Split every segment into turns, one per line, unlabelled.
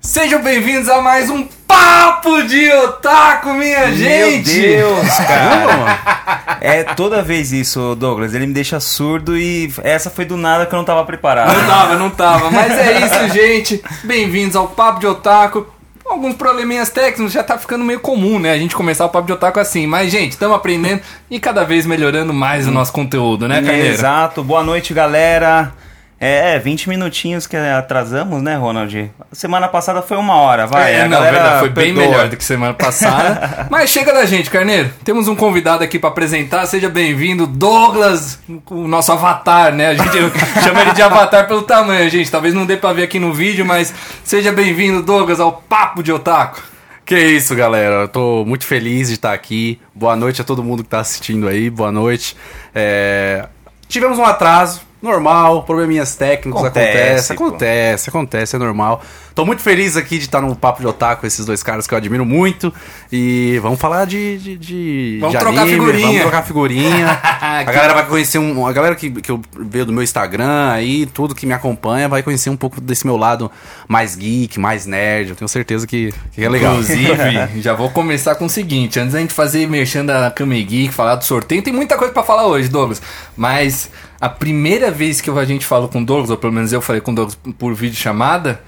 Sejam bem-vindos a mais um Papo de Otaku, minha gente!
Meu Deus, cara. é toda vez isso, Douglas. Ele me deixa surdo e essa foi do nada que eu não tava preparado.
Não tava, não tava. Mas é isso, gente. Bem-vindos ao Papo de Otaku. Alguns probleminhas técnicos já tá ficando meio comum, né? A gente começar o Papo de Otaku assim. Mas, gente, estamos aprendendo e cada vez melhorando mais o nosso conteúdo, né, Carneiro?
É, Exato. Boa noite, galera. É, é, 20 minutinhos que atrasamos, né, Ronald? Semana passada foi uma hora, vai.
É,
a
não,
galera
verdade, foi bem
perdoa.
melhor do que semana passada. Mas chega da gente, Carneiro. Temos um convidado aqui pra apresentar. Seja bem-vindo, Douglas, o nosso avatar, né? A gente chama ele de avatar pelo tamanho, gente. Talvez não dê pra ver aqui no vídeo, mas seja bem-vindo, Douglas, ao Papo de Otaku.
Que isso, galera. Eu tô muito feliz de estar aqui. Boa noite a todo mundo que tá assistindo aí. Boa noite. É, Tivemos um atraso, normal, probleminhas técnicos,
Acontece,
acontece, acontece,
pô.
acontece, é normal. Tô muito feliz aqui de estar num papo de otaku com esses dois caras que eu admiro muito. E vamos falar de. de, de-
Vamos
de
trocar
anime,
figurinha.
Vamos trocar figurinha. a galera vai conhecer um. A galera que, que eu veio do meu Instagram aí, tudo que me acompanha, vai conhecer um pouco desse meu lado mais geek, mais nerd. Eu tenho certeza que, que é legal.
Inclusive, já vou começar com o seguinte: antes da gente fazer merchan da Kame Geek, falar do sorteio, tem muita coisa pra falar hoje, Douglas. Mas a primeira vez que a gente falou com o Douglas, ou pelo menos eu falei com o Douglas por vídeo chamada.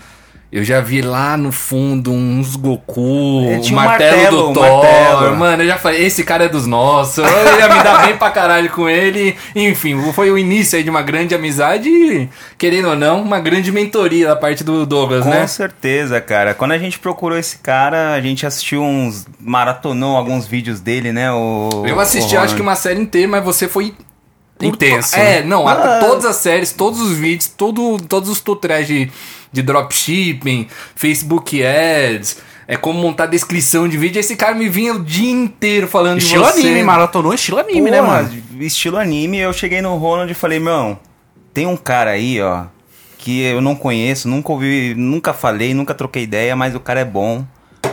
Eu já vi lá no fundo uns Goku,
Ele
o
tinha um
martelo,
martelo,
do
um
Thor.
martelo.
Mano, eu já falei, esse cara é dos nossos. Eu ia me dar bem pra caralho com ele. Enfim, foi o início aí de uma grande amizade e, querendo ou não, uma grande mentoria da parte do Douglas,
Com
né?
certeza, cara. Quando a gente procurou esse cara, a gente assistiu uns. maratonou alguns vídeos dele, né? O,
Eu assisti,
o
acho que uma série inteira, mas você foi.
Intenso. né?
É, não, a-
Ah.
todas as séries, todos os vídeos, todo, todos os tutoriais de, de dropshipping, Facebook Ads, é como montar descrição de vídeo. Esse cara me vinha o dia inteiro falando
Estilo
de você.
anime, maratonou estilo anime,
Porra,
né, mano?
Estilo anime, eu cheguei no Ronald e falei, meu, tem um cara aí, ó, que eu não conheço, nunca ouvi, nunca falei, nunca troquei ideia, mas o cara é bom.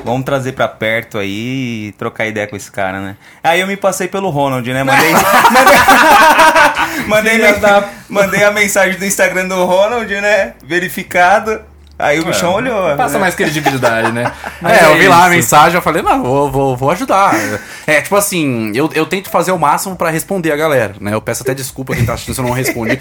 Vamos trazer pra perto aí e trocar ideia com esse cara, né? Aí eu me passei pelo Ronald, né? Mandei. mandei, mandei,
Filha da-
mandei a mensagem do Instagram do Ronald, né? Verificado. Aí o bichão olhou.
Passa
né?
mais credibilidade, né? Mas
É, eu vi lá a
isso.
mensagem, eu falei, não, vou, vou, vou ajudar. É, tipo assim, eu, eu tento fazer o máximo pra responder a galera, né? Eu peço até desculpa quem tá assistindo se eu não respondi,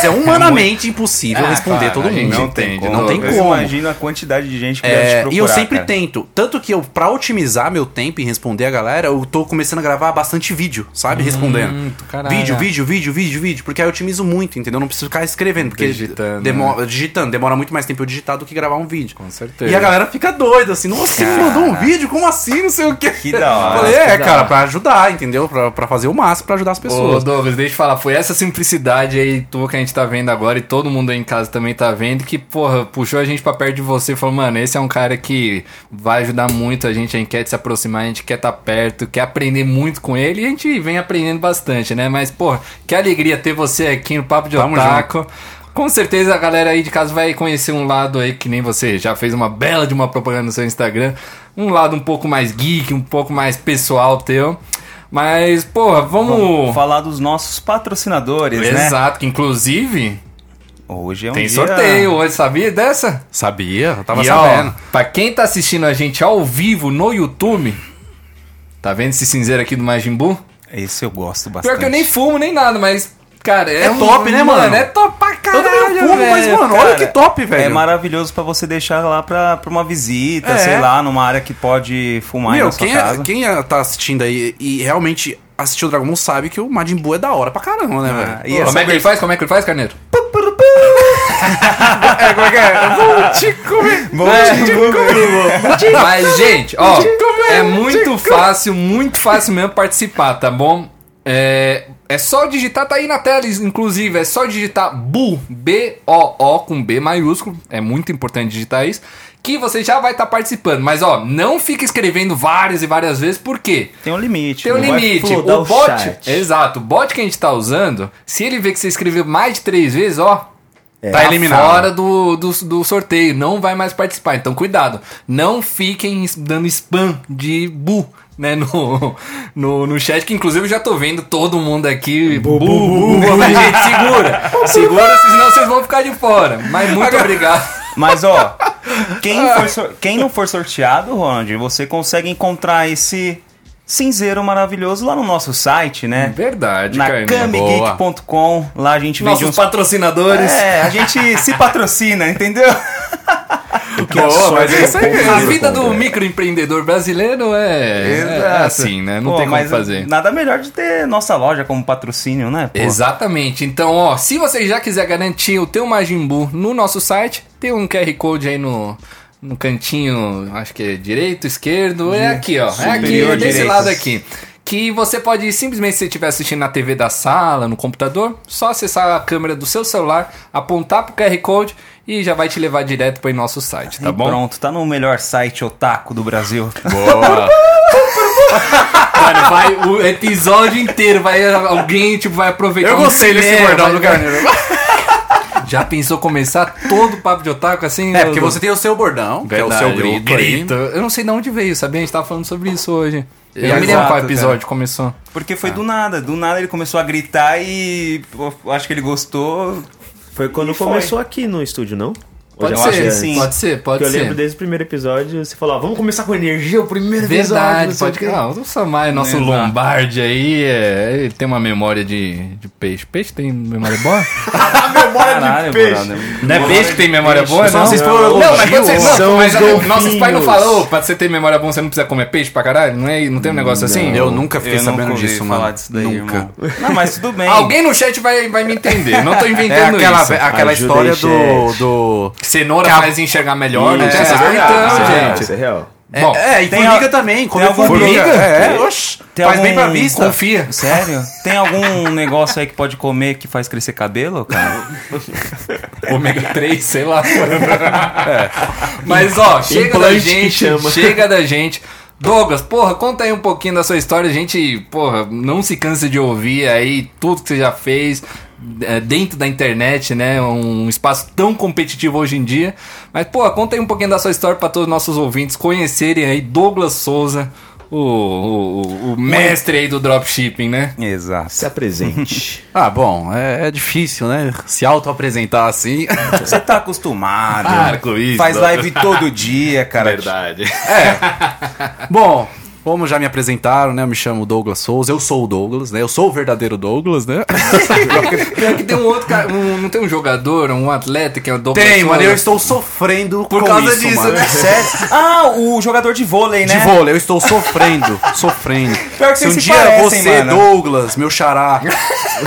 é humanamente impossível
Ah,
responder
cara,
todo
a gente
mundo.
não tem como.
não tem
Eu
como.
imagino a quantidade de gente que deve te
É,
procurar,
e eu sempre
cara.
tento. Tanto que eu, pra otimizar meu tempo e responder a galera, eu tô começando a gravar bastante vídeo, sabe? Respondendo.
caralho.
Vídeo, vídeo, vídeo, vídeo, vídeo. Porque aí eu otimizo muito, entendeu? Não preciso ficar escrevendo, porque
Digitando,
demo- digitando, demora muito mais tempo eu digitar do que gravar um vídeo.
Com certeza.
E a galera fica doida, assim, nossa, você me mandou um
Cara.
vídeo? Como assim? Não sei o quê.
Que da hora.
Falei,
que
é,
da
cara,
hora.
pra ajudar, entendeu? Pra, pra fazer o máximo pra ajudar as
Ô,
pessoas.
Douglas, deixa eu falar, foi essa simplicidade aí tua que a gente tá vendo agora e todo mundo aí em casa também tá vendo que, porra, puxou a gente pra perto de você e falou, mano, esse é um cara que vai ajudar muito a gente, a gente quer se aproximar, a gente quer tá perto, quer aprender muito com ele e a gente vem aprendendo bastante, né? Mas, porra, que alegria ter você aqui no Papo de
Tamo
Otaku. Com certeza a galera aí de casa vai conhecer um lado aí que nem você já fez uma bela de uma propaganda no seu Instagram, um lado um pouco mais geek, um pouco mais pessoal teu. Mas, porra, vamos.
falar dos nossos patrocinadores, né?
Exato, que inclusive
Hoje é um
tem
dia-
sorteio hoje, sabia dessa?
Sabia? Eu tava
ah. E, ó,
sabendo.
pra quem tá assistindo a gente ao vivo no YouTube, tá vendo esse cinzeiro aqui do Majin Buu?
Esse eu gosto bastante.
Pior que eu nem fumo nem nada, mas, cara, é,
É
um-
top, né, mano?
É top pra
Eu
caralho,
também não fumo, mas,
velho,
mano, olha
cara.
que top, velho.
É maravilhoso pra você deixar lá pra, pra uma visita,
É.
sei lá, numa área que pode fumar aí
Meu,
na sua
quem,
casa.
quem ah, tá assistindo aí e realmente assistiu Dragon Ball sabe que o Majin Buu é da hora pra caramba, né, velho?
Ah, e
Como
essa
é que ele faz? Como é que ele faz, Carneiro?
É, como é que é? Vou te comer.
Bom, tipo,
Mas, gente, ó, é muito fácil, muito fácil mesmo participar, tá bom? É, é só digitar, tá aí na tela, inclusive, é só digitar BU, B-O-O, com B maiúsculo, é muito importante digitar isso, que você já vai estar participando. Mas, ó, não fica escrevendo várias e várias vezes, por quê?
tem um limite.
Tem um
não vai
limite.
flodar
O bot.
chat.
Exato. O bot que a gente tá usando, se ele vê que você escreveu mais de três vezes, ó.
Tá eliminado.
É, fora do, do, do sorteio. Não vai mais participar. Então, cuidado. Não fiquem es- dando spam de bu. Né, no, no, no chat, que inclusive eu já tô vendo todo mundo aqui. Bu, bu, bu, bu, Gente, segura! Segura, senão vocês vão ficar de fora. Mas muito obrigado.
Mas, ó, quem, for sor- quem não for sorteado, Ronald, você consegue encontrar esse cinzeiro maravilhoso lá no nosso site,
Hum,
né?
Verdade,
Na
Caio.
boa.
camegeek.com. Lá a gente vende
Nossos
uns...
patrocinadores.
É, a gente se patrocina, entendeu?
Que a sorte
mas é isso aí
do
mesmo. A
brasileiro,
vida
pô,
do
velho.
microempreendedor brasileiro é, é
Exato.
assim, né? Não
Pô,
tem como
mas
fazer.
Nada melhor de ter nossa loja como patrocínio, né? pô?
Exatamente. Então, ó, se você já quiser garantir o teu Majin Buu no nosso site, tem um QR Code aí no, no cantinho, acho que é direito, esquerdo, é aqui, ó. É aqui,
superior
desse
direito.
lado aqui. Que você pode simplesmente, se estiver assistindo na TV da sala, no computador, só acessar a câmera do seu celular, apontar pro QR Code e já vai te levar direto para nosso site, tá
E
bom?
Pronto, tá no melhor site otaku do Brasil.
Boa! Cara, vai o episódio inteiro, vai alguém, tipo, vai aproveitar
Eu
um
gostei desse
cinema,
bordão do
vai-
Carneiro.
Já pensou começar todo o papo de otaku assim?
É, porque
Eu-
você tem o seu bordão, que é o
Verdade,
seu grito, aí.
Eu não sei de onde veio, sabia? A gente tava falando sobre isso hoje. Eu não
Exato,
me lembro qual
cara.
episódio começou.
Porque
Ah.
foi do nada, do nada ele começou a gritar e pô, acho que ele gostou.
Foi quando
E foi.
começou aqui no estúdio, não? é
Pode
eu acho
ser,
que sim.
pode ser,
Porque
pode
eu lembro
ser.
desde o primeiro episódio, você falou, ó, vamos começar com energia, o primeiro episódio.
Verdade,
não sei
pode
o quê.
Ah, o Samai, nosso
Exato.
Lombardi aí, é, ele tem uma memória de, de peixe. Peixe tem memória boa?
Caralho,
peixe.
mano.
Não é peixe que tem memória boa,
Só
não?
vocês foram
Não, mas
elogio,
quando você, não,
são
mas
os
a- nossos pais não
golfinhos.
falam, "Ô, pra você ter memória boa, você não precisa comer peixe pra caralho? Não, é, não tem um negócio assim?
Eu nunca fiquei
Eu nunca
sabendo
ouvi
disso,
falar
mano.
disso daí,
nunca.
irmão. Não, mas tudo bem.
Alguém no chat vai, vai me entender, não tô
É
inventando
aquela,
isso.
aquela
Ajuda
história
aí,
do,
chat.
do.
Cenoura
Cap-
faz enxergar melhor, não
Isso,
tem
é
essas
verdade,
coisas?
Isso
Então,
é real,
gente.
isso é real.
Bom,
É, e
tem
formiga
a-
também. Comer
tem algum-
formiga.
Formiga?
É, oxe.
Tem
faz bem
algum-
pra vista.
um confia.
Sério? Tem algum negócio aí que pode comer que faz crescer cabelo, cara?
Ômega 3, sei lá. É. Mas ó, chega da
Implante que
gente,
chama.
chega da gente. Douglas, porra, conta aí um pouquinho da sua história. A gente, porra, não se cansa de ouvir aí tudo que você já fez é, dentro da internet, né? Um espaço tão competitivo hoje em dia. Mas, porra, conta aí um pouquinho da sua história pra todos os nossos ouvintes conhecerem aí Douglas Souza, o, o- o- o mestre aí do dropshipping, né?
Exato.
Se apresente.
Ah, bom, é, é difícil, né? Se auto-apresentar assim.
Você tá
Ah,
acostumado.
Para com isso,
Faz
mano.
live todo dia, cara.
Verdade.
É
bom, como já me apresentaram, né? Eu me chamo Douglas Souza. Eu sou o Douglas, né? Eu sou o verdadeiro Douglas, né?
Pior que tem um outro cara, um- não tem um jogador, um atleta que é o Douglas
Tem,
Souza?
mano. Eu estou sofrendo
Por
com
causa
isso,
disso,
mano.
né?
Sério? Ah, o jogador de vôlei, né?
De vôlei, eu estou sofrendo, sofrendo.
Pior que
se um
vocês se
dia
parecem,
você,
mano.
Douglas, meu xará,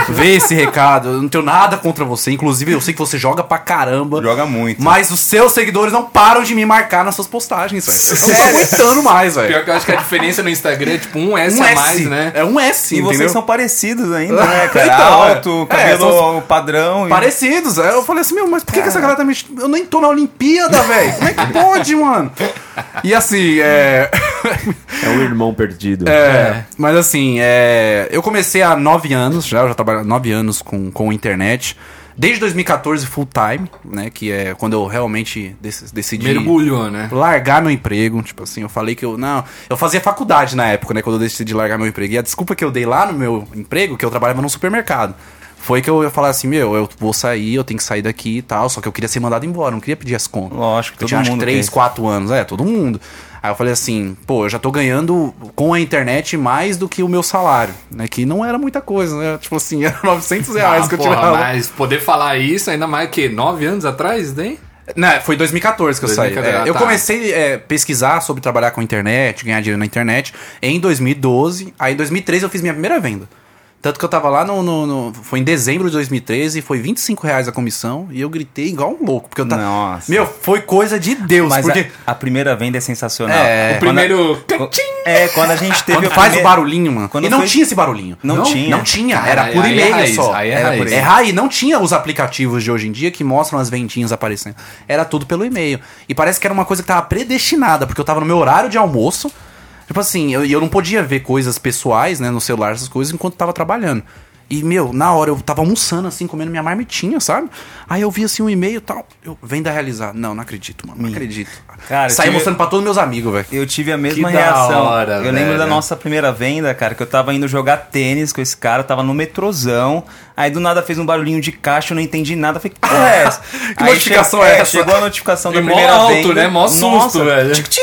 vê esse recado, eu não tenho nada contra você. Inclusive, eu sei que você joga pra caramba.
Joga muito.
Mas os seus seguidores não param de me marcar nas suas postagens, velho. Eu não tô
Sério?
aguentando mais, velho.
É. Pior que eu acho que a diferença no Instagram é tipo um S
Um
a
S,
mais, né?
É um S,
E
entendeu?
vocês são parecidos ainda, né, cara?
Então, é.
Alto,
É,
cabelo
são-
padrão. e-
Parecidos. Aí eu falei assim, meu, mas por que, que essa galera tá me. Eu nem tô na Olimpíada, velho. Como é que pode, mano? E assim, é.
é um irmão perdido.
É, mas assim, é, eu comecei há nove anos, já, eu já trabalho há nove anos com, com internet. Desde 2014 full time, né? Que é quando eu realmente dec- decidi
Mergulhou, né?
largar meu emprego. Tipo assim, eu falei que eu. Não, eu fazia faculdade na época, né? Quando eu decidi largar meu emprego. E a desculpa que eu dei lá no meu emprego, que eu trabalhava num supermercado. Foi que eu ia falar assim, meu, eu vou sair, eu tenho que sair daqui e tal. Só que eu queria ser mandado embora, eu não queria pedir as contas.
Lógico,
eu
todo
tinha acho que
mundo
três,
quer.
quatro anos, é, todo mundo. Aí eu falei assim, pô, eu já tô ganhando com a internet mais do que o meu salário, né? Que não era muita coisa, né? Tipo assim, era 900 reais
Ah,
que eu
porra,
tirava.
mas poder falar isso, ainda mais que nove anos atrás, né?
Não, é, foi em 2014 que eu saí.
2014,
É,
ah,
eu
tá.
comecei a pesquisar sobre trabalhar com internet, ganhar dinheiro na internet em 2012. Aí em 2013 eu fiz minha primeira venda. Tanto que eu tava lá no. no- no- foi em dezembro de 2013, foi 25 reais a comissão e eu gritei igual um louco. Porque eu tava.
Nossa.
Meu, foi coisa de Deus.
Mas
porque
a, a primeira venda é sensacional.
É.
Quando
O
a-
primeiro.
É, quando a gente teve
quando
a
faz
primeira-
o barulhinho, mano.
Quando
e não
foi-
tinha esse barulhinho.
Não tinha.
Não tinha. Era
Aí-
por
aí é
e-mail
raiz,
só.
aí é
era
raiz.
por e-mail. É raiz. Não tinha os aplicativos de hoje em dia que mostram as vendinhas aparecendo. Era tudo pelo e-mail. E parece que era uma coisa que tava predestinada, porque eu tava no meu horário de almoço. Tipo assim, eu, e eu não podia ver coisas pessoais, né, no celular, essas coisas, enquanto tava trabalhando. E, meu, na hora eu tava almoçando, assim, comendo minha marmitinha, sabe? Aí eu vi, assim, um e-mail e tal. Eu, venda realizar. Não, não acredito, mano. Não acredito.
Cara, eu
Saí
tive-
mostrando pra todos meus amigos, velho.
Eu tive a mesma
Que da
reação.
hora,
eu lembro
velho.
da nossa primeira venda, cara, que eu tava indo jogar tênis com esse cara, eu tava no metrozão. Aí do nada fez um barulhinho de caixa, eu não entendi nada. Falei, que porra é essa?
Que
Aí
notificação
che-
é essa?
Chegou a notificação da
E mó
primeira
alto,
venda.
né? Mó susto,
Nossa,
velho.
tchic-tchim.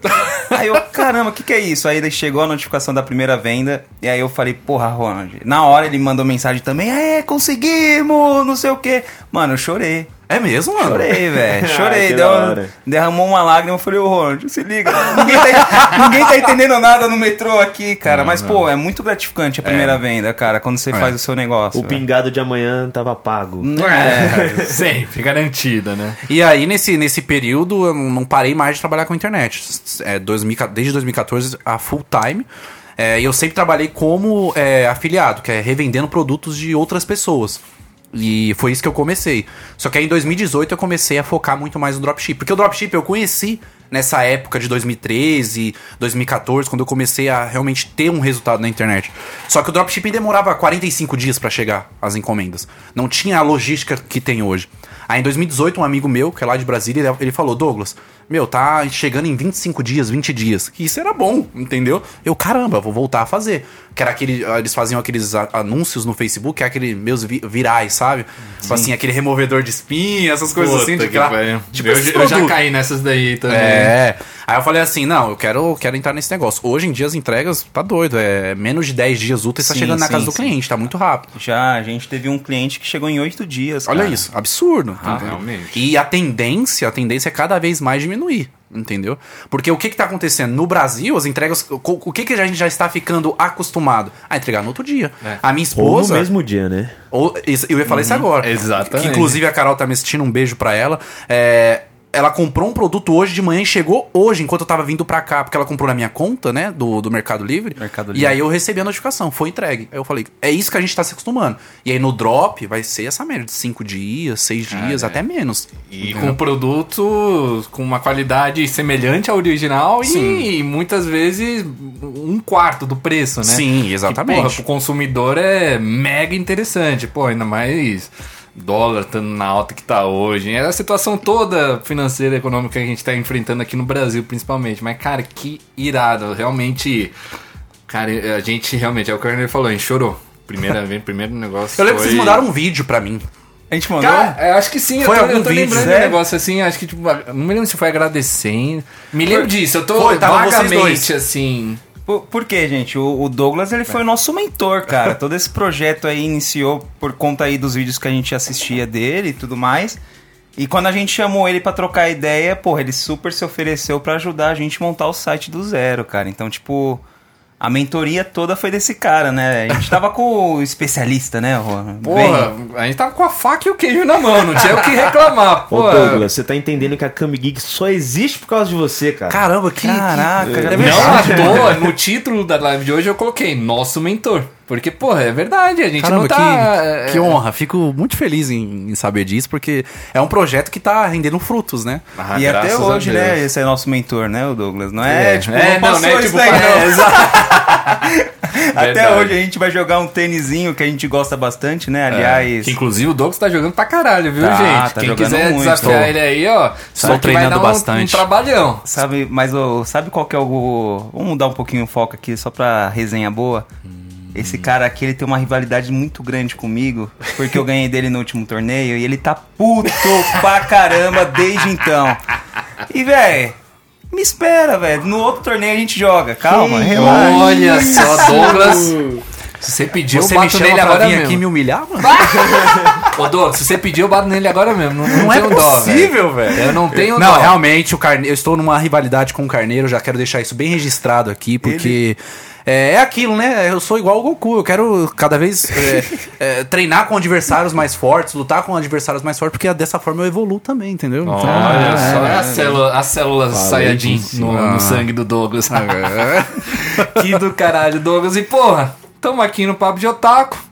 Aí eu, caramba, o que, que é isso? Aí ele chegou a notificação da primeira venda, e aí eu falei, porra, Ronald. Na hora ele mandou mensagem também, é, conseguimos, não sei o quê. Mano, eu chorei.
É mesmo, mano?
Chorei, velho. Chorei.
Ai, que
deu-
da hora.
derramou uma lágrima. Eu falei, ô Ronald, se liga. Ninguém tá, ninguém tá entendendo nada no metrô aqui, cara. Mas, pô, é muito gratificante a primeira venda, cara, quando você faz o seu negócio.
É. O
velho.
pingado de amanhã tava pago.
É, sempre, garantida, né?
E aí, nesse, nesse período, eu não parei mais de trabalhar com internet. É, 2000, desde 2014 a full time. É, e eu sempre trabalhei como é, afiliado, que é revendendo produtos de outras pessoas. E foi isso que eu comecei. Só que aí em 2018 eu comecei a focar muito mais no dropship. Porque o dropship eu conheci nessa época de 2013, 2014, quando eu comecei a realmente ter um resultado na internet. Só que o dropshipping demorava 45 dias pra chegar as encomendas. Não tinha a logística que tem hoje. Aí em 2018, um amigo meu, que é lá de Brasília, ele- ele falou: Douglas, meu, tá chegando em 25 dias, 20 dias. E isso era bom, entendeu? Eu, caramba, vou voltar a fazer. Que era aquele. ah, Eles faziam aqueles a- anúncios no Facebook, que é aquele meus vi- virais, sabe? Tipo assim, aquele removedor de espinha, essas coisas assim.
Puta
De
que
gra-
pariu.
tipo
eu,
esses
eu já
produtos.
caí nessas daí também.
É. Aí eu falei assim, não, eu quero, eu quero entrar nesse negócio. Hoje em dia as entregas, tá doido, é menos de 10 dias úteis, tá
Sim,
chegando na
sim,
casa do
sim.
cliente, tá muito rápido.
Já a gente teve um cliente que chegou em oito dias.
Olha
cara.
isso, absurdo. entendeu?
realmente.
E a tendência, a tendência é cada vez mais diminuir, entendeu? Porque o que que tá acontecendo? No Brasil, as entregas, co- o que que a gente já está ficando acostumado? A entregar no outro dia.
É.
A minha
Ou no
esposa...
mesmo dia, né?
Ou, isso- eu ia falar isso agora.
exatamente.
Que, inclusive a Carol tá me assistindo, um beijo pra ela. É, ela comprou um produto hoje de manhã e chegou hoje, enquanto eu tava vindo pra cá, porque ela comprou na minha conta, né, do, do Mercado Livre.
Mercado
E
Livre.
aí eu recebi a notificação, foi entregue. Aí eu falei, é isso que a gente tá se acostumando. E aí no drop vai ser essa média de 5 dias, 6 dias, até menos.
E com produto com uma qualidade semelhante ao original e muitas vezes um quarto do preço, né?
Sim,
Que,
exatamente.
porra, pro consumidor é mega interessante. Pô, ainda mais dólar estando na alta que tá hoje. É a situação toda financeira e econômica que a gente tá enfrentando aqui no Brasil, principalmente. Mas, cara, que irado. Realmente, cara, a gente realmente, é o que o Werner falou, a gente chorou. Primeira vez, primeiro negócio.
eu lembro que vocês
foi- um-
mandaram um vídeo pra mim.
A gente mandou.
Cara, eu acho que sim,
Foi
eu tô,
algum
eu tô
vídeo,
lembrando
né?
um negócio assim, acho que tipo, não me lembro se foi agradecendo. Me lembro disso, eu tô
foi, tava vocês
vagamente
dois.
assim.
Por, por quê, gente? O, o Douglas, ele
É.
foi o nosso mentor, cara. Todo esse projeto aí iniciou por conta aí dos vídeos que a gente assistia dele e tudo mais. E quando a gente chamou ele pra trocar ideia, porra, ele super se ofereceu pra ajudar a gente a montar o site do zero, cara. Então, tipo, a mentoria toda foi desse cara, né? A gente tava com o especialista, né, Juan?
Porra, a gente tava com a faca e o queijo na mão, não tinha o que reclamar,
Ô,
pô. é.
Douglas, você tá entendendo que a Kami Geek só existe por causa de você, cara.
Caramba, que...
Caraca,
que...
já
é
me-
verdade.
Não à toa, no título da live de hoje eu coloquei nosso mentor. Porque, porra, é verdade, a gente
Caramba,
não tá.
que,
é,
que honra. Fico muito feliz em, em saber disso, porque é um projeto que tá rendendo frutos, né?
Ah,
e até
graças a
hoje,
Deus.
né? Esse é nosso mentor, né, o Douglas? Não é,
É,
tipo,
é,
não
não,
passou
né,
isso
tipo,
daí,
é,
não. Até
Verdade.
hoje a gente vai jogar um tênisinho que a gente gosta bastante, né?
É.
Aliás.
Que, inclusive o Douglas tá jogando pra caralho, viu,
Tá,
gente?
tá
Quem
jogando
quiser
muito.
desafiar ele aí, ó, só que vai
treinando
dar um,
bastante.
um trabalhão.
Sabe, mas ô, sabe qual que é o. Vamos mudar um pouquinho o foco aqui, só pra resenha boa. Esse cara aqui, ele tem uma rivalidade muito grande comigo, porque eu ganhei dele no último torneio e ele tá puto pra caramba desde então. E, véi, me espera, velho. No outro torneio a gente joga. Calma, relaxa.
Olha só, Douglas. Se você pediu,
Você
eu
me
bato
chama
nele
pra
agora
vir
mesmo.
aqui me humilhar, mano?
Ô, Douglas, se você pediu, eu bato nele agora mesmo. Não, não, tenho dó, velho. Eu não tenho
é Não,
dó.
realmente, o carne... eu estou numa rivalidade com o Carneiro, já quero deixar isso bem registrado aqui, porque... É, é aquilo, né? Eu sou igual o Goku, eu quero cada vez é, é, treinar com adversários mais fortes, lutar com adversários mais fortes, porque dessa forma eu evoluo também, entendeu? Então,
Olha
é,
só, Ah. é a célula, a célula Saiyajin no, no sangue do Douglas. que do caralho, Douglas. E porra, tamo aqui no Papo de Otaku.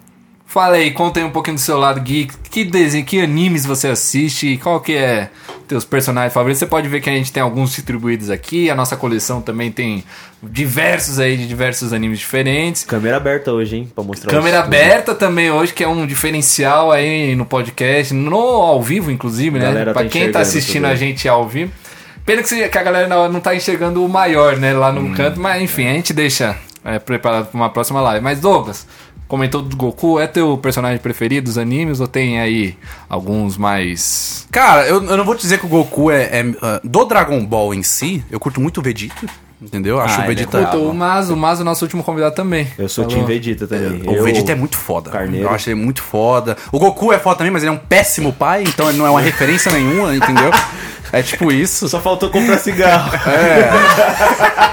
Fala aí, conta aí um pouquinho do seu lado geek. Que desenho, que animes você assiste? Qual que é teus personagens favoritos. Você pode ver que a gente tem alguns distribuídos aqui. A nossa coleção também tem diversos aí de diversos animes diferentes.
Câmera aberta hoje, hein? Pra mostrar
Câmera
os-
aberta também hoje, que é um diferencial aí no podcast, no ao vivo, inclusive, né?
Galera tá
pra quem tá
enxergando
assistindo
tudo.
a gente ao vivo. Pena que, você- que a galera não, não tá enxergando o maior, né? Lá
Hum.
no canto, mas enfim, a gente deixa é, preparado pra uma próxima live. Mas Douglas, comentou do Goku, é teu personagem preferido dos animes ou tem aí alguns mais.
Cara, eu, eu não vou dizer que o Goku é, é, ah, Do Dragon Ball em si, eu curto muito o Vegeta, entendeu? Acho
Ah,
o
ele é
Vegeta.
brabo.
Puta, o Mazo, o Mazo, nosso último convidado também.
Eu
Tá
sou o
Falou.
Team Vegeta também.
O
Eu-
Vegeta é muito foda.
Carneiro.
Eu acho ele muito foda. O Goku é foda também, mas ele é um péssimo pai, então ele não é uma referência nenhuma, entendeu? É tipo isso.
Só faltou comprar cigarro.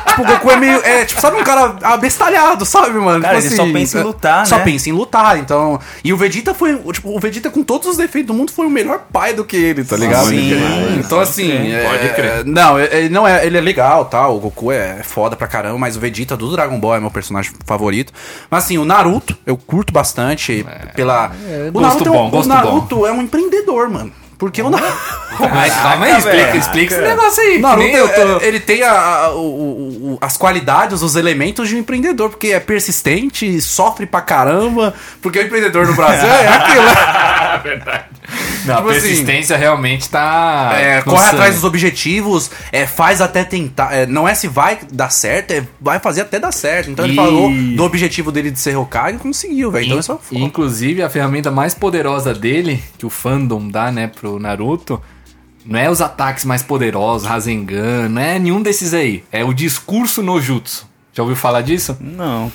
Tipo, o Goku é meio. É, tipo, sabe um cara abestalhado, sabe, mano?
Cara,
Tipo
ele só pensa em lutar,
Só
né?
pensa em lutar, então. E o Vegeta foi. Tipo, o Vegeta, com todos os defeitos do mundo, foi o melhor pai do que ele, tá ligado?
Sim,
Então, então, assim. é-
Pode crer.
Não, ele não é. Ele é legal, tá? O Goku é foda pra caramba, mas o Vegeta do Dragon Ball é meu personagem favorito. Mas assim, o Naruto, eu curto bastante pela. o
gosto
Naruto, é um-
bom, gosto
o Naruto é um empreendedor, mano. Porque o Naruto. É.
Mas calma aí, explica, explica esse negócio aí.
Naruto,
Nem eu tô-
é, ele tem a- a- o- o- o- as qualidades, os elementos de um empreendedor, porque é persistente, sofre pra caramba, porque o empreendedor no Brasil é aquilo.
Não, a
Tipo assim,
persistência realmente tá.
É,
no
corre
sangue.
atrás dos objetivos, é, faz até tentar. é, não é se vai dar certo, é vai fazer até dar certo. Então
E-
ele falou do objetivo dele de ser Hokage e conseguiu, velho. Então
In-
isso é
e,
foda.
inclusive, a ferramenta mais poderosa dele, que o fandom dá, né, pro Naruto, não é os ataques mais poderosos, Rasengan, não é nenhum desses aí. É o discurso no jutsu. Já ouviu falar disso?
Não.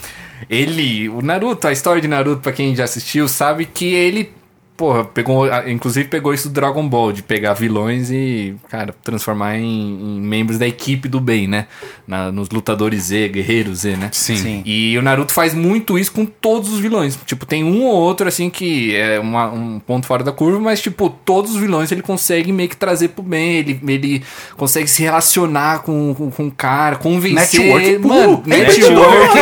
Ele, o Naruto, a história de Naruto, pra quem já assistiu, sabe que ele, porra, pegou, a- inclusive pegou isso do Dragon Ball, de pegar vilões e, cara, transformar em, em membros da equipe do bem, né? Na- nos lutadores Z, guerreiros Z, né?
Sim.
E o Naruto faz muito isso com todos os vilões. Tipo, tem um ou outro, assim, que é uma- um ponto fora da curva, mas, tipo, todos os vilões ele consegue meio que trazer pro bem. Ele, ele consegue se relacionar com, com, com o cara, convencer.
Network puro.
mano,
É
network.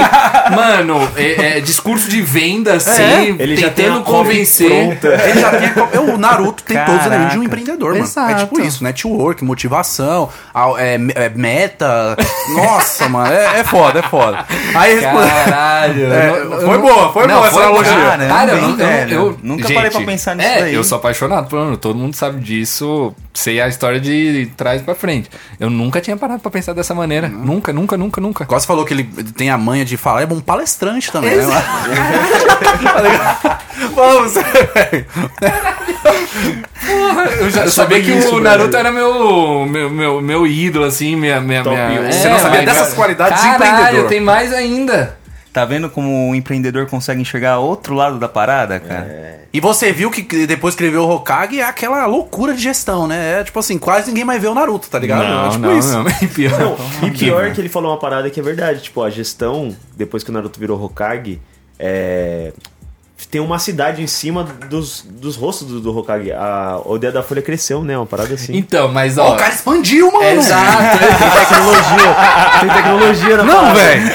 mano, é, é discurso de venda, assim,
Ele já tem
tentando
a cópia
convencer.
pronta.
Ele já tem. a- O Naruto tem todos os elementos de um
Caraca.
empreendedor, mano. É
Exato.
tipo isso: network, motivação, a- é, é meta. Nossa, mano, é, é foda, é foda. Aí responde.
Caralho.
É,
eu não-
foi
eu
boa,
não-
foi
não,
boa essa
boa.
elogio.
Ah, né?
Cara,
Caramba,
eu,
hein,
não- eu-
velho?
eu-
Nunca parei pra pensar nisso
é,
daí.
Eu sou apaixonado por Naruto, todo mundo sabe disso, sei a história de trás pra frente. Eu nunca tinha parado pra pensar dessa maneira. Nunca, nunca, nunca, nunca.
Quase falou que ele tem a manha de falar, é bom palestrante também, né? Vamos, velho.
Eu, já, eu sabia que o Naruto era meu, meu, meu, meu ídolo, assim, minha. minha,
Top
minha-
um.
É,
Você não sabia
mas-
dessas qualidades de
Caralho,
empreendedor.
tem mais ainda.
Tá vendo como o empreendedor consegue enxergar outro lado da parada, cara?
E você viu que que depois que ele vê o Hokage é aquela loucura de gestão, né? É tipo assim, quase ninguém mais vê o Naruto, tá ligado? é tipo isso.
E pior.
Não, e pior que ele falou uma parada que é verdade. Tipo, a gestão, depois que o Naruto virou Hokage, é, tem uma cidade em cima dos, dos rostos do, do Hokage. A Odeia da Folha cresceu, né? Uma parada assim.
Então, mas
Ó,
ó.
o cara expandiu, mano.
Exato,
tecnologia. Tem tecnologia na
Não, velho.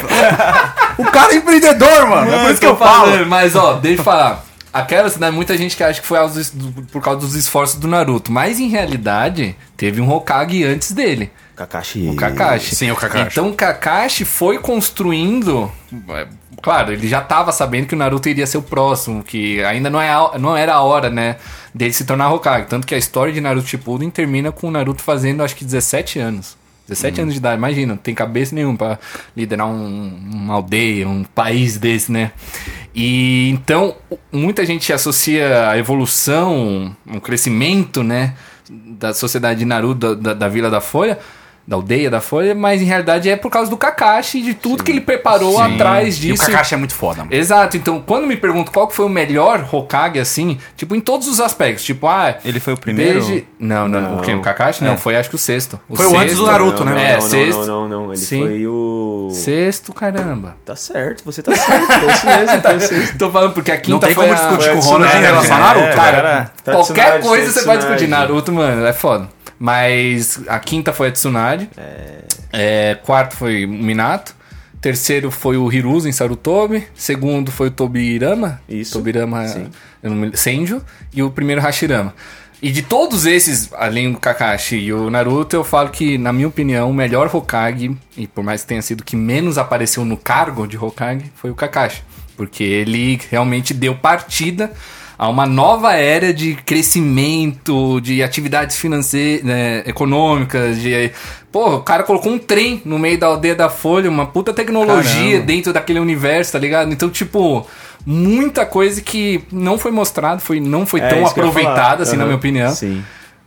o cara é empreendedor, mano. é por isso que eu falo.
Mas, ó, deixa eu falar. Aquela cidade, muita gente que acha que foi aos es- por causa dos esforços do Naruto. Mas, em realidade, teve um Hokage antes dele.
Kakashi.
O Kakashi.
Sim, o Kakashi.
Então, o Kakashi foi construindo... é, Claro, ele já tava sabendo que o Naruto iria ser o próximo. Que ainda não, é a- não era a hora, né? Dele se tornar Hokage. Tanto que a história de Naruto Shippuden termina com o Naruto fazendo, acho que, 17 anos. 17 anos de idade, imagina, não tem cabeça nenhuma pra liderar um- uma aldeia, um país desse, né? E então, o- muita gente associa a evolução, um crescimento, né, da sociedade de Naruto, da, da- da Vila da Folha, da aldeia da Folha, mas em realidade é por causa do Kakashi e de tudo que ele preparou atrás
E o
disso.
Kakashi é muito foda, mano.
Exato, então quando me pergunto qual que foi o melhor Hokage, assim, tipo, em todos os aspectos, tipo, ah,
Ele foi o primeiro?
desde- Não, não, O, quê? o Kakashi não, foi acho que o sexto.
Foi o antes do
sexto.
Naruto, né?
Não,
É,
não,
sexto.
não, não, não, não. Ele
Sim.
foi o.
Sexto, caramba.
Tá certo, você tá certo. É isso mesmo, foi o sexto.
Tô falando porque a quinta
Não tem
foi a-
como discutir
foi a
com o Ronald em
Tsunade,
relação a
né?
Naruto,
Cara,
cara.
Tá
qualquer
Tsunade,
coisa
tá
você pode
Tsunade.
discutir. Naruto, mano, é foda. Mas a quinta foi a Tsunade. É, quarto foi o Minato. Terceiro foi o Hiruzen Sarutobi. Segundo foi o Tobirama.
Isso.
Tobirama eu não me lembro, Senju. E o primeiro Hashirama. E de todos esses, além do Kakashi e o Naruto, eu falo que, na minha opinião, o melhor Hokage, e por mais que tenha sido o que menos apareceu no cargo de Hokage, foi o Kakashi. Porque ele realmente deu partida a uma nova era de crescimento, de atividades financeiras, econômicas, de. Pô, o cara colocou um trem no meio da aldeia da Folha, uma puta tecnologia
Caramba.
dentro daquele universo, tá ligado? Então, tipo, muita coisa que não foi mostrado, foi, não foi
É
tão
isso que eu ia falar.
aproveitada, assim, na
Aham.
minha opinião.
Sim.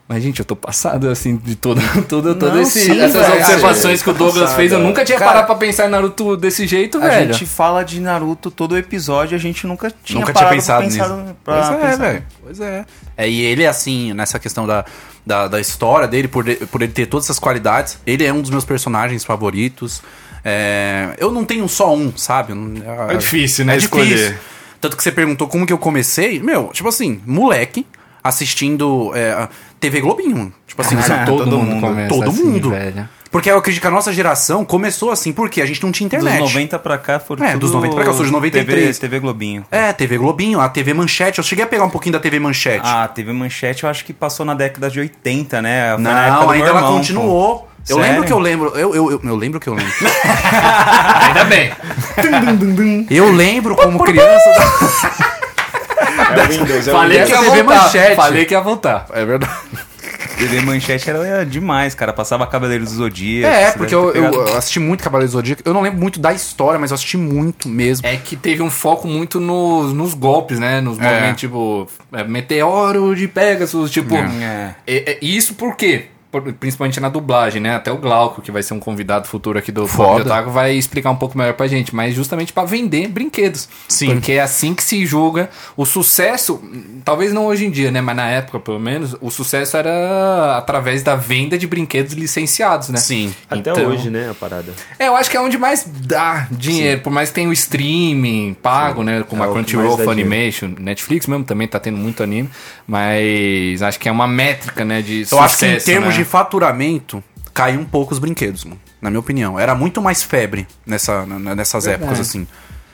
Mas, gente, eu tô passado, assim, de toda, toda, toda esse-
sim,
essas
velho,
observações
cara,
que o
tá
Douglas
passado,
fez. Eu
é.
nunca tinha
Cara,
parado pra pensar em Naruto desse jeito,
A
velho.
gente fala de Naruto todo episódio, a gente nunca tinha
Nunca tinha
parado
pensado
pra
nisso.
pensar pra
pois é,
pensar.
velho. Pois é. É, E ele, assim, nessa questão da, da, da história dele, por, de- por ele ter todas essas qualidades, ele é um dos meus personagens favoritos. É, eu não tenho só um, sabe? Eu não-
É difícil, né,
É
escolher.
difícil. Tanto que você perguntou como que eu comecei. Meu, tipo assim, moleque assistindo é, a TV Globinho. Tipo assim,
Cara,
É,
sabe? todo, mundo.
começa
todo
assim,
mundo.
velho.
Porque eu acredito que a nossa geração começou assim, porque a gente não tinha internet.
Dos 90 pra cá foram
É,
tudo
dos 90 pra cá, eu sou de 93.
TV, TV Globinho.
É, TV Globinho, a TV Manchete. Eu cheguei a pegar um pouquinho da TV Manchete.
Ah, TV Manchete eu acho que passou na década de 80, né? Foi na época
não,
do
ainda
meu
ela
irmão, pô.
continuou. Eu
Sério?
lembro que eu lembro. Eu, eu, eu, eu lembro que eu lembro.
Ainda bem.
eu lembro como criança.
É o Windows, é o
Falei
Windows.
que ia
TV
voltar.
Manchete.
Falei que ia voltar. É verdade.
TV Manchete era demais, cara. Passava Cavaleiros do Zodíaco.
É,
você
porque
deve
eu,
ter
eu-
pegado.
eu assisti muito Cavaleiros do Zodíaco. Eu não lembro muito da história, mas eu assisti muito mesmo.
É que teve um foco muito nos, nos golpes, né? Nos momentos, tipo, é, meteoro de Pegasus, tipo.
É.
É, é, e isso por quê? Por- principalmente na dublagem, né? Até o Glauco, que vai ser um convidado futuro aqui do
Foda.
Foda Otaku, vai explicar um pouco melhor pra gente, mas justamente pra vender brinquedos.
Sim.
Porque é assim que se julga o sucesso, hum, talvez não hoje em dia, né? Mas na época, pelo menos, o sucesso era através da venda de brinquedos licenciados,
É,
né?
Sim.
Até
Então-
hoje, né, a parada.
É, eu acho que é onde mais dá dinheiro, por mais que tenha o streaming pago, né? Como
É
a
o que
Crunchyroll,
mais dá
Funimation, Netflix mesmo também tá tendo muito anime, mas acho que é uma métrica, né? De
Eu acho que em termos
né?
de faturamento, caiu um pouco os brinquedos, mano. Na minha opinião. Era muito mais febre nessa, na- na- nessas
É.
épocas, assim.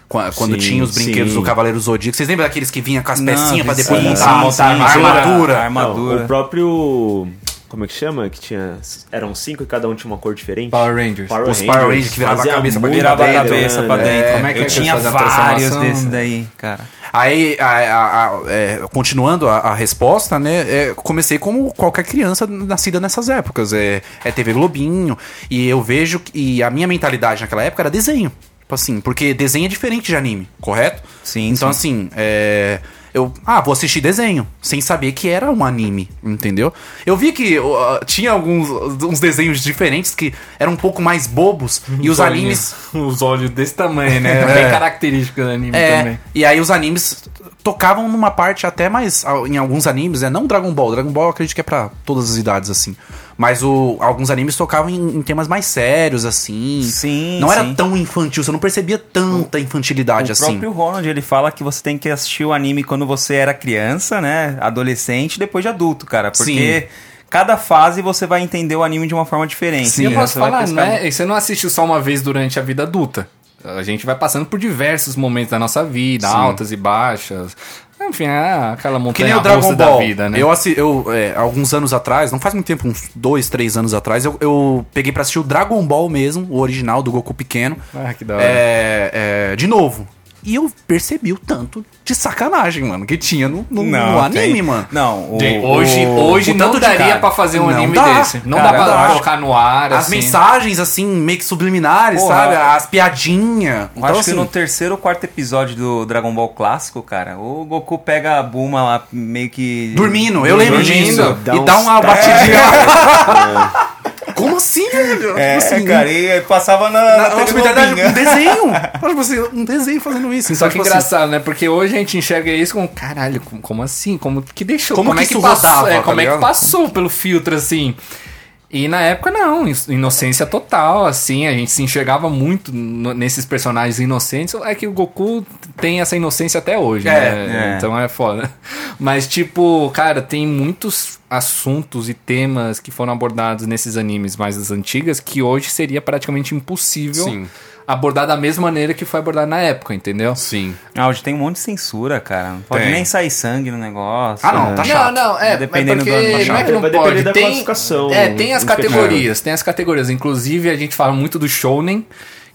Qua- Quando
Sim,
tinha os brinquedos
sim.
do Cavaleiro Zodíaco. Vocês lembram daqueles que vinha com as
Não,
pecinhas pra
Ah, sim,
depois
sim,
montar,
sim,
montar
sim,
a
sim.
armadura?
Arma- Armadura.
Não, o próprio. Como é que chama? Que tinha. Eram cinco e cada um tinha uma cor diferente.
Power Rangers.
Os Power Rangers que virava a
fazia
cabeça pra
muito
Virava a
bem,
cabeça
né?
pra dentro.
como é que
eu
é que
tinha
faz a
vários
transformação,
desses
né?
daí, cara.
Aí, a- a- a- é, continuando a, a resposta, né? é, comecei como qualquer criança nascida nessas épocas. É, é TV Globinho. E eu vejo. que- E a minha mentalidade naquela época era desenho. Tipo assim, porque desenho é diferente de anime, correto?
Sim,
Então, assim, é, eu. Ah, vou assistir desenho, sem saber que era um anime, entendeu? Eu vi que ó, tinha alguns uns desenhos diferentes que eram um pouco mais bobos. e os animes
Os olhos desse tamanho, né?
É.
Bem característico do anime
É,
também.
e aí os animes tocavam numa parte até mais. Em alguns animes, né? Não Dragon Ball. Dragon Ball eu acredito que é pra todas as idades, assim. Mas o, alguns animes tocavam em, em temas mais sérios, assim.
Sim,
Não era
sim.
tão infantil, você não percebia tanta infantilidade
O
assim.
próprio Ronald, ele fala que você tem que assistir o anime quando você era criança, né? Adolescente, depois de adulto, cara. Porque cada fase você vai entender o anime de uma forma diferente.
E eu
Então,
posso
você
é
vai
falar,
pescar-
né? Você não assistiu só uma vez durante a vida adulta. A gente vai passando por diversos momentos da nossa vida, altas e baixas. Enfim, é aquela
Que
montanha
nem o
russa
Dragon
da
Ball.
vida, né?
Eu, assi- eu é, alguns anos atrás, não faz muito tempo, uns dois, três anos atrás, eu, eu peguei pra assistir o Dragon Ball mesmo, o original do Goku pequeno.
Ah, que da hora.
É, é, de novo. É, E eu percebi o tanto de sacanagem, mano, que tinha no, no- no anime,
tem-
mano.
Não, o,
Gente, hoje
o-
hoje
o
não
tanto de
daria
cara.
pra fazer um
Não
anime
dá,
desse. Não
cara,
dá
eu
pra
acho.
colocar no ar,
As
assim.
mensagens, assim, meio que subliminares,
Porra.
sabe? As Então, assim, piadinhas.
Eu acho que no terceiro ou quarto episódio do Dragon Ball clássico, cara, o Goku pega a Buma lá meio que.
Dormindo, eu lembro
Dormindo,
disso.
dá
e dá
uns
uma
tapas.
batidinha. Como assim, velho?
É,
Tipo assim,
cara, e passava na.
na,
TV
possibilidade de um
Globinho.
desenho. Mas, tipo assim, um desenho fazendo
Só
isso. Então,
que
tipo assim,
engraçado, né? Porque hoje a gente enxerga isso como, caralho, como, como assim? Como que deixou?
Como que
é que
isso
passou?
rodava,
é,
tá
como é que
ligado?
passou pelo filtro, assim? E na época, não, in- inocência total, assim, a gente se enxergava muito no- nesses personagens inocentes. É que o Goku tem essa inocência até hoje,
É,
né?
é.
Então é foda. Mas, tipo, cara, tem muitos assuntos e temas que foram abordados nesses animes mais das antigas que hoje seria praticamente impossível
Sim.
abordar da mesma maneira que foi abordado na época, entendeu?
Sim.
Ah, hoje tem um monte de censura, cara. Não pode
Tem.
nem sair sangue no negócio.
Ah, não, tá
É.
chato.
Não, não, é,
Dependendo
mas
do ano,
porque
tá
não é
chato.
que não
Vai depender
pode.
da
tem,
classificação,
É, tem as
do espectador.
categorias, tem as categorias. Inclusive, a gente fala muito do shounen,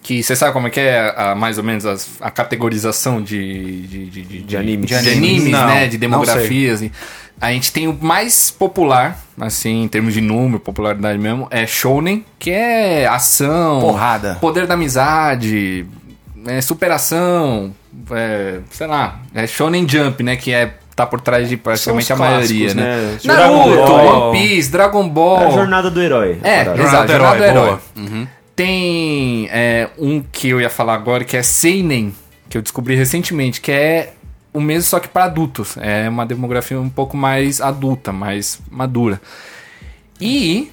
que você sabe como é que é a- mais ou menos as- a categorização de... De, de, de, de
animes.
de animes,
Não,
né, de
não
demografias. e- A gente tem o mais popular, assim, em termos de número, popularidade mesmo, é shounen, que é ação...
Porrada.
Poder da amizade, é, superação, é, sei lá, é Shonen Jump, né, que é... Tá por trás de praticamente a
São os
maioria,
clássicos,
né?
né? Tipo,
Naruto,
Dragon
Ball.
One Piece, Dragon Ball.
É a jornada do herói. a
É, exato,
parada.
Jornada do Herói,
Jornada do Herói.
boa.
Tem é, um que eu ia falar agora que é Seinen, que eu descobri recentemente, que é o mesmo só que para adultos. É uma demografia um pouco mais adulta, mais madura. E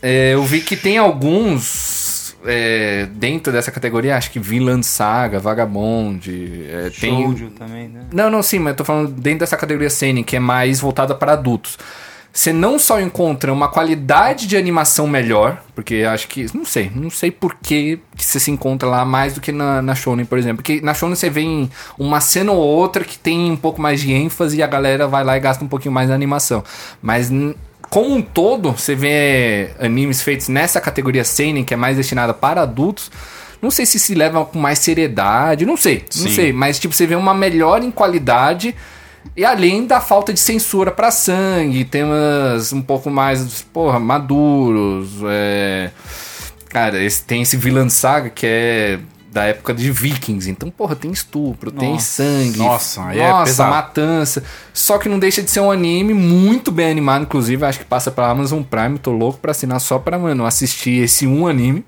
é, eu vi que tem alguns é, dentro dessa categoria, acho que Vinland Saga, Vagabond, é, tem
Shoujo também, né?
não, não, sim, mas eu tô falando dentro dessa categoria seinen, que é mais voltada para adultos. Você não só encontra uma qualidade de animação melhor, porque acho que. Não sei, não sei por que que você se encontra lá mais do que na, na Shonen, por exemplo. Porque na Shonen você vê em uma cena ou outra que tem um pouco mais de ênfase e a galera vai lá e gasta um pouquinho mais na animação. Mas n- como um todo, você vê animes feitos nessa categoria seinen, que é mais destinada para adultos. Não sei se se leva com mais seriedade, não sei, não
Sim.
sei. Mas, tipo, você vê uma melhora em qualidade. E além da falta de censura pra sangue, temas um pouco mais, porra, maduros. é. Cara, esse- tem esse Villain Saga que é da época de Vikings. Então, porra, tem estupro, tem sangue.
Nossa, aí é
nossa,
pesado.
matança. Só que não deixa de ser um anime muito bem animado, inclusive. Acho que passa pela Amazon Prime. Tô louco pra assinar só pra, mano, assistir esse um anime.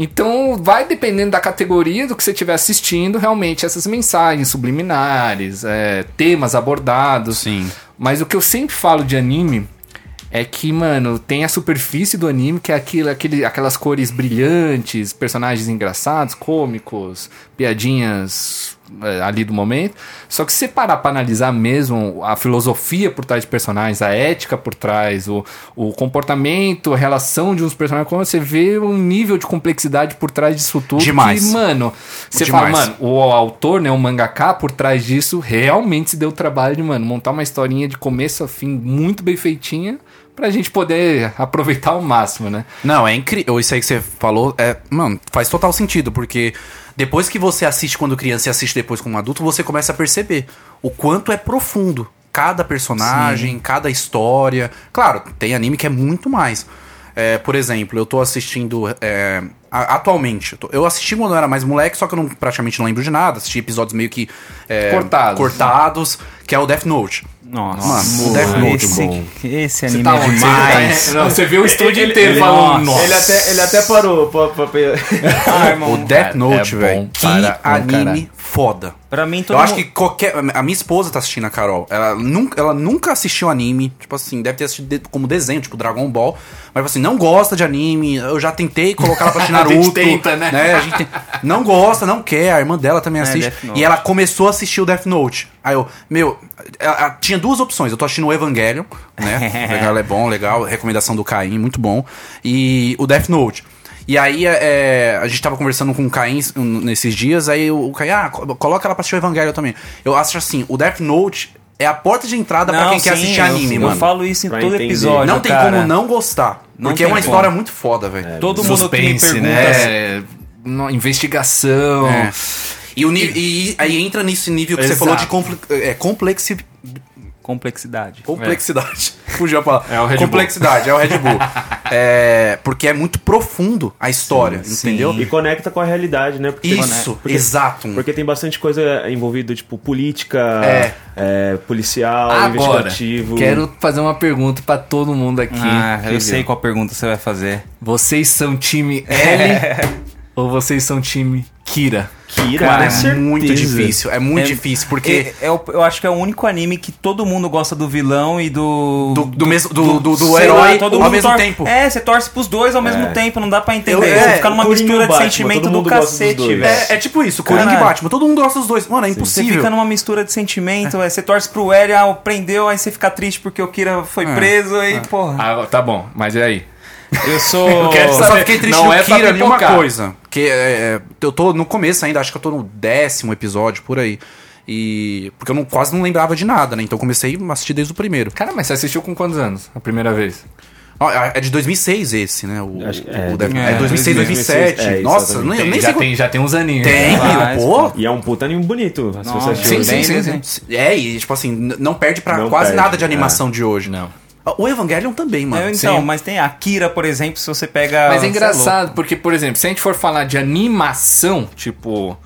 Então, vai dependendo da categoria do que você estiver assistindo, realmente, essas mensagens subliminares, é, temas abordados.
Sim.
Mas o que eu sempre falo de anime é que, mano, tem a superfície do anime, que é aquilo, aquele, aquelas cores brilhantes, personagens engraçados, cômicos, piadinhas é, ali do momento. Só que se você parar pra analisar mesmo a filosofia por trás de personagens, a ética por trás, o, o comportamento, a relação de uns personagens, quando você vê um nível de complexidade por trás disso tudo.
Demais.
Que, mano, você
Demais.
fala, mano, o autor, né, o mangaka, por trás disso, realmente se deu o trabalho de, mano, montar uma historinha de começo a fim muito bem feitinha pra gente poder aproveitar ao máximo, né?
Não, é incrível. Isso aí que você falou, é, mano, faz total sentido, porque depois que você assiste quando criança e assiste depois como adulto, você começa a perceber o quanto é profundo cada personagem, cada história. Claro, tem anime que é muito mais. É, por exemplo, eu tô assistindo. é, a- atualmente, eu, tô- eu assisti quando eu era mais moleque, só que eu não, praticamente não lembro de nada. Assisti episódios meio que. é,
Cortados.
cortados, que é o Death Note.
Nossa,
Mano, Death Note,
esse,
bom.
esse anime
Tá
é
onde? Você
demais.
tá- não, você vê o estúdio
Ele-
inteiro
ele-
falando,
nossa.
é
Ele até, ele até parou pra, pra- pra-
Ah, irmão,
O Death
É-
Note,
é
velho.
bom
Que
para um
anime
caralho.
foda.
Pra mim, todo
eu acho
mundo-
que qualquer. A minha esposa tá assistindo a Carol. Ela nunca, ela nunca assistiu anime. Tipo assim, deve ter assistido de- como desenho, tipo Dragon Ball. Mas tipo assim, não gosta de anime. Eu já tentei colocar ela pra assistir
A gente
Naruto.
tenta, né? É,
A gente tem- não gosta, não quer. A irmã dela também assiste.
Death Note.
E ela começou a assistir o Death Note. Aí eu, meu, ela- ela tinha duas opções. Eu tô assistindo o Evangelion, né? legal, é bom, legal. Recomendação do Caim, muito bom. E o Death Note. E aí, é, a gente tava conversando com o Caim s- nesses dias, aí o o Caim, ah, co- coloca ela pra assistir o Evangelho também. Eu acho assim, o Death Note é a porta de entrada pra
Não,
quem quer
sim,
assistir
eu-
anime,
eu
mano.
falo isso em
Pra
todo
entender.
episódio.
não tem
cara.
como não gostar.
Não
porque é
tem
uma
como. É,
história muito foda, velho.
Todo mundo que me
suspense,
pergunta. assim.
né? No- investigação.
É. E, o ni- e aí entra nesse nível que
Exato.
você falou de compl- é, complexi-
Complexidade.
complexidade. Fugiu a palavra.
É o Red Bull.
complexidade, é o Red Bull. É, porque é muito profundo a história,
Sim,
entendeu?
sim.
e conecta com a realidade, né? Porque
Isso,
Porque,
exato.
porque tem bastante coisa envolvida, tipo, política,
É.
é, policial,
Agora,
investigativo.
quero fazer uma pergunta pra todo mundo aqui.
Ah, eu sei qual pergunta você vai fazer.
Vocês são time L ou vocês são time Kira?
Kira,
Cara,
com
é
certeza.
muito difícil. É muito difícil, porque.
É, é o- eu acho que é o único anime que todo mundo gosta do vilão e do.
do, do mesmo, do, do, do
sei
herói
lá, todo
ao
mundo
mesmo
torce-
tempo.
É, você torce pros dois ao mesmo tempo, não dá pra entender.
Eu-
Você
é,
fica numa
Coringa e
mistura de
Batman,
sentimento
todo
do
mundo gosta dos
cacete,
dois.
velho.
É, é tipo isso, Coringa e
Caralho.
Batman. Todo mundo gosta dos dois. Mano, é
Você
impossível.
fica numa mistura de sentimento, é, você torce pro L, ah, o prendeu, aí você fica triste porque o Kira foi
É.
preso e, porra.
Ah, tá bom, mas e aí?
Eu sou.
quero
Eu
saber.
só fiquei triste
Não
no
é pra
Kira nenhuma
pipocar.
coisa. Que é, é, eu tô no começo ainda, acho que eu tô no décimo episódio, por aí. E. Porque eu não, quase não lembrava de nada, né? Então eu comecei a assistir desde o primeiro.
Cara, mas você assistiu com quantos anos a primeira vez?
Ó, É de 2006 esse, né? O,
Acho que-
o-
é,
o Death-
é,
é 2006, 2007.
2007, é,
Nossa,
exatamente.
nem, eu nem
já,
sei
tem, já tem uns aninhos.
Tem,
né?
Ah,
pô.
E é um puta anime bonito. Se
Nossa,
você assistiu,
Sim,
Bem
sim, sim,
desenho.
sim. É, e tipo assim, n- não perde pra
Não
quase
perde,
nada de
é.
animação de hoje. Ah,
Não.
O Evangelion também, mano.
Eu, então,
Sim.
mas tem a Kira, por exemplo, se você pega.
Mas é
sei lá,
engraçado, porque, por exemplo, se a gente for falar de animação, tipo.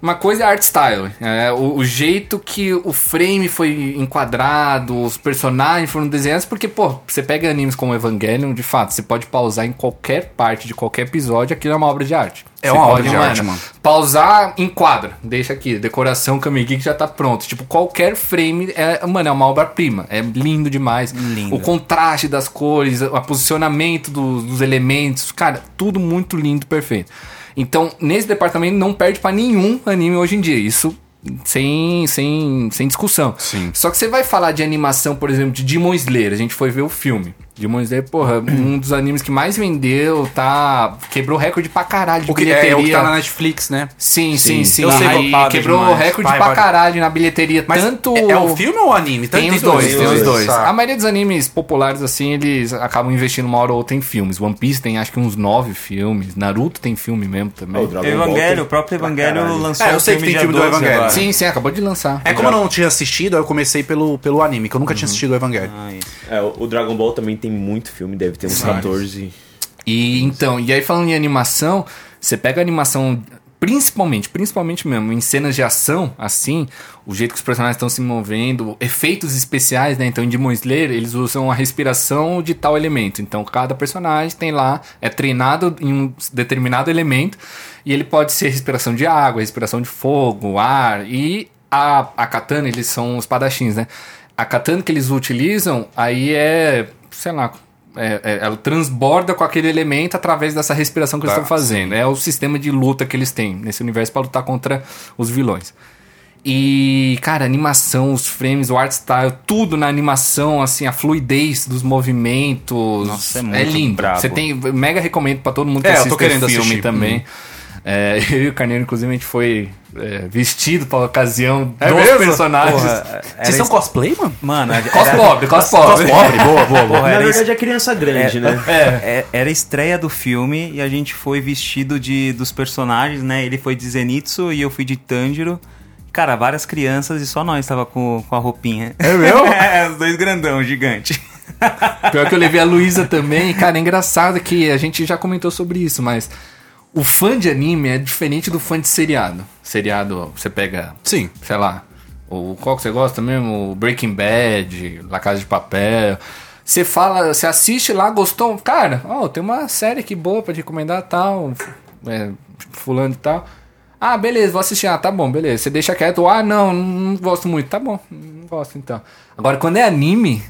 Uma coisa é art style, é, o, o jeito que o frame foi enquadrado, os personagens foram desenhados, porque, pô, você pega animes como Evangelion, de fato, você pode pausar em qualquer parte de qualquer episódio, aquilo é uma obra de arte.
É
Você
uma obra
pode,
de arte, mano.
Pausar, enquadra, deixa aqui, decoração, Kame Geek já tá pronto. Tipo, qualquer frame, é, mano, é uma obra-prima, é lindo demais.
Lindo.
O contraste das cores, o posicionamento do- dos elementos, cara, tudo muito lindo, perfeito. Então, nesse departamento não perde pra nenhum anime hoje em dia. Isso sem, sem, sem discussão.
Sim.
Só que você vai falar de animação, por exemplo, de Demon Slayer. A gente foi ver o filme. Demon Slayer, porra, um dos animes que mais vendeu, tá. Quebrou recorde pra caralho de
O que, é,
bilheteria.
o que tá na Netflix, né?
Sim, sim,
Sim.
sim.
Eu sei,
Aí
roubado
quebrou
demais.
recorde
Vai,
pra
vai.
caralho na bilheteria.
Mas
tanto.
é, é o filme ou o anime?
Tem, os dois, tem os dois. Ah,
Tá.
A maioria dos animes populares, assim, eles acabam investindo uma hora ou outra em filmes. One Piece tem acho que uns nove filmes. Naruto tem filme mesmo também.
É o
Tá
Dragon Ball
Evangelho,
tem-
o próprio Evangelho
caralho.
lançou
É, eu sei
um
que
filme
tem filme
dia
do
12
Evangelho.
agora.
Sim, sim, acabou de lançar.
É como eu não tinha assistido, aí eu comecei pelo, pelo anime, que eu nunca tinha assistido o Evangelho.
É, o Dragon Ball também tem muito filme, deve ter uns 14.
E então, e aí falando em animação, você pega a animação principalmente, principalmente mesmo em cenas de ação, assim, o jeito que os personagens estão se movendo, efeitos especiais, né? Então, em Demon Slayer, eles usam a respiração de tal elemento. Então, cada personagem tem lá é treinado em um determinado elemento e ele pode ser respiração de água, respiração de fogo, ar e a, a katana, eles são espadachins, né? A katana que eles utilizam, aí é, sei lá, é, é, ela transborda com aquele elemento através dessa respiração que eles
Tá.
estão fazendo. É o sistema de luta que eles têm nesse universo para lutar contra os vilões. E, cara, a animação, os frames, o art style, tudo na animação, assim, a fluidez dos movimentos.
Nossa, é muito
lindo.
brabo.
Você tem. eu Mega recomendo pra todo mundo que
É, eu tô
assista
querendo
esse filme
assistir. Uhum.
também. É, eu e o Carneiro, inclusive, a gente foi é, vestido pra ocasião
É
dos
mesmo?
personagens.
Porra, era
Vocês são
isso-
cosplay, mano?
Mano, era-
Cospobre, cospobre.
Pobre, boa, boa, boa.
Porra,
Na
era
verdade é criança grande, né?
É, era a estreia do filme e a gente foi vestido de dos personagens, né? Ele foi de Zenitsu e eu fui de Tanjiro. Cara, várias crianças e só nós tava com, com a roupinha. É
meu?
é, os dois grandão, gigante.
Pior que eu levei a Luísa também. Cara, é engraçado que a gente já comentou sobre isso, mas o fã de anime é diferente do fã de seriado. Seriado, você pega,
Sim.
sei lá, o qual que você gosta mesmo? O Breaking Bad, La Casa de Papel. Você fala, você assiste lá, gostou? Cara, ó, tem uma série aqui boa pra te recomendar, tal, é, fulano e tal. Ah, beleza, vou assistir. Ah, tá bom, beleza. Você deixa quieto. Ah, não, não gosto muito. Tá bom, não gosto então. Agora, quando é anime,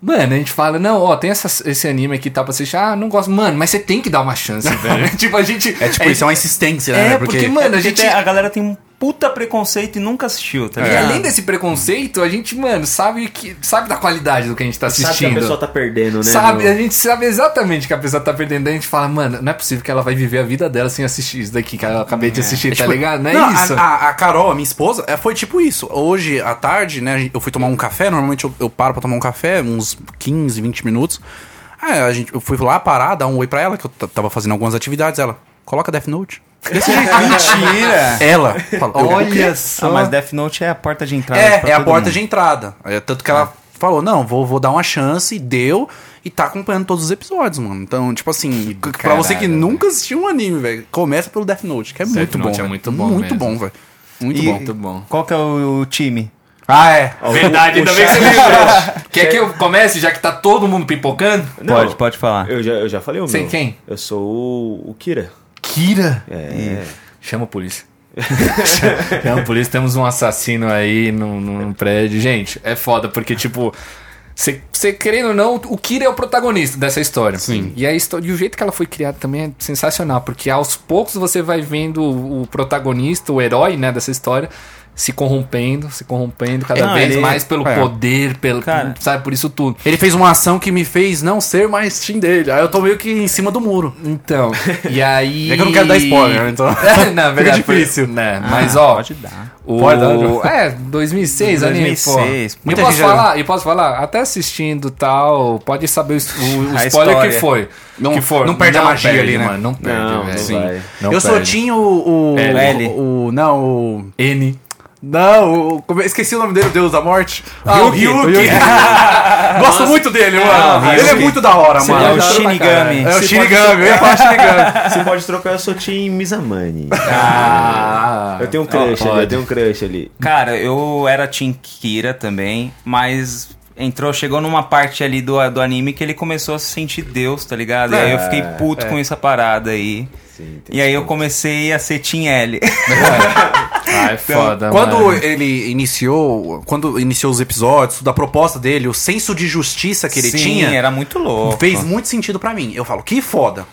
Mano, a gente fala, não, ó, tem essa- esse anime aqui, tá pra assistir. Ah, não gosto. Mano, mas você tem que dar uma chance, velho. tipo, a gente.
É tipo, isso é uma insistência, né?
É, porque, mano, a
Porque
gente.
tem- a galera tem um puta preconceito e nunca assistiu,
É.
tá
E
ligado?
além desse preconceito, a gente, mano, sabe que sabe da qualidade do que a gente tá
Sabe que a
assistindo.
pessoa tá perdendo, né?
Sabe, é.
no-
a gente sabe exatamente que a pessoa tá perdendo. Aí a gente fala, mano, não é possível que ela vai viver a vida dela sem assistir isso daqui que eu acabei de assistir, tá ligado? Não é
Tipo, Não,
isso?
A, a- a Carol, a minha esposa, é, foi tipo isso. Hoje, à tarde, né, a gente- eu fui tomar um café, normalmente eu, eu paro pra tomar um café, uns 15, 20 minutos. Aí a gente, eu fui lá parar, dar um oi pra ela, que eu t- tava fazendo algumas atividades, ela, coloca Death Note. Desse jeito.
Mentira!
Ela. falou, eu-
Olha
Ah,
só.
mas Death Note é a porta de entrada. pra
É, é a
todo
porta
mundo.
de entrada. É, tanto que ela falou, não, vou, vou dar uma chance, e deu, e tá acompanhando todos os episódios, mano. Então, tipo assim, c- pra
Caralho,
você que
velho.
nunca assistiu um anime, velho, começa pelo Death Note, que é
Death
muito bom.
Note é
velho.
muito bom
Muito
mesmo.
bom, velho. Muito
E-
bom.
Muito bom.
Qual que é o, o time?
Ah, é.
Ó, o-
Verdade,
o
ainda bem que você
Char-
lembrou. Quer que eu comece, já que tá todo mundo pipocando?
Não,
Pode, pode falar.
Eu já, eu já falei o meu.
Sei quem?
Eu sou o, o Kira.
Kira.
É.
Chama a polícia. Chama a polícia, temos um assassino aí num, num prédio. Gente, é foda, porque, tipo, você querendo ou não, o Kira é o protagonista dessa história. Sim. E a história, e o jeito que ela foi criada também é sensacional, porque aos poucos você vai vendo o o protagonista, o herói, né, dessa história. Se corrompendo, se corrompendo cada
Não,
vez
ele-
mais pelo
é.
poder, pelo,
Cara.
sabe, por isso tudo.
Ele fez uma ação que me fez não ser mais Team dele. Aí eu tô meio que em cima do muro.
Então, e aí.
É que eu não quero dar spoiler, então.
É, na verdade,
Fica difícil.
foi- né, mas ó.
Ah, Pode dar.
O...
Pode dar, João.
É, 2006,
2006,
anime, pô.
muita
E posso
gente já-
falar, e posso falar, até assistindo tal, pode saber o, o- o
A
spoiler que
história.
foi.
Não-
que for.
não perde a magia
perde,
ali, né?
Mano, não perde,
Não,
velho.
não vai.
Não
eu só
perde.
tinha o. O.
L.
o- o- não, o.
N.
Não, o- como- é, esqueci o nome dele, o Deus da Morte. Ah, o
Ryuki.
Ryuki. Gosto muito dele,
Ah,
mano.
Ryuki.
Ele é muito da hora,
Sim,
É
mano.
o
Não,
Shinigami.
É o
Você
Shinigami,
pode-
eu ia falar Shinigami.
Você pode trocar eu sou Team Mizamani.
Ah,
Eu tenho um
ó,
crush ali, eu
pode.
tenho um crush ali.
Cara, eu era Team Kira também, mas entrou, chegou numa parte ali do, do anime que ele começou a se sentir Deus, tá ligado? e aí
É.
eu fiquei puto com essa parada aí.
Sim, tem-
E aí eu comecei a ser Team L.
Ah, é foda,
Quando
mano.
ele iniciou, quando iniciou os episódios, da proposta dele, o senso de justiça que ele
Sim,
tinha,
era muito louco.
fez muito sentido pra mim. Eu falo, que foda.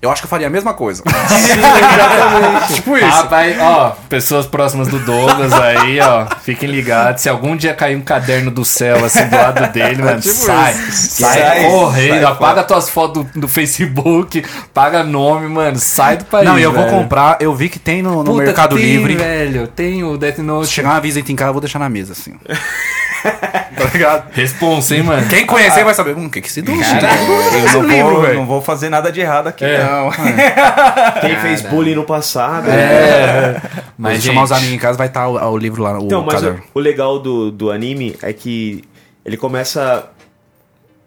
Eu acho que eu faria a mesma coisa. tipo isso.
Rapaz, ó, pessoas próximas do Douglas aí, ó, fiquem ligados. Se algum dia cair um caderno do céu assim do lado dele, mano,
tipo
sai, sai,
Sai,
correndo,
sai
apaga tuas fotos do, do Facebook, paga nome, mano, sai do país.
Não, e eu vou
velho.
comprar, eu vi que tem no, no
Puta,
Mercado
tem,
Livre.
velho, tem o Death
Se
Note.
chegar um aviso aí em casa, eu vou deixar na mesa, assim. tá ligado?
Responsa, hein, mano.
Quem conhecer vai saber. Hum, o que que se deu?
Cara, eu não,
livro,
vou,
velho.
não vou fazer nada de errado aqui,
né?"
É.
não.
Quem fez bullying no passado.
Mas
É. Mas,
É. chamar os
gente,
amigos em casa, vai estar o, o livro lá, o
Então, mas o,
caderno.
o legal do, do anime é que ele começa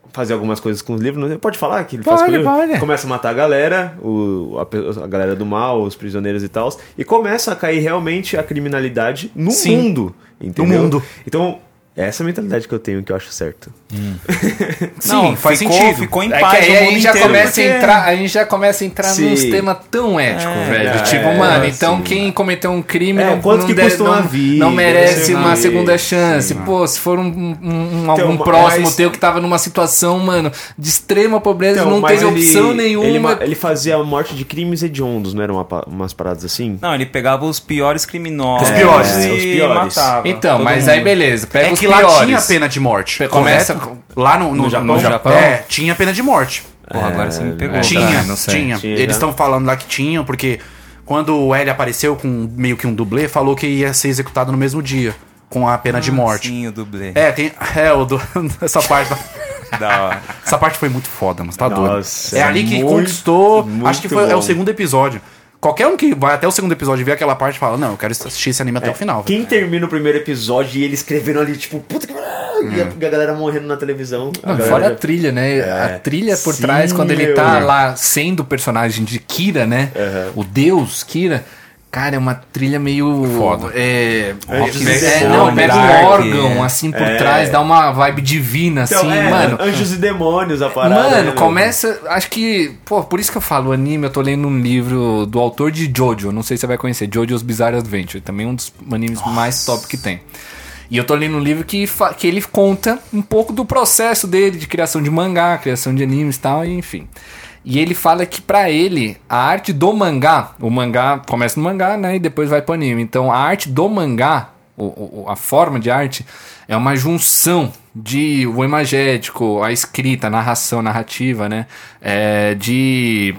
a fazer algumas coisas com os livros. não- Pode falar que ele faz com
Pode,
o livro?
pode.
Começa a matar a galera, o, a, pe- a galera do mal, os prisioneiros e tal. E começa a cair realmente a criminalidade no
Sim.
mundo. Entendeu?
mundo.
Então, essa é a mentalidade que eu tenho que eu acho certo.
Não,
faz
ficou,
sentido.
Ficou em
É que
paz
aí
o
a
mundo
gente já
inteiro,
começa
porque-
a entrar, a gente já começa a entrar
Sim.
nos temas tão éticos, velho.
é,
tipo, mano,
é,
então
sim.
quem cometeu um crime
É,
não,
quanto
não,
que
deve-
custa
não,
uma vida, né?
não merece
sei lá.
uma segunda
Sim,
chance. Pô, se for um, um- um- algum
Então, mas-
próximo teu que tava numa situação, mano, de extrema pobreza,
Então,
não
mas
teve opção
ele-
nenhuma.
Ele, ma- ele fazia a morte de crimes hediondos, não eram uma pa- umas paradas assim?
Não, ele pegava os piores criminosos.
Os piores.
E
Os piores.
matava
então,
todo
mas
mundo.
aí beleza, pega
É
os
que
piores.
lá tinha pena de morte.
Pe- começa
correto? lá no, no, no Japão.
Japão? Japão?
É, tinha pena de morte.
Porra, agora você me pegou.
é.
cara.
tinha,
não sei.
tinha.
Tinha,
Eles
né?
estão falando lá que tinham, porque quando o L apareceu com meio que um dublê, falou que ia ser executado no mesmo dia, com a pena
Ah,
de morte.
Sim, o dublê.
É, tem. É, o do- essa parte.
É.
Da hora.
Essa parte foi muito foda, mas tá doido.
Nossa,
É ali que
muito,
conquistou.
muito
acho que foi, é
bom.
o segundo episódio. Qualquer um que vai até o segundo episódio e vê aquela parte fala: Não, eu quero assistir esse anime até o final.
Quem termina o primeiro episódio e ele escrevendo ali, tipo, puta que. E a, e a galera morrendo na televisão. a
Não,
galera
fora
já-
a trilha, né? A trilha por
É, Sim,
trás, quando ele
meu.
tá lá sendo o personagem de Kira, né? O deus Kira. Cara, é uma trilha meio.
Foda.
É.
Anjos
é,
e
não,
demônios,
pega um
Dark,
órgão assim por trás, dá uma vibe divina,
é. Então,
assim,
é,
mano.
Anjos e demônios, a parada. né,
Mano,
meu?
começa. Acho que. Pô, por isso que eu falo, o anime, eu tô lendo um livro do autor de Jojo. Não sei se você vai conhecer, Jojo's Bizarre Adventure. Também um dos animes mais top que tem. E eu tô lendo um livro que, fa- que ele conta um pouco do processo dele de criação de mangá, criação de animes e tal, e enfim. E ele fala que pra ele, a arte do mangá, o mangá começa no mangá, né, e depois vai pro anime. Então a arte do mangá, o- o- o- a forma de arte, é uma junção de o imagético, a escrita, a narração, narrativa, né, é, de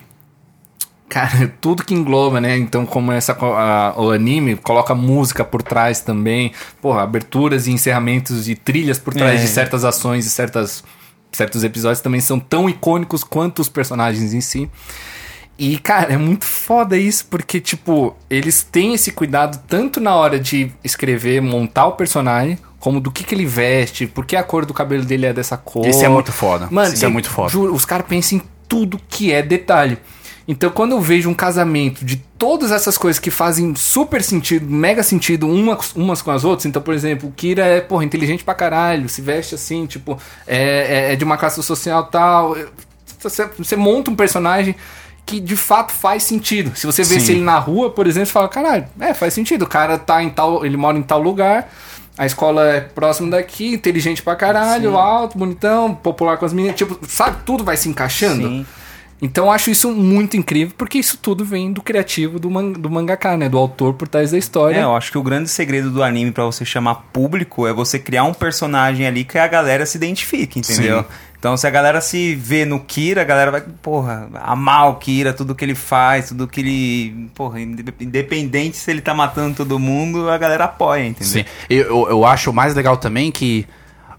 Cara, tudo que engloba, né? Então, como essa, co- a- o anime coloca música por trás também, porra, aberturas e encerramentos e trilhas por trás
É.
de certas ações e certas, certos episódios também são tão icônicos quanto os personagens em si. E, cara, é muito foda isso, porque, tipo, eles têm esse cuidado tanto na hora de escrever, montar o personagem, como do que, que ele veste, por que a cor do cabelo dele é dessa cor.
Esse é muito foda.
Mano,
Esse é muito foda.
Juro, os caras pensam em tudo que é detalhe. Então, quando eu vejo um casamento de todas essas coisas que fazem super sentido, mega sentido, uma- umas com as outras, então, por exemplo, o Kira é, porra, inteligente pra caralho, se veste assim, é, tipo, é, é- é de uma classe social tal. Você, você monta um personagem que de fato faz sentido. Se você vê
Sim.
se ele na rua, por exemplo, você fala, caralho, é, faz sentido. O cara tá em tal. ele mora em tal lugar, a escola é próximo daqui, inteligente pra caralho, alto, bonitão, popular com as meninas, tipo, sabe, tudo vai se encaixando.
Sim.
Então eu acho isso muito incrível, porque isso tudo vem do criativo do, man do mangaka, né? Do autor por trás da história.
É, eu acho que o grande segredo do anime pra você chamar público é você criar um personagem ali que a galera se identifique, entendeu?
Sim.
Então, se a galera se vê no Kira, a galera vai, porra, amar o Kira, tudo que ele faz, tudo que ele. Porra, inde- independente se ele tá matando todo mundo, a galera apoia, entendeu?
Sim. Eu, eu, eu acho mais legal também que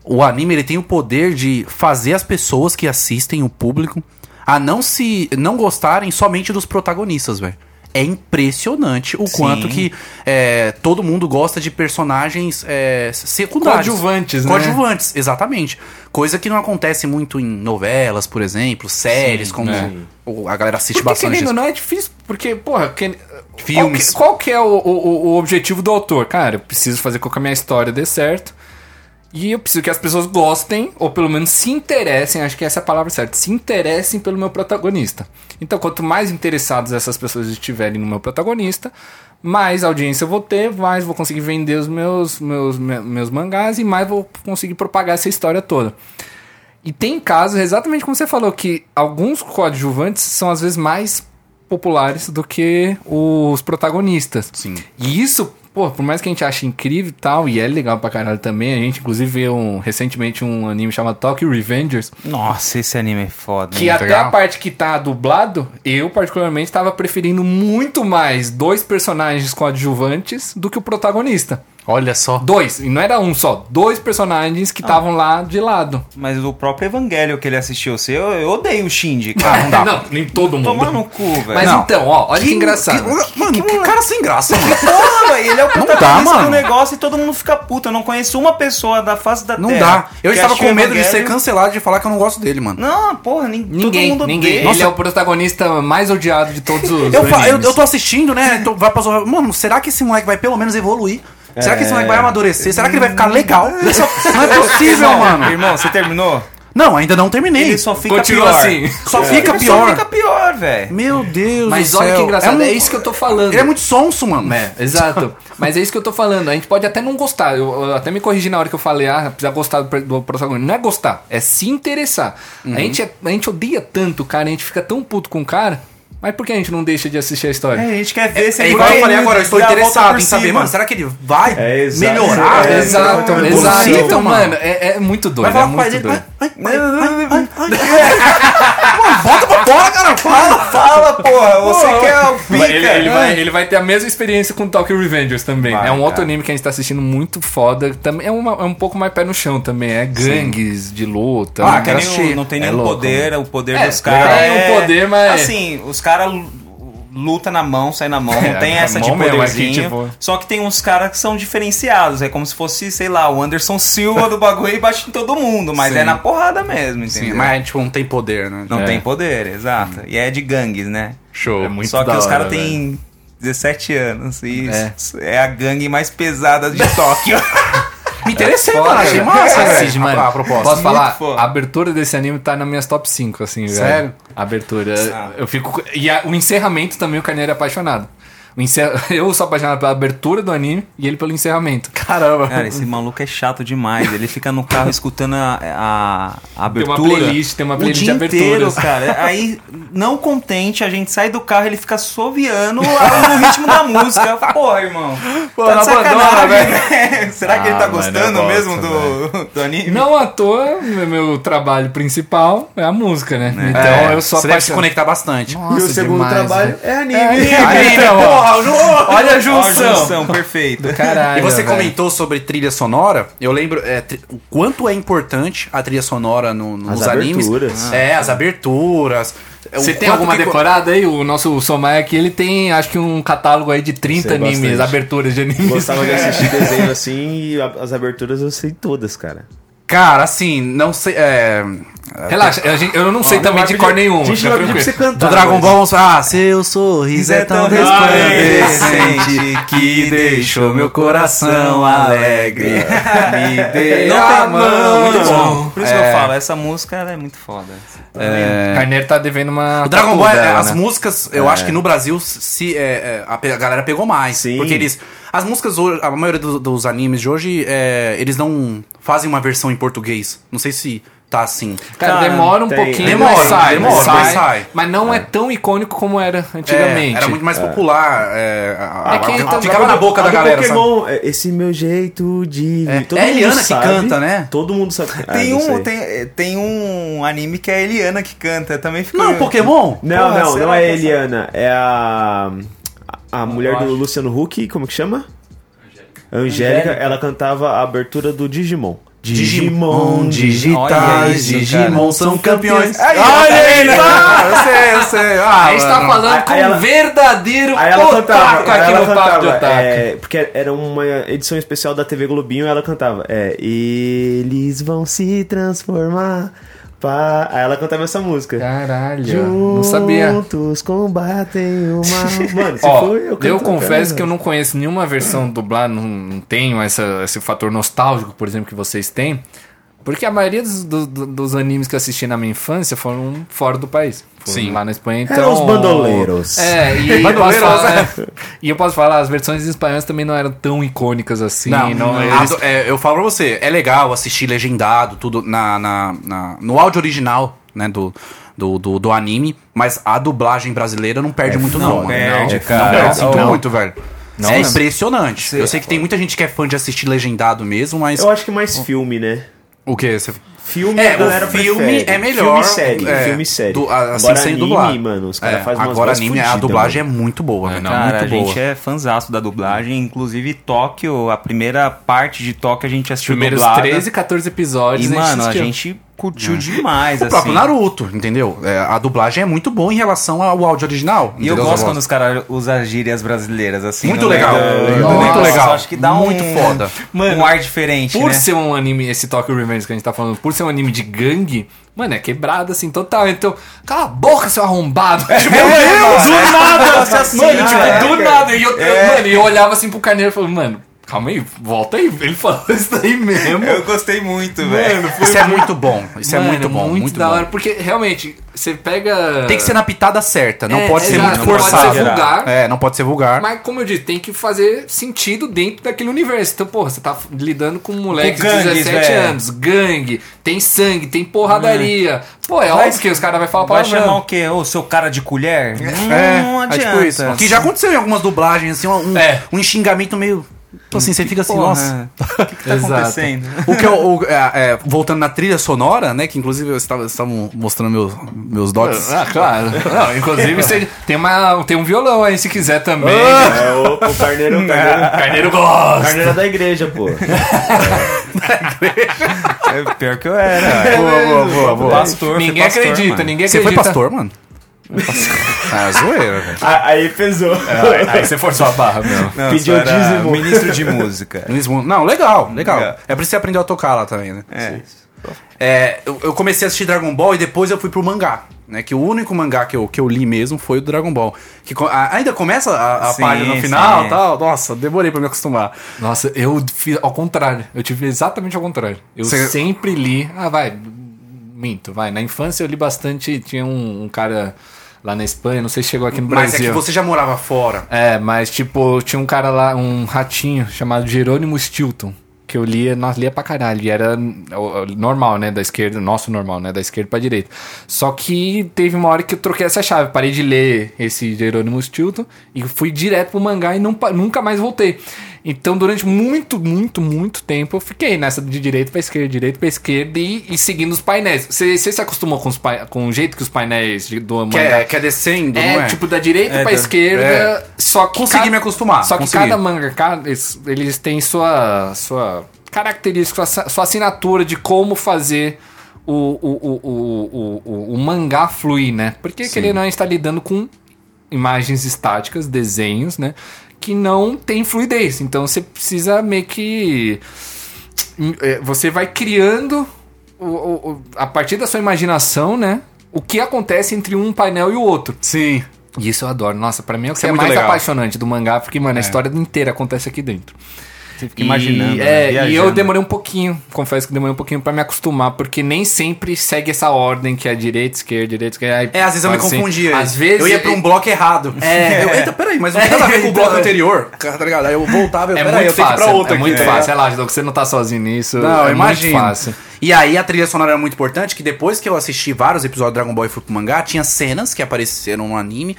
o anime ele tem o poder de fazer as pessoas que assistem, o público, a não se não gostarem somente dos protagonistas, velho. É impressionante o
Sim.
quanto que é, todo mundo gosta de personagens é, secundários.
Coadjuvantes, né?
Coadjuvantes, exatamente. Coisa que não acontece muito em novelas, por exemplo, séries, como o- a galera assiste
Porque,
bastante.
querendo ou não, é difícil, porque, porra, que-
Filmes.
Qual que, qual que é o, o- o objetivo do autor? Cara, eu preciso fazer com que a minha história dê certo. E eu preciso que as pessoas gostem, ou pelo menos se interessem, acho que essa é a palavra certa, se interessem pelo meu protagonista. Então, quanto mais interessados essas pessoas estiverem no meu protagonista, mais audiência eu vou ter, mais vou conseguir vender os meus, meus, me- meus mangás e mais vou conseguir propagar essa história toda. E tem casos, exatamente como você falou, que alguns coadjuvantes são às vezes mais populares do que os protagonistas.
Sim.
E isso, pô, por mais que a gente ache incrível e tal, e é legal pra caralho também, a gente inclusive viu um, recentemente um anime chamado Tokyo Revengers,
Nossa, esse anime é foda.
que
hein?
até
legal.
a parte que tá dublado, eu particularmente tava preferindo muito mais dois personagens coadjuvantes do que o protagonista.
Olha só.
Dois, e não era um só, dois personagens que estavam lá de lado.
Mas o próprio Evangelho que ele assistiu, assim, eu, eu odeio o Shinji, cara.
não, nem todo mundo.
Tomar no cu, velho.
Mas
Não.
então, ó, olha que, engraçado.
que- mano, que, cara sem graça. velho.
Porra, ele é o
Não dá,
protagonista do
mano.
negócio e todo mundo fica puto. Eu não conheço uma pessoa da face da
Não
Terra.
dá. Eu
é, que
estava
achou
com medo de ser
Evangelho-
cancelado de falar que eu não gosto dele, mano.
Não, porra, nin-
Ninguém,
todo mundo
ninguém.
odeia.
Ele é o protagonista mais odiado de todos os.
Eu, fa- eu,
animes.
eu tô assistindo, né? Tô, vai pra zorra. Mano, será que esse moleque vai pelo menos evoluir? Será que esse moleque vai amadurecer? Será que ele vai ficar legal? Não é possível,
Irmão,
mano.
Irmão, você terminou?
Não, ainda não terminei.
Ele só fica
Continua
pior.
assim.
Só
É.
fica
Ele
pior.
Só fica pior, velho.
Meu Deus
Mas
do céu.
olha que engraçado,
um-
é, isso que eu tô falando.
Ele é muito sonso, mano.
É, exato. Mas é isso que eu tô falando. A gente pode até não gostar. Eu, eu até me corrigi na hora que eu falei, ah, precisa gostar do, do protagonista. Não é gostar, é se interessar.
Uhum.
A, gente, é- a gente odeia tanto o cara, a gente fica tão puto com o cara. Mas por que a gente não deixa de assistir a história?
É, a gente quer ver se
É
ele
igual
vai
eu falei agora, eu estou
dar a volta
interessado
por
em saber,
cima.
mano, será que ele vai
É, exato.
melhorar?
É,
Ah, Exato,
é
exato.
Bonito,
Então,
mano.
mano, é, é muito doido.
Vai falar
é
com o pai
muito
dele.
doido.
Ai, ai, ai, ai, ai, ai. Mano, bota pra fora, cara. Fala.
Fala, porra, você quer o pica. Ah,
Ele, ele vai, ele vai ter a mesma experiência com Tokyo Revengers também. é um outro anime que a gente tá assistindo muito foda. Também é, uma- é um pouco mais pé no chão também. É gangues de luta.
Ah,
um
que
cara
nem o-
cheio.
não tem
É
nenhum
louco,
poder, o poder
É,
dos caras.
tem um
é-
poder, mas-
Assim, os caras lu- luta na mão, sai na mão, não
É,
tem
na
essa de
mão mesmo,
poderzinho.
aqui, tipo-
Só que tem uns caras que são diferenciados. É como se fosse, sei lá, o Anderson Silva do bagulho e bate em todo mundo. Mas
Sim.
é na porrada mesmo, entendeu?
Sim, mas tipo, não tem poder, né?
Não
É.
tem poder, exato. E é de gangues, né?
Show. É muito
Só que
da
os caras
hora, velho.
têm 17 anos. E
É.
s- é. a gangue mais pesada de Tóquio. É
Me interessei,
Foda, né?
mano. Achei massa,
velho.
velho.
Assiste, mano.
A, a proposta.
Posso falar?
foda.
A abertura desse anime tá nas minhas top 5, assim, velho.
Sério?
A abertura. Eu fico. E a- o encerramento também, o Carneiro é apaixonado. O encer- Eu sou apaixonado pela abertura do anime e ele pelo encerramento.
Caramba.
Cara, esse maluco é chato demais. Ele fica no carro escutando a, a- a
Tem uma
abertura.
playlist, tem uma playlist
o dia
de assim. aberturas.
inteiro, cara. Aí, não contente, a gente sai do carro ele fica soviando lá no ritmo da música. Porra, irmão.
Pô,
tá
não
de sacanagem,
abandona,
né? Será que ele tá
Ah, mano,
gostando
eu gosto,
mesmo do, do anime?
Não à toa, meu, meu trabalho principal é a música, né? Então eu sou
é, Você deve se
apaixonado.
conectar bastante.
Nossa,
e o segundo
demais,
trabalho
né?
é anime.
Aí, então, ó. Olha a
Ó, a
junção.
junção, perfeito.
Caralho,
E você
velho.
comentou sobre trilha sonora. Eu lembro é, tri- o quanto é importante a trilha sonora no- nos
As
animes.
aberturas.
É, as aberturas.
Você
É, O
tem
quanto
alguma
que-
decorada aí? O nosso Somai aqui, ele tem acho que um catálogo aí de 30
Sei
animes,
bastante.
aberturas de animes.
Gostava de assistir desenho assim e a- as aberturas eu sei todas, cara.
Cara, assim, não sei. É...
Relaxa, a gente- eu não sei também de cor nenhuma.
gente
fica
não vai
tranquilo.
pedir pra você cantar.
Do Dragon
mas-
Ball, vamos falar, ah, seu sorriso é tão resplandecente que deixou meu coração alegre. Me dê
Não
a
tem
mão.
Muito bom. Por isso que eu falo, essa música ela é muito foda.
Carneiro tá devendo uma.
O Dragon
tatu
Ball,
dela,
é, as
né?
músicas, eu acho que no Brasil se, é, é, a, pe- a galera pegou mais.
É. Sim.
Porque eles. As músicas, hoje- a maioria do- dos animes de hoje, é, eles não fazem uma versão em português. Não sei se tá assim.
Cara,
Cara,
demora um
tem.
pouquinho.
Demora,
mas sai,
demora,
mas sai,
mas sai.
Mas não é. tão icônico como era antigamente.
É, era muito mais popular. É, a-
É que
a-
então-
ficava na boca
A
da
do
galera. sabe?
Pokémon, é esse meu jeito de. É,
É a Eliana que canta, né?
Todo mundo sabe. Ah,
Tem
não sei.
um, tem, tem um anime que é a Eliana que canta, também ficou.
Não, Pokémon?
Não,
Porra,
não,
será
não é
que
a
essa-
Eliana. É a. A mulher do Luciano Huck, como que chama? Angélica. Ela cantava a abertura do Digimon.
Digimon,
Olha
digitais,
isso,
Digimon
cara.
são campeões.
Aí,
Olha
tá
aí, tá? Eu sei, eu sei. Ah,
Aí está
mano.
falando
Aí-
com
aí ela-
um verdadeiro
Aí ela
otaku
cantava,
aqui
aí ela
no Papo de
cantava
Otaku.
é, porque era uma edição especial da TV Globinho, ela cantava, é, eles vão se transformar, pá. aí ela cantava essa música.
Caralho, não
Juntos
sabia.
combatem o mal. Mano, se
Ó,
for,
eu,
canto,
confesso
cara.
que eu não conheço nenhuma versão dublada, não, não tenho essa- esse fator nostálgico, por exemplo, que vocês têm. Porque a maioria dos, do- do- dos animes que eu assisti na minha infância foram fora do país. Foram
Sim.
Lá na Espanha, então...
Eram os bandoleiros.
É, e eu, posso
Bandoleiros,
falar, é, e eu posso falar, as versões espanholas também não eram tão icônicas assim. Não, eles-
Ado- é, eu falo pra você, é legal assistir legendado, tudo na, na- na- no áudio original, né, do, do, do, do anime, mas a dublagem brasileira não perde muito É, não, mano.
perde,
não,
cara.
Não perde
Não.
sinto muito, velho.
Não,
é
não.
impressionante. eu sei que tem muita gente que é fã de assistir legendado mesmo, mas...
Eu acho que mais filme, né?
O que? Você...
Filme
É,
a galera
o filme
prefere.
é melhor.
Filme série,
é,
filme série.
do- a- assim,
Agora
sem
anime,
dublar.
mano, os caras
É,
fazem umas
Agora
vozes
anime, a
fodidas,
dublagem
mano.
é muito boa, velho.
não,
Cara,
muito
a
boa.
gente é fanzaço da dublagem. Inclusive, Tóquio, a primeira parte de Tóquio a gente
Tipo,
assistiu
primeiros
dublada.
13, 14
E,
episódios.
mano, a
assistiu.
gente curtiu demais,
O
assim.
próprio Naruto, entendeu? É, a dublagem é muito boa em relação ao áudio original.
E eu
entendeu?
gosto quando os caras usam gírias brasileiras, assim.
Muito
no meio
legal.
do-
Muito
do negócio.
legal.
Acho que dá um-
Muito foda.
um ar diferente,
Por
né?
ser um anime, esse Tokyo Revengers que a gente tá falando, por ser um anime de gangue, mano, é quebrado assim total. Então, cala a boca, seu arrombado.
É,
Tipo, meu Deus, do nada! mano, tipo,
né,
do
cara?
nada. E eu,
É.
mano, e eu olhava assim pro carneiro e falava, mano, calma aí, volta aí. Ele falou isso daí mesmo.
Eu gostei muito, velho.
Isso é muito bom. Isso
Mano,
é muito bom. Muito,
da
bom.
hora, porque realmente, você pega.
Tem que ser na pitada certa. Não
É,
pode ser
exato,
muito
não pode
forçado.
ser vulgar.
É, não pode ser vulgar.
Mas como eu disse, tem que fazer sentido dentro daquele universo. Então, porra, você tá lidando com um moleque
Com gangues,
de 17
velho.
anos, gangue, tem sangue, tem porradaria. Pô, é
Vai-
óbvio que os caras vão falar
Vai
palavrão.
chamar o quê? Ô, seu cara de colher? não
é, é
adianta.
tipo isso. Que já aconteceu em algumas dublagens, assim, um,
É.
um xingamento meio. Então, assim, você fica assim,
Porra,
nossa.
O que, que tá
Exato.
acontecendo?
O que eu, o- é, é, voltando na trilha sonora, né? Que inclusive eu estava, estavam mostrando meus, meus dotes.
um
Ah, claro. Não, inclusive, você tem, uma, tem um violão aí se quiser também.
Ah!
É o, o carneiro, o carneiro,
Carneiro gosta.
carneiro é da igreja, pô.
É pior que eu era. velho.
Boa, boa, boa, boa.
Pastor, fui
Ninguém
pastor,
acredita,
mano.
ninguém
Você
acredita.
foi pastor, mano? ah, zoeira, velho.
A- Aí pesou.
Aí você forçou a barra, meu.
Não,
Pediu
só era
dízimo.
Ministro de música.
Eles vão- Não, legal, legal.
Legal.
É pra você aprender a tocar lá também, né?
É.
É, eu, eu comecei a assistir Dragon Ball e depois eu fui pro mangá, né? Que o único mangá que eu, que eu li mesmo foi o Dragon Ball. Que co- a- ainda começa a, a
Sim,
página no final
sim.
e tal. Nossa, demorei pra me acostumar.
Nossa, eu fiz ao contrário. Eu tive exatamente ao contrário. Eu
Você-
sempre li. Ah, vai. Minto, vai. Na infância eu li bastante. Tinha um, um cara lá na Espanha, não sei se chegou aqui no
Mas é
Brasil.
que você já morava fora.
É, mas tipo, tinha um cara lá, um ratinho chamado Jerônimo Stilton. Que eu lia, nós lia pra caralho. E era ó, ó, normal, né? Da esquerda, nosso normal, né? Da esquerda pra direita. Só que teve uma hora que eu troquei essa chave. Parei de ler esse Jerônimo Stilton e fui direto pro mangá e não pa- nunca mais voltei. Então, durante muito, muito, muito tempo, eu fiquei nessa de direita pra esquerda, direita pra esquerda e, e seguindo os painéis. Você você se acostumou com, os pai- com o jeito que os painés de- do mangá
Que é, que é descendo,
é,
não é?
tipo, da direita pra
da-
esquerda.
é.
Só que
Consegui me acostumar,
Só que
consegui.
cada manga, cada- eles, eles têm sua, sua característica, sua, sua assinatura de como fazer o, o, o, o, o, o- o mangá fluir, né? Porque, querendo ou não, a gente tá lidando com imagens estáticas, desenhos, né? Que não tem fluidez. Então, você precisa meio que hum, é, você vai criando o- o- o- a partir da sua imaginação, né? O que acontece entre um painel e o outro.
Sim.
E isso eu adoro. Nossa, pra mim é o que
Isso
é,
é muito
mais
legal. É.
apaixonante do mangá, porque, mano, a história inteira acontece aqui dentro.
Você fica imaginando.
E,
né?
é, e eu
Viajando.
demorei um pouquinho, confesso que demorei um pouquinho pra me acostumar, porque nem sempre segue essa ordem que é direita, esquerda, direita, esquerda. aí
É, às vezes eu me
fala assim,
confundia.
Às vezes.
Eu ia pra um bloco errado.
É.
Eu, eita, peraí, mas não tem nada a ver com o bloco anterior. Cara, tá ligado? Aí eu voltava e eu,
É
peraí,
muito
eu tenho que ir
fácil.
pra outro
é muito
aqui.
fácil. Relaxa, Doug, você não tá sozinho nisso.
Não,
é
imagino.
Muito fácil.
E aí a trilha sonora era muito importante, que depois que eu assisti vários episódios de Dragon Ball e fui pro mangá, tinha cenas que apareceram no anime.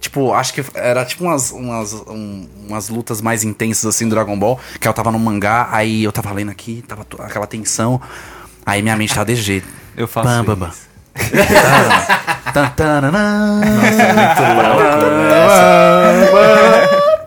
Tipo, acho que era tipo umas, umas, um- umas lutas mais intensas assim do Dragon Ball, que eu tava no mangá, aí eu tava lendo aqui, tava to- aquela tensão. Aí minha mente tava desse jeito.
Eu faço
Bam, bam,
isso.
bam. Tan, tan, tananã.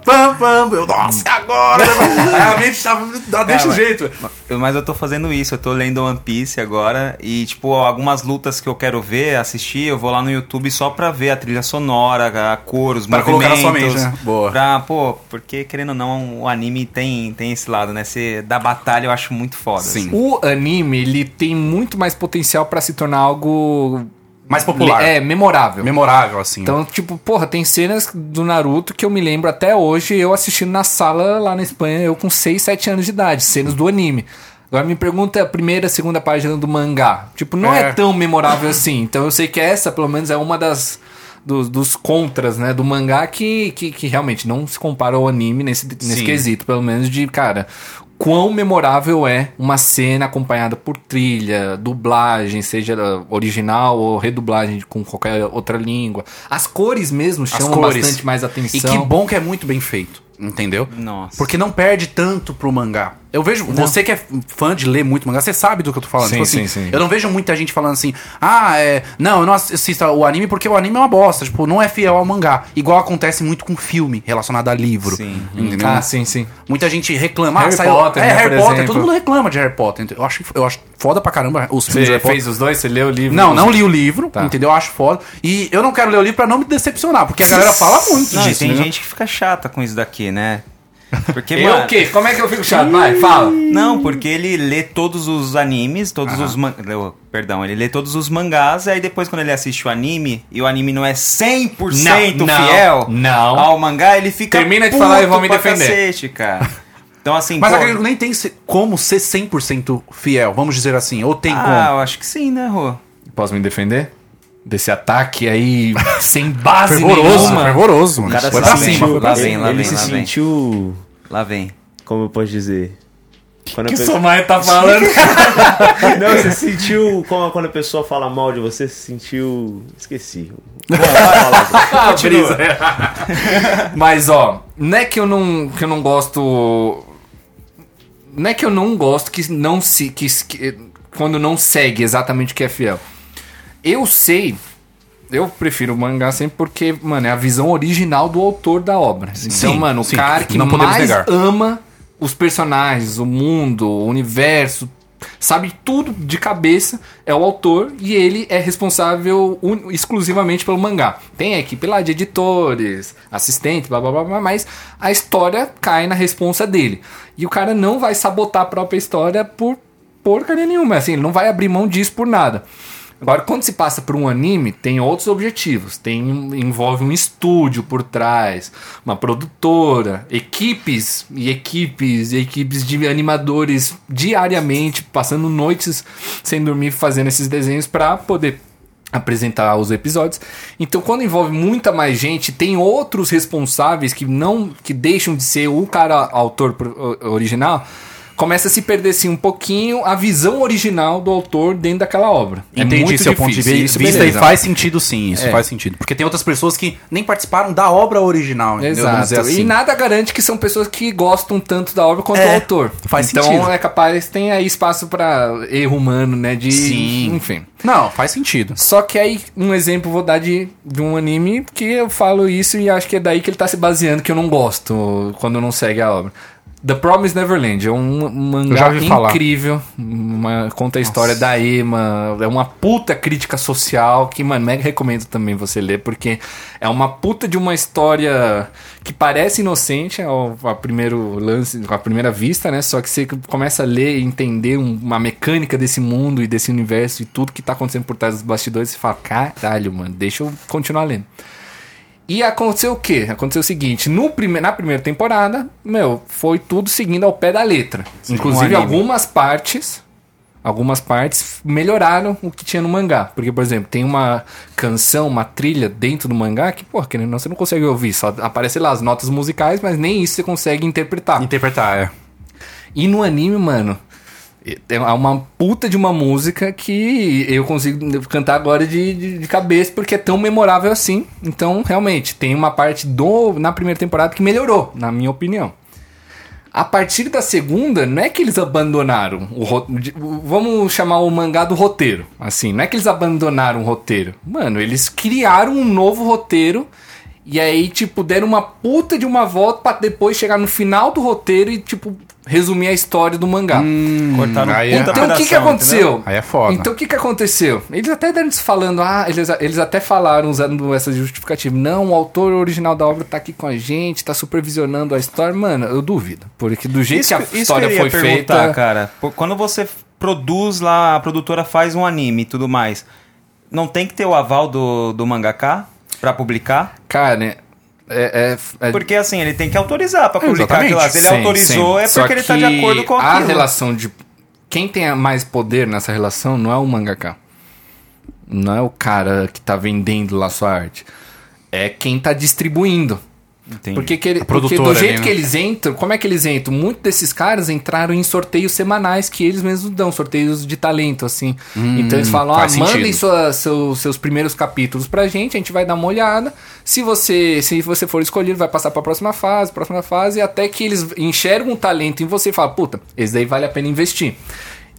Pam, pam. Eu, Nossa, é agora! Aí a mente tava. Deixa o
Cara,
jeito.
Eu- Mas eu tô fazendo isso, eu tô lendo One Piece agora e, tipo, algumas lutas que eu quero ver, assistir, eu vou lá no YouTube só pra ver a trilha sonora, a cor, os
Pra colocar na
movimentos.
sua mente, né? Boa.
Pra, pô, porque querendo ou não, o anime tem, tem esse lado, né? Você da batalha eu acho muito foda.
Sim.
assim.
O anime, ele tem muito mais potencial pra se tornar algo.
Mais popular.
le- É, memorável.
Memorável, assim.
Então, tipo, porra, tem cenas do Naruto que eu me lembro até hoje, eu assistindo na sala lá na Espanha, eu com 6, 7 anos de idade, cenas do anime. Agora me pergunta a primeira, segunda página do mangá. Tipo, não é,
É.
tão memorável assim. Então eu sei que essa, pelo menos, é uma das. Dos, dos contras, né, do mangá que, que, que realmente não se compara ao anime nesse, nesse
Sim.
quesito, pelo menos de, cara, quão memorável é uma cena acompanhada por trilha, dublagem, seja original ou redublagem com qualquer outra língua. As cores mesmo
As
chamam
cores.
bastante mais atenção.
E que bom que é muito bem feito, entendeu?
Nossa.
Porque não perde tanto pro mangá. Eu vejo. Você que é fã de ler muito mangá, você sabe do que eu tô falando.
Sim,
Tipo
sim,
assim,
sim.
Eu não vejo muita gente falando assim, ah, é. Não, eu não assisto o anime porque o anime é uma bosta. Tipo, não é fiel ao mangá. Igual acontece muito com filme relacionado a livro.
Sim.
Entendeu?
Ah, sim, sim.
Muita gente reclama. ah,
Harry
saiu-
Potter,
é,
né, por
Harry Potter.
exemplo.
Todo mundo reclama de Harry Potter. entendeu? Eu acho, eu acho foda pra caramba os filmes de
Você
Harry Potter.
fez os dois? Você leu o livro?
Não, não li o livro,
Tá.
entendeu? Eu acho foda. E eu não quero ler o livro pra não me decepcionar, porque a galera fala muito
Não, e
disso.
tem
né?
gente que fica chata com isso daqui, né? Porque,
Eu o quê? Como é que eu fico chato? Vai, fala.
Não, porque ele lê todos os animes, todos os man... leu- Perdão, ele lê todos os mangás, e aí depois quando ele assiste o anime, e o anime não é 100%
Não, não,
fiel
não.
ao mangá, ele fica
Termina de falar e eu vou me
puto pra
defender.
Cacete, cara. Então assim,
Mas
pô,
acredito que nem tem se- como ser 100% fiel, vamos dizer assim. Ou tem
Ah, eu acho que sim, né, Rô?
Posso me defender? Desse ataque aí, sem base nenhuma.
fervoroso. Mano.
O cara
Foi
se
pra
sentiu-
cima, foi pra
lá
ele-
cima.
vem, lá
ele
vem,
se
lá vem.
sentiu,
Lá vem.
como eu posso dizer? Quando
Que
a
o
pe-
Somaia tá
É
falando.
Não, você se sentiu como quando a pessoa fala mal de você, se sentiu, esqueci.
Ah, brisa. Mas ó, não é que eu não que eu não gosto não é que eu não gosto que não se que, que- quando não segue exatamente o que é fiel. Eu sei eu prefiro o mangá sempre porque, mano, é a visão original do autor da obra. então,
Sim,
mano,
sim,
o cara que
não podemos
mais
negar.
ama os personagens, o mundo, o universo, sabe tudo de cabeça, é o autor e ele é responsável un- exclusivamente pelo mangá. Tem a equipe lá de editores, assistente, blá blá blá, blá mas a história cai na responsa dele. E o cara não vai sabotar a própria história por porcaria nenhuma, assim, ele não vai abrir mão disso por nada. Agora, quando se passa por um anime, tem outros objetivos. Tem, envolve um estúdio por trás, uma produtora, equipes e equipes e equipes de animadores diariamente, passando noites sem dormir fazendo esses desenhos para poder apresentar os episódios. Então, quando envolve muita mais gente, tem outros responsáveis que não que deixam de ser o cara autor pro- o- original, começa a se perder assim um pouquinho a visão original do autor dentro daquela obra.
Entendi seu ponto de vi- vista
beleza.
e faz sentido sim, isso
É.
faz sentido. Porque tem outras pessoas que nem participaram da obra original, entendeu? Vamos
Exato.
dizer assim.
E nada garante que são pessoas que gostam tanto da obra quanto
É,
o autor.
faz
então
sentido.
é capaz, tem aí espaço pra erro humano, né? De.
Sim.
Enfim.
Não, faz sentido.
Só que aí, um exemplo eu vou dar de, de um anime que eu falo isso e acho que é daí que ele tá se baseando, que eu não gosto quando não segue a obra. The Promised Neverland é um
já
mangá
ouvi falar.
incrível. Uma- conta a história da Ema. É uma puta crítica social que, mano, mega recomendo também você ler, porque é uma puta de uma história que parece inocente ao, ao primeiro lance, à primeira vista, né? Só que você começa a ler e entender um- uma mecânica desse mundo e desse universo e tudo que tá acontecendo por trás dos bastidores e fala, caralho, mano, deixa eu continuar lendo. E aconteceu o quê? Aconteceu o seguinte, no prime na primeira temporada, meu, foi tudo seguindo ao pé da letra. Inclusive
um anime.
algumas partes, algumas partes melhoraram o que tinha no mangá. Porque, por exemplo, tem uma canção, uma trilha dentro do mangá que, porra, que não, você não consegue ouvir, só aparece lá as notas musicais, mas nem isso você consegue interpretar.
Interpretar, é.
E no anime, mano, é uma puta de uma música que eu consigo cantar agora de, de, de cabeça, porque é tão memorável assim. Então, realmente, tem uma parte do na primeira temporada que melhorou, na minha opinião. A partir da segunda, não é que eles abandonaram o ro- de- Vamos chamar o mangá do roteiro. Assim, não é que eles abandonaram o roteiro. Mano, eles criaram um novo roteiro. E aí, tipo, deram uma puta de uma volta pra depois chegar no final do roteiro e, tipo, resumir a história do mangá.
Cortaram
aí
puta
Hum, Então o que, que
pedação, É. entendeu?
aconteceu?
Aí é foda.
Então o que, que aconteceu? Eles até deram falando, ah, eles, eles até falaram usando essa justificativa. Não, o autor original da obra tá aqui com a gente, tá supervisionando a história. Mano, eu duvido. Porque do jeito que a
isso
história
eu ia
foi
perguntar,
feita.
cara. Pô, Quando você produz lá, a produtora faz um anime e tudo mais, não tem que ter o aval do, do mangaká pra publicar?
Cara, é. é, é-
Porque assim, ele tem que autorizar pra publicar
Exatamente,
aquilo lá. Se ele
Sim,
autorizou,
sim.
é
Só
porque ele tá de
que
acordo com
a
aquilo.
relação de. Quem tem mais poder nessa relação não é o mangaka. Não é o cara que tá vendendo lá sua arte. É quem tá distribuindo.
Entendi.
Porque, que ele- porque
produtora
do
ali,
jeito
né?
que eles entram, como é que eles entram? Muitos desses caras entraram em sorteios semanais que eles mesmos dão, sorteios de talento, assim. então eles falam, ah,
Hum, faz sentido.
mandem sua- seu- seus primeiros capítulos pra gente, a gente vai dar uma olhada. Se você, se você for escolhido, vai passar pra próxima fase, próxima fase, até que eles enxergam um talento em você e falam, puta, esse daí vale a pena investir.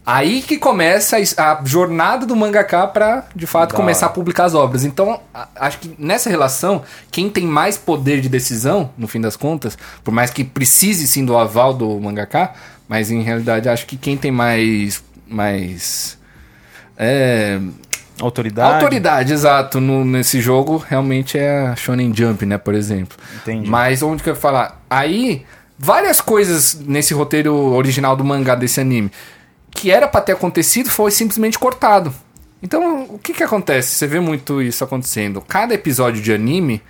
Aí que começa a es- a jornada do mangaká pra, de fato, começar a publicar as obras. Então, a- acho que nessa relação, quem tem mais poder de decisão, no fim das contas, por mais que precise sim do aval do mangaká, mas em realidade acho que quem tem mais mais é,
Autoridade.
autoridade, exato, no- nesse jogo realmente é a Shonen Jump, né, por exemplo.
Entendi.
Mas onde que eu ia falar? Aí, várias coisas nesse roteiro original do mangá desse anime que era pra ter acontecido foi simplesmente cortado. Então, o que que acontece? Você vê muito isso acontecendo. Cada episódio de anime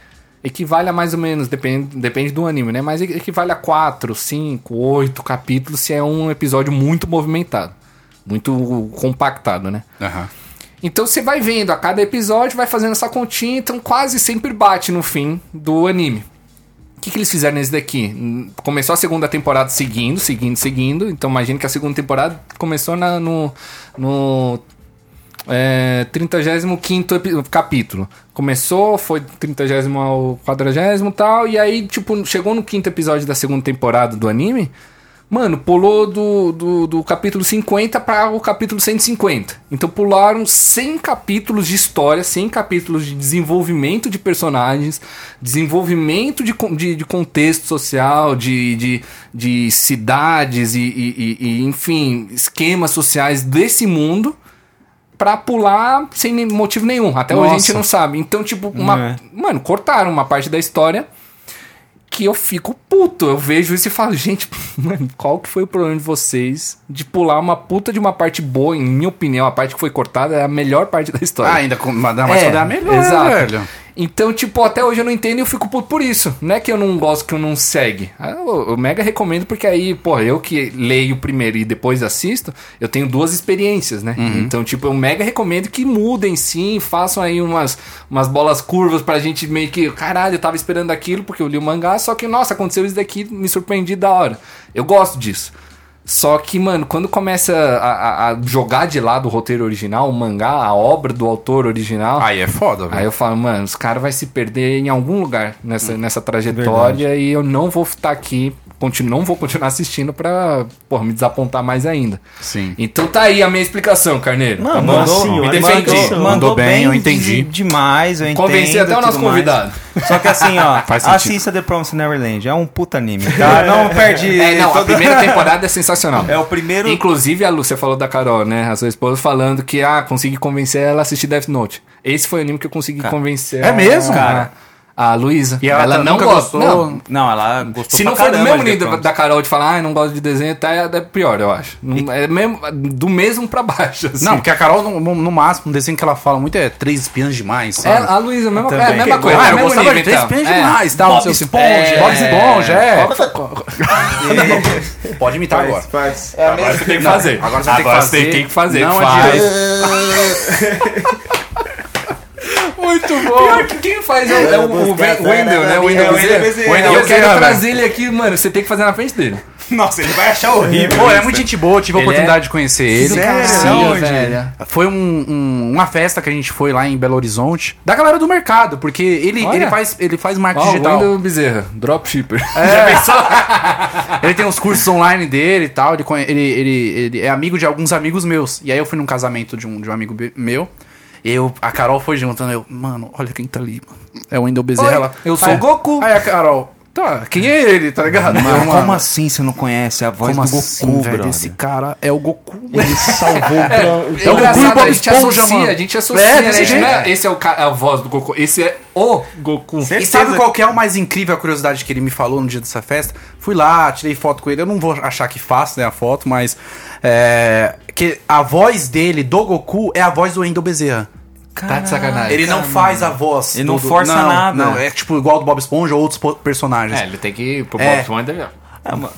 equivale a mais ou menos, depende, depende do anime, né? Mas equivale a 4, 5, 8 capítulos se é um episódio muito movimentado. Muito compactado, né?
Aham.
Então você vai vendo a cada episódio, vai fazendo essa continha, então quase sempre bate no fim do anime. O que, que eles fizeram nesse daqui? Hum, Começou a segunda temporada seguindo, seguindo, seguindo. Então imagina que a segunda temporada começou na- no, no é, 35 epi- capítulo. Começou, foi 30 ao 40 e tal. E aí, tipo, chegou no quinto episódio da segunda temporada do anime. Mano, pulou do, do, do capítulo 50 para o capítulo 150. Então pularam 100 capítulos de história, 100 capítulos de desenvolvimento de personagens, desenvolvimento de, con- de, de contexto social, de, de, de cidades e, e- e- e, enfim, esquemas sociais desse mundo pra pular sem nem- motivo nenhum. Até hoje a gente
Nossa. É.
não sabe. Então, tipo, uma. Mano, cortaram uma parte da história que eu fico puto. Eu vejo isso e falo, gente, mano, qual que foi o problema de vocês de pular uma puta de uma parte boa, em minha opinião, a parte que foi cortada é a melhor parte da história. É,
Ah, ainda com, mas dá mais pra dar melhor,
exato.
velho.
Então, tipo, até hoje eu não entendo e eu fico puto por isso. Não é que eu não gosto, que eu não segue. Ah, Eu, eu mega recomendo, porque aí, porra, eu que leio primeiro e depois assisto, eu tenho duas experiências, né? Então, tipo, eu mega recomendo que mudem sim, façam aí umas, umas bolas curvas pra gente meio que. Caralho, eu tava esperando aquilo porque eu li o mangá, só que, nossa, aconteceu isso daqui, me surpreendi da hora. Eu gosto disso. Só que, mano, quando começa a, a- a jogar de lado o roteiro original, o mangá, a obra do autor original,
Aí é foda, velho.
Aí eu falo, mano,
Hum.
os caras vão se perder em algum lugar nessa, nessa trajetória e eu não vou estar aqui continu- não vou continuar assistindo pra porra, me desapontar mais ainda.
Sim.
Então tá aí a minha explicação, Carneiro.
Não,
Tá bom?
mandou,
assim,
me
olha,
defendi.
mandou-
Mandou,
mandou
bem,
bem, eu entendi.
de- demais, eu entendo.
Convenci até o nosso
tudo mais.
convidado.
Só que assim, ó,
Faz sentido.
assista The Promised Neverland, é um puta anime, tá?
Ah,
Não perde...
É, não, a
toda-
primeira temporada é sensacional.
É o primeiro...
Inclusive, a Lu, você falou da Carol, né? A sua esposa falando que, ah, consegui convencer ela a assistir Death Note. Esse foi o anime que eu consegui convencer.
é
a-
mesmo, cara?
A, a Luísa.
E ela tá-
não
nunca
gosta.
gostou?
Não.
Não, ela gostou
Se
pra
não for do
caramba
mesmo
de The
nível da,
Promised.
da Carol de falar, ah, não gosto de desenho, tá, é pior, eu acho. Não- é mesmo, do mesmo pra baixo. assim.
Não, porque a Carol, no, no- no máximo, um desenho que ela fala muito é Três Espiãs Demais,
É,
sabe?
a Luísa, mesma, é
Também.
a mesma coisa. é
Ah,
o
eu
mesmo
gostava de
nível,
Três
então.
Espiãs
É.
Demais, tal, não sei
Bob
o que.
Esponja.
É. Bob Esponja, é. Pode imitar agora.
Faz, faz.
É a mesma que tem que fazer. Agora
você tem que fazer.
você tem que fazer. é
Não
faz.
adianta.
Muito bom. Pior que quem faz é, o- é o, o Wen- Wendel, né? O
É,
Wendel
o
Bezerra.
Wendel Bezerra.
Wendel, eu
Bezerra,
quero
velho.
trazer ele aqui, mano. Você tem que fazer na frente dele.
Nossa, ele vai achar horrível.
Pô, é muito gente boa, eu tive a
Ele
oportunidade
é-
de conhecer ele.
Sério?
Sim,
Aonde?
velho. Foi um- um- uma festa que a gente foi lá em Belo Horizonte, da galera do mercado, porque ele,
Olha.
ele faz, ele faz marketing
Ó, é o
digital.
Wendel Bezerra, dropshipper.
Ele tem uns cursos online dele e tal. Ele, conhe- ele, ele, ele é amigo de alguns amigos meus. E aí eu fui num casamento de um, de um amigo be- meu. Eu, a Carol foi juntando. Eu, mano, olha quem tá ali, mano. É o Wendel Bezerra.
Oi,
Ela,
eu sou
Aí-
o Goku.
Aí a Carol, tá, quem é ele, tá ligado? Eu,
Mano,
mano,
como assim você não conhece a voz
como
do Goku,
assim, velho?
brother?
Esse cara é o Goku.
Ele salvou o Bro-
É
o Goku e o
engraçado,
Bob
a gente
Esponja,
associa,
mano.
a gente associa,
É,
né? A
desse
gente não é-
jeito.
Esse é o ca- a voz do Goku, esse é o Goku.
E sabe qual que é o mais incrível a curiosidade que ele me falou no dia dessa festa? Fui lá, tirei foto com ele. Eu não vou achar que faço, né, a foto, mas. É, que a voz dele, do Goku, é a voz do Wendel Bezerra.
Tá de sacanagem.
Ele não faz a voz.
Ele
do-
não
do-
força
não,
nada.
Não, é tipo igual do Bob Esponja ou outros po- personagens.
É, ele tem que ir pro
É.
Bob Wendel.
Ah, ma-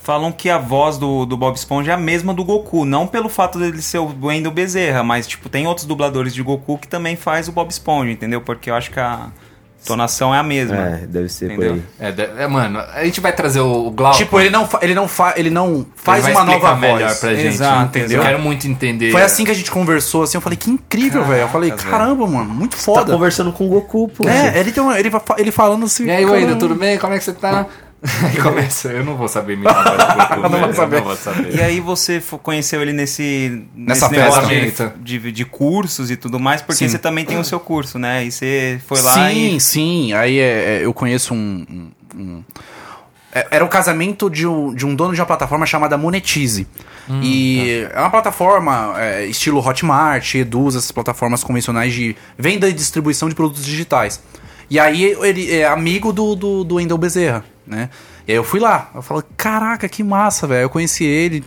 Falam que a voz do, do Bob Esponja é a mesma do Goku, não pelo fato dele ser o Wendel Bezerra, mas tipo, tem outros dubladores de Goku que também faz o Bob Esponja, entendeu? Porque eu acho que a tonação é a mesma.
É, deve ser
Entendeu?
por aí.
É, de- é, mano, a gente vai trazer o, o Glauco.
Tipo, ele não, fa- ele, não fa- ele não faz
Ele vai
uma nova
explicar melhor
voz.
pra gente,
Exato,
Eu
entendeu?
quero muito entender.
Foi assim que a gente conversou, assim, eu falei, que incrível, velho. Eu falei,
velho.
caramba, mano, muito
Tá
foda.
conversando com o Goku, pô.
é, ele, tem uma- ele, fa- ele falando assim.
E aí,
caramba.
Wendel, tudo bem? Como é que você tá? Aí começa, eu não vou saber me falar. né?
Eu não vou saber.
Eu não vou saber.
E aí você fo- conheceu ele nesse,
Nessa
nesse negócio
festa.
de, de, de cursos e tudo mais, porque você também tem o seu curso, né? E você foi lá
sim,
e...
sim. Aí é, é, eu conheço um. um- um- é- Era o casamento de um, de um dono de uma plataforma chamada Monetize. e é uma plataforma é, estilo Hotmart, Eduz, essas plataformas convencionais de venda e distribuição de produtos digitais. E aí ele é amigo do, do, do Wendel Bezerra, né? E aí eu fui lá, eu falo, caraca, que massa, velho. Eu conheci ele.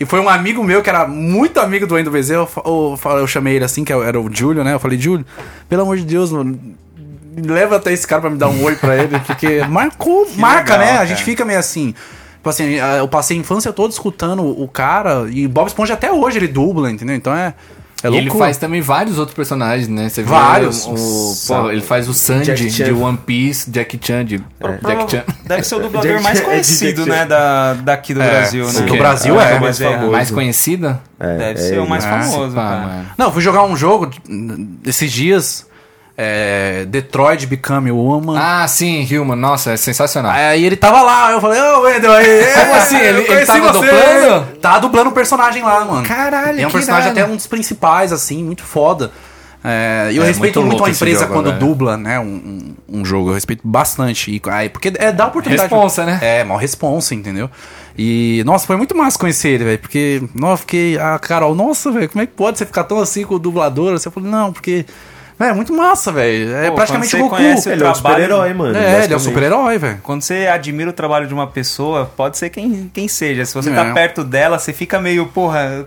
E foi um amigo meu que era muito amigo do Wendel Bezerra. Eu, fa- eu, fa- eu chamei ele assim, que era o Júlio, né? Eu falei, Júlio, pelo amor de Deus, mano, leva até esse cara pra me dar um oi pra ele, porque marcou, marca,
legal,
né? A
cara.
gente fica meio assim. Tipo assim, a- eu passei a infância toda escutando o cara, e Bob Esponja até hoje ele dubla, entendeu? Então é. É
E
louco.
ele faz também vários outros personagens, né? Você vê
Vários.
o- o- pô, ele faz o Sandy
Jack Chan.
de One Piece, Jack Chan de Jack Chan.
Deve ser o
Jack
dublador
Chan-
mais
é de
conhecido,
Jack Chan.
né, da, daqui do
É,
Brasil, né?
do Brasil é,
o
mais
Bezerra.
famoso.
Mais conhecida?
É,
Deve
é
ser o
ele.
mais famoso,
Pá,
cara.
mano.
Não, eu fui jogar um jogo hum, esses dias. é, Detroit Become Human.
Ah, sim, Human. Nossa, é sensacional.
Aí ele tava lá, eu falei, ô Wendel, aí.
Como assim? Ele-
eu
ele
conheci
tava dublando?
Tava tá dublando o personagem lá, mano.
Caralho,
E É um
que
personagem
irado.
até um dos principais, assim, muito foda. É, e eu
É,
respeito
muito
muito,
louco
a
esse
empresa
jogo,
quando
velho.
dubla, né, um, um, um jogo. Eu respeito bastante. E, aí, porque é dá oportunidade.
Responsa, né?
É, mal responsa, entendeu? E, nossa, foi muito massa conhecer ele, velho. Porque, nossa, eu fiquei. A Carol, nossa, velho, como é que pode você ficar tão assim com o dublador? Você falou, não, porque. velho, É muito massa, velho. É
Pô,
praticamente o
quando
Goku.
você conhece
Ele é um
Trabalho-
super-herói,
É,
mano.
ele é um
basicamente.
super-herói, velho.
Quando você admira o trabalho de uma pessoa, pode ser quem, quem seja. Se você
É.
tá perto dela, você fica meio, porra.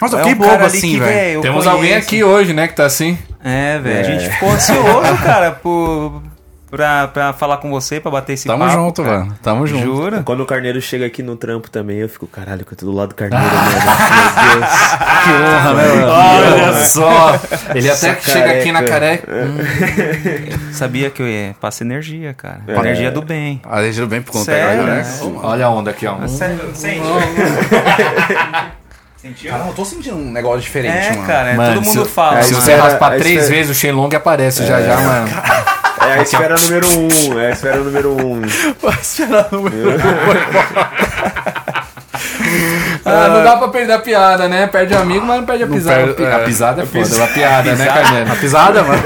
Nossa,
é
que
um
bobo
cara ali
assim,
que,
velho.
véi, eu
Temos
conheço.
alguém aqui hoje, né, que tá assim.
É, velho. A gente ficou ansioso, cara, por, pra, pra falar com você, pra bater esse
Tamo
papo.
junto,
cara.
mano. Tamo junto.
Jura?
Quando o Carneiro chega aqui no trampo também, eu fico, caralho, que eu tô do lado do Carneiro, mano. Meu Deus.
Que honra,
Ah,
né? Olha só. Ele até
Essa
chega aqui na
careca.
careca.
Sabia que eu ia. Passa energia, cara. Energia do bem.
A legenda bem por conta
Sério?
né?
É, Olha a onda aqui, ó.
Sério, sente. Sentiu?
Cara, eu tô sentindo um negócio diferente,
É,
mano.
cara,
Mano,
todo mundo
se-
fala.
é,
Se
mano.
você
Espera,
raspar
aí
três
espera.
vezes, o Shenlong aparece já já, mano.
É a esfera número 1, um, é a esfera número 1. Um.
Mas era número.
Ah, não dá pra perder a piada, né? Perde o amigo, mas não perde a pisada.
perde-
A pi-
é.
A pisada é foda, a piada, né, Carneiro?
A pisada, mano.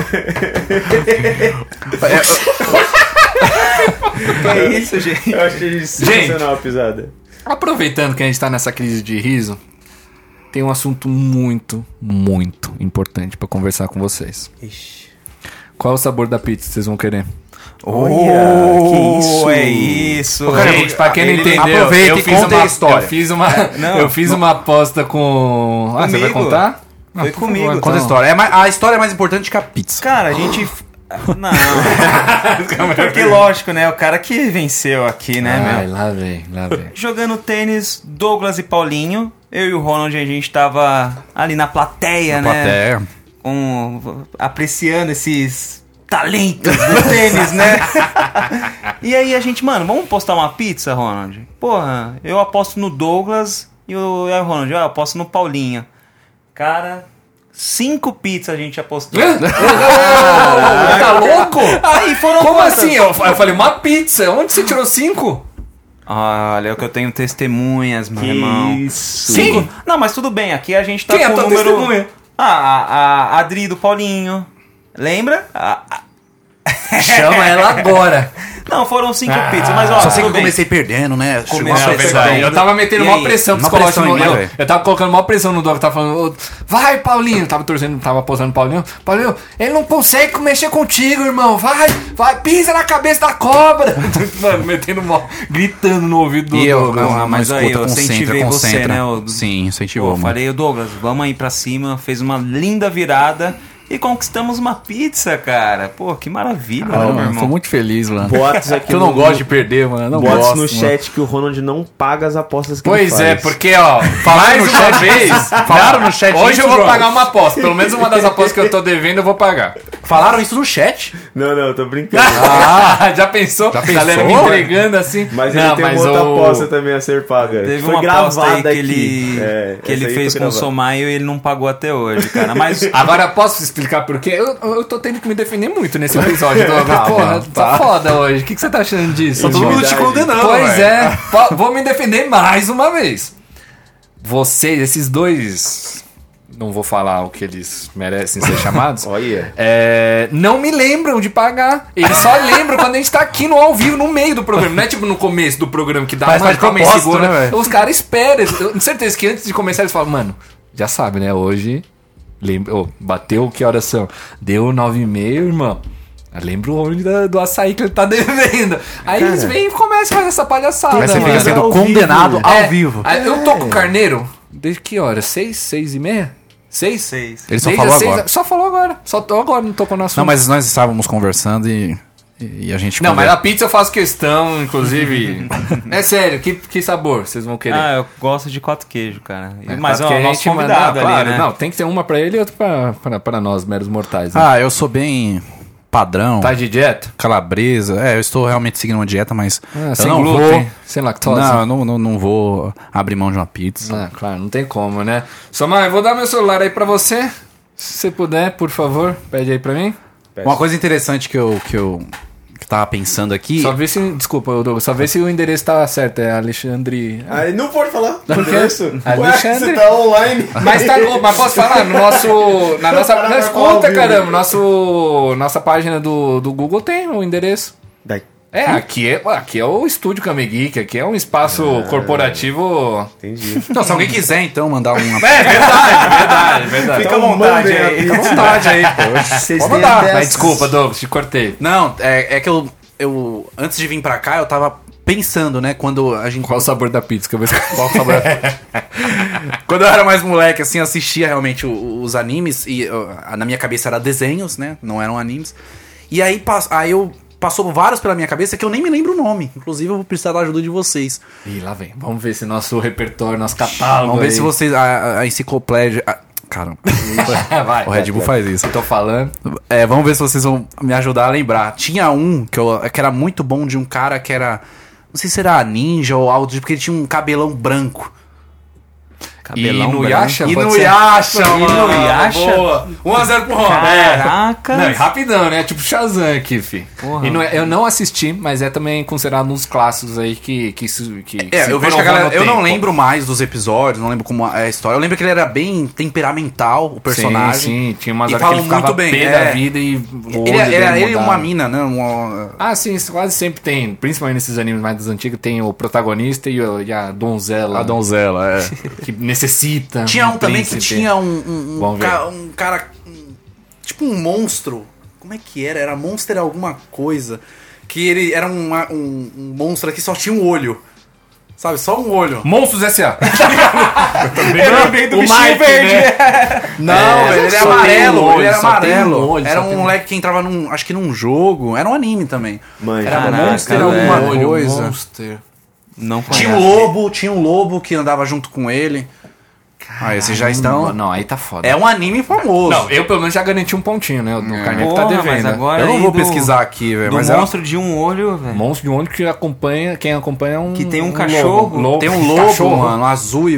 É,
Que isso, gente?
Eu achei sensacional a pisada.
Aproveitando que a gente tá nessa crise de riso, tem um assunto muito, muito importante pra conversar com vocês. Qual o sabor da pizza que vocês vão querer?
Olha, que isso? É isso.
cara,
Gente, pra quem não
ele-
entendeu,
aproveita
eu
e
fiz
conta
uma
a história. É,
Eu fiz uma,
não,
eu fiz uma aposta com. Ah, você vai
Comigo.
contar? Ah,
Foi
por favor,
comigo.
Conta a história.
história. É mais- a história é mais importante que a pizza.
Cara, a gente. Não. Porque, lógico, né? O cara que venceu aqui, né, meu?
Ai, lá vem, lá vem.
Jogando tênis, Douglas e Paulinho. Eu e o Ronald, a gente tava ali na plateia, né? Com, apreciando esses talentos do tênis, né? e aí a gente, mano, vamos postar uma pizza, Ronald? Porra, eu aposto no Douglas e o, e o Ronald, "Ah, eu aposto no Paulinho. Cara, cinco pizzas a gente apostou.
tá louco?
aí foram
Como
quantas?
assim? Eu, eu falei, uma pizza? Onde você tirou cinco?
Olha, é o que eu tenho testemunhas, meu
Que
irmão.
isso.
Cinco? Não, mas tudo bem, aqui a gente tá
Quem é
com
a
o
tua
número...
testemunha?
Ah, a, a Adri do Paulinho. Lembra? A- a-
Chama ela agora.
Não, foram cinco
Ah,
pizzas, mas ó,
Só sei que
tudo
eu
bem.
comecei perdendo, né? Chegou
Comecei
uma
É
perdendo.
vez-
verdade.
aí.
Eu tava metendo
E
maior
aí?
pressão
Uma
psicológica.
pressão
no-
em mim,
Eu,
velho.
eu tava colocando maior pressão no Dog, tava falando, "Ô, vai, Paulinho. Tava torcendo, tava posando Paulinho. Paulinho, ele não consegue mexer contigo, irmão. Vai, vai, pisa na cabeça da cobra. Mano, metendo mó, gritando no ouvido do
E eu,
Douglas.
Ah, mas aí, eu incentivei você, né, o-
Sim,
Pô,
incentivou, mano.
falei, ô Douglas, vamos aí pra cima. Fez uma linda virada e conquistamos uma pizza, cara. Pô, que maravilha, né, meu irmão.
muito feliz, mano.
Boatos aqui
Que eu não
no-
gosto de perder, mano. eu Não
Boatos
gosto,
no
mano.
chat que o Ronald não paga as apostas que ele
Pois
faz.
é, porque, ó, falaram no chat vez. Falaram no chat. Hoje eu vou pagar uma aposta. Pelo menos uma das apostas que eu tô devendo, eu vou pagar.
Falaram isso no chat.
Não, não, eu tô brincando.
Ah, já pensou? Já
pensou?
Galera me entregando assim.
Mas ele tem uma outra aposta também a ser paga.
Teve
Foi
uma aposta aí que
gravada
ele,
aqui. É,
que
essa
ele
aí
fez
foi
com o
gravada.
Somaio e ele não pagou até hoje, cara. Mas
Agora posso explicar por quê? Eu, eu tô tendo que me defender muito nesse episódio. Douglas. Porra, tá foda hoje. O que, que você tá achando disso?
Tá todo mundo te condenando,
Pois é. Po- Vou me defender mais uma vez. Vocês, esses dois... Não vou falar o que eles merecem ser chamados.
Olha.
É, não me lembram de pagar. Eles só lembram quando a gente tá aqui no ao vivo, no meio do programa. Não é tipo no começo do programa que dá
Mas
mano,
faz
calma aí,
propósito,
segura.
né, velho?
Os caras esperam. Eu tenho certeza que antes de começar eles falam, mano, já sabe, né? Hoje. Lembra, ô, bateu que horas são? Deu nove e meio, irmão. Eu Lembro o homem da- do açaí que ele tá devendo. Aí eles vêm e começam a fazer essa palhaçada.
Mas você fica
mano.
sendo
ao vivo.
condenado ao
É,
vivo.
aí Eu tô com o carneiro. Desde que hora? Seis? Seis e meia? Seis?
Seis.
Ele só
Desde
falou
as seis-
agora.
Só falou agora. Só tô agora, não tocou no assunto.
Não, mas nós estávamos conversando e, e a gente...
Não, mas
conversa.
a pizza eu faço questão, inclusive. é sério, que, que sabor vocês vão querer?
Ah, eu gosto de quatro queijos, cara. E- mas ó,
Porque É, a
o nosso
gente manda-
convidado
Ah,
ali,
claro,
né?
Não, tem que ter uma pra ele e outra pra, pra, pra nós, meros mortais. né?
Ah, eu sou bem padrão.
Tá de dieta?
Calabresa. É, eu estou realmente seguindo uma dieta, mas
Ah,
eu
sem
não
glúten,
vou...
sem lactose.
Não, eu não, não, não vou abrir mão de uma pizza.
Ah, claro, não tem como, né? Somar, eu vou dar meu celular aí pra você. Se você puder, por favor, pede aí pra mim.
Uma coisa interessante que eu, que eu que tava pensando aqui...
Só vê se. Desculpa, Douglas, só vê se o endereço tá certo. É Alexandre.
Aí não pode falar. Por
quê? Alexandre.
você tá online.
Mas tá bom, mas posso falar? No nosso. Na nossa.
Caramba,
Não,
ao
escuta,
vivo.
caramba. Nosso, nossa página do, do Google tem o endereço.
Daí,
É, aqui é, aqui é o estúdio Kame Geek, aqui é um espaço corporativo.
entendi.
Não, se alguém quiser, então, mandar uma...
É verdade, verdade, verdade.
Fica à vontade
mandem
Tá aí.
Fica à vontade aí, pô.
Vocês
Pode mandar. Mas desculpa, Douglas, te cortei.
Não, é, é que eu, eu. Antes de vir pra cá, eu tava pensando, né? Quando a gente.
Qual o sabor da pizza que eu vou escolher?
Qual o sabor? quando eu era mais moleque, assim, eu assistia realmente o- os animes. E ó, na minha cabeça era desenhos, né? Não eram animes. E aí, pas- aí eu. Passou vários pela minha cabeça que eu nem me lembro o nome. Inclusive, eu vou precisar da ajuda de vocês.
Ih, lá vem. Vamos ver se nosso repertório, nosso catálogo.
Vamos ver
aí.
se vocês. A, a enciclopédia. a- caramba.
Vai.
O Red Bull faz isso.
Tô falando.
É, vamos ver se vocês vão me ajudar a lembrar. Tinha um que, eu, que era muito bom de um cara que era. Não sei se era ninja ou algo, do tipo, porque ele tinha um cabelão branco.
Cabelão
e no
branco.
Yasha? Um
E
pode
no
ser?
Yasha,
E
mano.
no Yasha?
Boa. 1x0 pro Honda.
Caraca.
Não, e rapidão, né? Tipo Shazam aqui, fi. E não é- eu não assisti, mas é também considerado um dos clássicos aí que... que, se- que, que
É,
se
eu
prolongou
vejo que a galera.
no
Eu não
tempo.
lembro mais dos episódios, não lembro como é a história. Eu lembro que ele era bem temperamental, o personagem.
Sim, sim, tinha umas
E
horas que ele
falam
ficava
muito bem,
pé
é.
da vida e...
Ele, era era ele e uma mina, né? Uma-
Ah, sim, isso quase sempre tem, principalmente nesses animes mais dos antigos, tem o protagonista e, o- e a donzela.
donzela, é.
Que necessita.
Tinha um também que
príncipe.
tinha um, um, um,
Vamos
ca-
ver.
um cara. um- tipo um monstro. Como é que era? Era monster alguma coisa. Que ele era uma- um, um monstro que só tinha um olho. Sabe? Só um olho.
Monstros S.A.
Eu lembrei do bichinho verde. Não,
É,
velho, ele
só tem
era
um
amarelo.
olho,
ele era
só tem um
amarelo.
olho,
era
só
um
tem um-
moleque que entrava num. Acho que num jogo. Era um anime também.
Mãe,
Era
Caraca,
monster,
velho.
alguma coisa.
Monster.
Não conheço.
Tinha um lobo, tinha um lobo que andava junto com ele. ah, esses já
Não,
estão.
não, aí tá foda.
É um anime famoso.
Não, eu pelo menos já garanti um pontinho, né? O é. Carneiro tá
Porra, mas
devendo.
agora-
eu não
aí
vou
do-
pesquisar aqui, velho.
Do
Mas é um-
monstro de um olho, velho.
Monstro de um onde que acompanha, quem acompanha é um.
Que tem um
lobo.
cachorro.
Lobo.
tem um lobo,
Cachorro.
mano, azul e.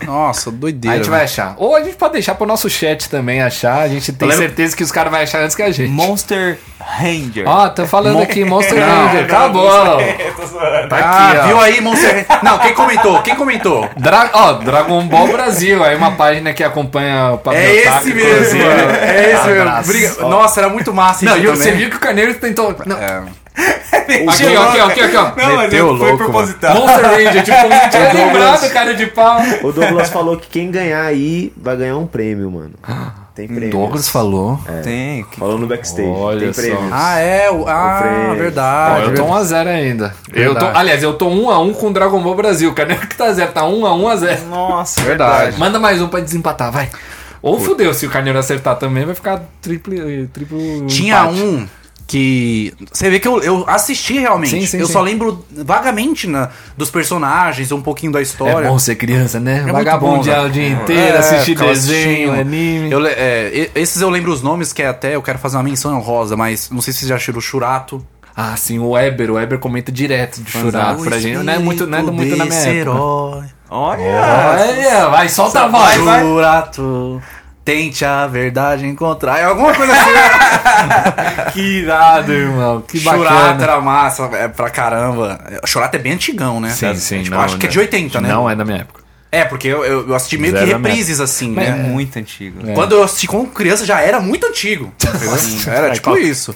e- Nossa,
Aí
doideira.
a gente vai achar. Ou a gente pode deixar pro nosso chat também achar. A gente tem
lembro-
certeza que os caras vão achar antes que a gente.
Monster Ranger.
Ó, tô falando aqui, Monster
Não,
Ranger.
não,
Acabou.
Ah,
tá aqui, ó.
viu aí, Monster. não, quem comentou? Quem comentou?
Dra ó, Dragon Ball Brasil. Aí uma página que acompanha o Pablo
É
Otaku,
esse mesmo,
inclusive.
mano. É esse mesmo.
Abraço.
Briga- Nossa, era muito massa
Não,
isso
e você
também.
viu que o Carneiro tentou. Não,
É.
Aqui, ó, aqui, ó, aqui, ó, aqui, ó.
Não, mas
Meteu
eu-
o
foi
louco,
proposital.
Monster Ranger, tipo, a gente é
Douglas.
lembrado, cara de pau.
O Douglas falou que quem ganhar aí vai ganhar um prêmio, mano. Tem prêmio.
falou.
Tem. que-
Falou no backstage.
Olha
tem
só.
prêmio.
Ah, é? o- Ah,
Frei.
verdade. Então,
eu tô 1x0 ainda. Eu tô,
Verdade.
aliás, eu tô 1x1 com o Dragon Ball Brasil. Carneiro que tá zero, tá 1x1x0.
Nossa,
Verdade.
Manda mais um pra desempatar, vai. Ou fudeu, se o Carneiro acertar também, vai ficar triplo. triplo
Tinha
empate.
um que. Você vê que eu, eu assisti realmente.
Sim, sim,
eu
sim.
só lembro vagamente na- dos personagens, um pouquinho da história.
É bom ser criança, né?
muito
Vagabundear
bom,
o dia
né?
inteiro,
É,
assistir
ficava
desenho,
assistindo.
anime.
Eu le- é, e- esses eu lembro os nomes, que é até eu quero fazer uma menção rosa, mas não sei se vocês já acharam o Churato.
Ah, sim, o Weber. O Weber comenta direto de chorar
O
pra gente. Não é muito, não é
espírito
muito na minha
desse
época.
herói.
Olha.
Olha, vai, solta a voz.
Churato, tente a verdade encontrar. É alguma coisa assim.
Que irado, irmão. Que
Churato
bacana.
era massa é, pra caramba. Churato é bem antigão, né?
Sim, sim,
Tipo,
não,
acho que é de
né?
80, né?
Não é da minha época.
É, porque eu, eu- eu assisti meio
Zero
que
é meta.
reprises, assim,
É
né?
muito antigo.
É.
Quando eu assisti com criança já era muito antigo. entendeu? era tipo isso.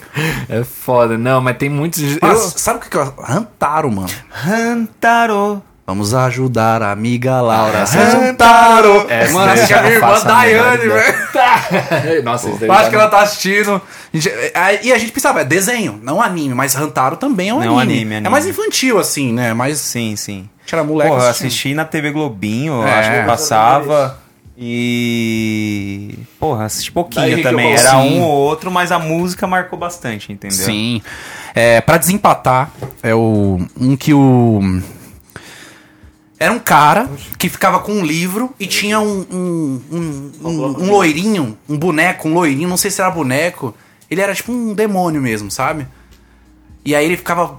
É foda, não, mas tem muitos.
Mas
Eu-
sabe o que que eu... Rantaro, mano.
Hantaro.
Vamos ajudar a amiga Laura.
Hantaro.
É,
mano,
essa
acho que a
eu
minha
não
irmã
faço a menor
Daiane,
ideia.
velho.
Nossa, isso daí
Eu acho que
já
ela tá assistindo. A gente- aí- E a gente pensava, é desenho, não anime, mas Rantaro também é um
Não,
anime.
anime, anime.
É mais infantil, assim, né? Mas
Sim, sim.
a gente era moleque.
Pô, eu
assistindo.
assisti na TV Globinho,
É.
acho que passava. E. Porra, assisti
Daí
pouquinho
que
também.
eu-
Era
Sim.
um ou outro, mas a música marcou bastante, entendeu?
Sim. É, para desempatar, é o um que o era um cara que ficava com um livro e tinha um um, um, um- um loirinho, um boneco, um loirinho, não sei se era boneco. Ele era tipo um demônio mesmo, sabe? E aí ele ficava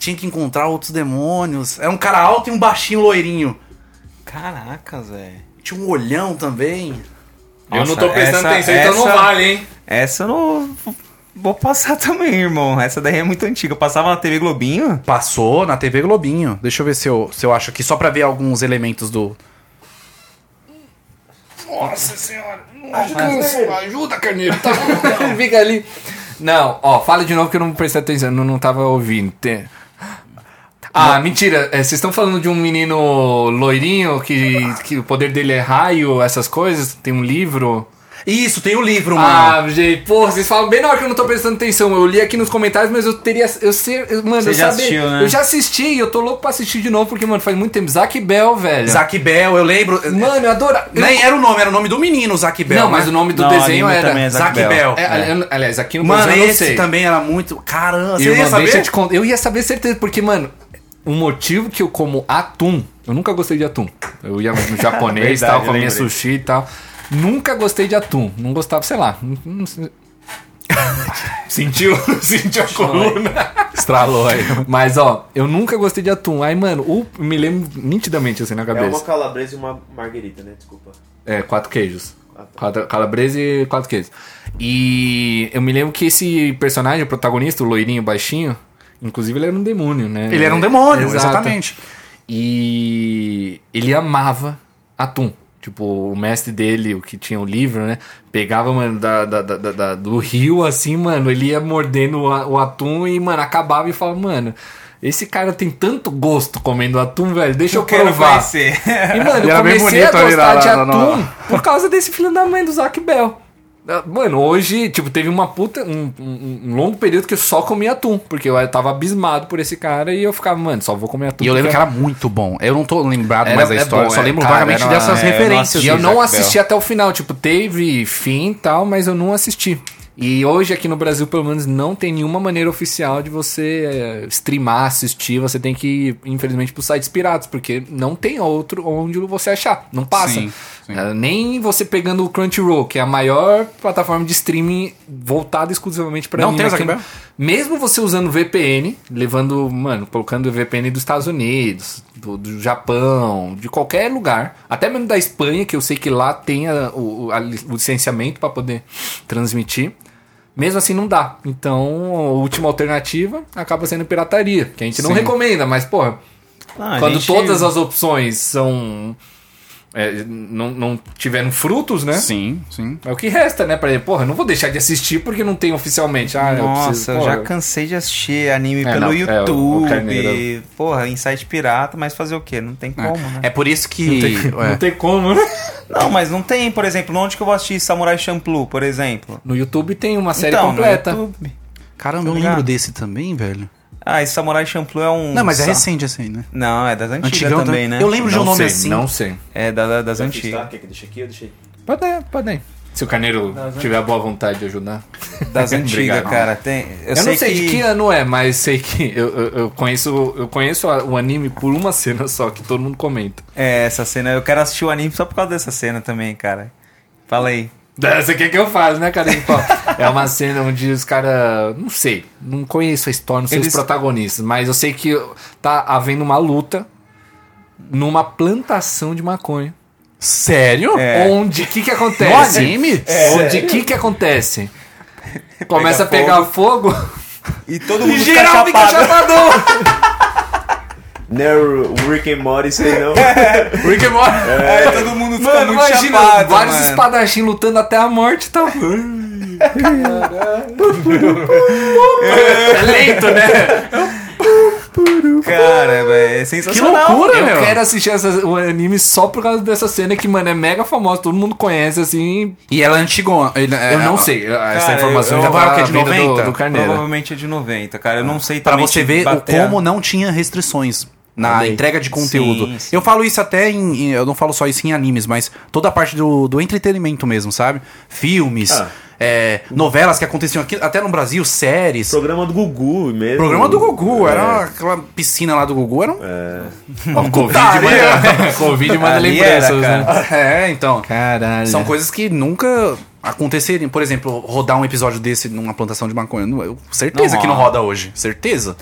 tinha que encontrar outros demônios. Era um cara alto e um baixinho loirinho.
Caraca, Zé.
Tinha um olhão também.
Eu não
Nossa,
tô prestando
essa-
atenção, então não
essa-
vale, hein?
Essa eu não. Vou passar também, irmão. Essa daí é muito antiga. Eu passava na TV Globinho.
Passou na TV Globinho. Deixa eu ver se eu, se eu acho aqui, só pra ver alguns elementos do. Nossa senhora!
Ajuda, ajuda, carneiro. Tá bom, não, fica ali. Não, ó, fala de novo que eu não prestei atenção, não, não tava ouvindo. Tem- Ah, mentira. é, Vocês estão falando de um menino loirinho que, que o poder dele é raio, essas coisas? Tem um livro.
Isso, tem o livro, mano.
Ah, gente, porra, vocês falam bem na hora que eu não tô prestando atenção. Eu li aqui nos comentários, mas eu teria. Eu sei. eu- mano,
Você
eu
já
sabia-
assistiu, né?
Eu já assisti e eu tô louco pra assistir de novo, porque, mano, faz muito tempo. Zac Bell, velho.
Zac Bell, eu lembro.
é. Mano, eu adoro. eu-
Nem era o nome, era o nome do menino, Zac Bell.
não,
né?
mas o nome do
Não,
desenho
anime
era.
também é
Zac
Zac
Bell.
Bell.
É, ali- Aliás, aqui no
Mano,
Brasil eu não
esse
sei.
também era muito. Caramba, você ia
Irmão,
saber?
deixa eu te contar. Eu ia saber certeza, porque, mano, o motivo que eu como atum, eu nunca gostei de atum. Eu ia no japonês e
Verdade,
tal, comia
lembrei.
sushi e tal. Nunca gostei de atum. Não gostava, sei lá. não- não sei. Sentiu? Sentiu a coluna.
Estralou aí.
Mas, ó, eu nunca gostei de atum. Aí, mano, o- me lembro nitidamente assim na
É uma
cabeça.
calabresa e uma marguerita, né? Desculpa.
É, quatro queijos.
Ah, tá.
Quatro, calabresa e quatro queijos. E eu me lembro que esse personagem, o protagonista, o loirinho baixinho, inclusive ele era um demônio, né?
Ele era um demônio,
Exato.
exatamente.
E ele amava atum. Tipo, o mestre dele, o que tinha o livro, né? Pegava, mano, da, da- da- da- da- do rio, assim, mano. Ele ia mordendo o, a- o atum e, mano, acabava e falava, mano, esse cara tem tanto gosto comendo atum, velho. Deixa eu,
quero
provar.
conhecer.
E, mano,
Ele
eu
era é bem
comecei a
bonito ali
gostar
na-
de
na- na-
atum por causa desse filho da mãe do Zac Bell. Ah, Mano, hoje, tipo, teve uma puta. Um, um- um longo período que eu só comia atum, porque eu tava abismado por esse cara e eu ficava, mano, só vou comer atum.
E eu lembro que
porque é
era muito bom. Eu não tô lembrado
Era-
mais da
é
história,
bom,
só
é,
lembro
cara,
vagamente
era uma-
dessas
é, eu não
referências. né?
E eu não
Isaac
assisti até o final, tipo, teve fim e tal, mas eu não assisti. E hoje aqui no Brasil, pelo menos, não tem nenhuma maneira oficial de você eh, streamar, assistir. Você tem que ir, infelizmente, pros sites piratas, porque não tem outro onde você achar. Não passa.
Sim, sim.
Eh, Nem você pegando o Crunchyroll, que é a maior plataforma de streaming voltada exclusivamente pra
Não
anime
tem o
aqui
Zac
no-
Bell?
mesmo você usando VPN, levando, mano, colocando o VPN dos Estados Unidos, do, do Japão, de qualquer lugar, até mesmo da Espanha, que eu sei que lá tem a- o, o- a li- o licenciamento para poder transmitir. Mesmo assim não dá. Então, a última alternativa acaba sendo pirataria, que a gente não
Sim.
recomenda, mas porra,
Ah, a
quando
gente-
todas as opções são é, não, não tiveram frutos, né?
Bell. Sim, sim.
É o que resta, né? Pra ele, porra, eu não vou deixar de assistir porque não tem oficialmente. Ah, eu preciso,
Nossa, eu
porra,
já cansei de assistir anime
É,
pelo
não, é, o- o
YouTube.
carneiro.
porra, em site pirata, mas fazer o quê? Não tem como, né?
É por isso que.
Não
é.
tem como, né?
Não, mas não tem, por exemplo, onde que eu vou assistir Samurai Champloo, por exemplo?
No YouTube tem uma série
Então, no
completa.
YouTube.
Caramba, eu
Tá
lembro
ligado?
desse também, velho.
Ah, esse Samurai Champloo é um...
Não, mas é
sa-
recente assim, né?
Não, é das antigas
Antigão
também, né?
Eu lembro de um nome assim.
sei.
É, da, da- das
Vai
antigas.
fixar? Tá? Quer que eu deixe aqui? Eu deixei.
Pode ir, pode ir. Se o Carneiro tiver a boa vontade de ajudar.
Das antigas,
Obrigado.
cara. Tem, eu,
Eu,
sei
não sei
que...
de que ano é, mas sei que eu, eu- eu conheço, eu conheço a- o anime por uma cena só que todo mundo comenta.
É, essa cena. Eu quero assistir o anime só por causa dessa cena também, cara. Fala aí.
Você quer que eu faça, né, cara? Tipo, É uma cena onde os caras. Não sei. Não conheço a história, não sei os
Eles-
protagonistas, mas eu sei que tá havendo uma luta numa plantação de maconha.
Sério?
É.
Onde o que que acontece? É.
No anime?
Onde o que que acontece? Começa
Pega
a pegar fogo,
E todo
e
mundo fica
geral fica
chapado.
chapadão.
Não, Rick and Morty, isso aí não.
Rick and Morty.
É, todo mundo fica
Mano,
muito
imagina,
chapado,
vários
mano.
espadachins lutando até a morte, tá? é É lento, né?
Cara, velho, é sensacional.
eu
meu.
quero assistir essa- o anime só por causa dessa cena que, mano, é mega famosa, todo mundo conhece, assim...
E ela é antigona. ele- é-
Eu não sei, essa
Cara,
informação
eu-
já
eu-
tá
é o quê, de
vindo do,
90?
do Carneiro.
Provavelmente é de 90, cara. Eu não sei
Pra
também
você
te
ver o
bater a-
como não tinha restrições na
Também.
entrega de conteúdo.
Sim, sim.
Eu falo isso até em, em- Eu não falo só isso em animes, mas toda a parte do, do entretenimento mesmo, sabe? Filmes,
Ah.
é, novelas que aconteciam aqui, até no Brasil, séries.
Programa do Gugu mesmo.
Programa do Gugu,
É.
era aquela piscina lá do Gugu, era um.
É. Ó, Uhum. Covid manda, Covid manda
Ali
lembranças,
era,
né?
cara.
É, então.
Caralho.
São coisas que nunca aconteceriam. Por exemplo, rodar um episódio desse numa plantação de maconha. não- Eu, certeza
Não
que não
rola.
roda hoje. Certeza.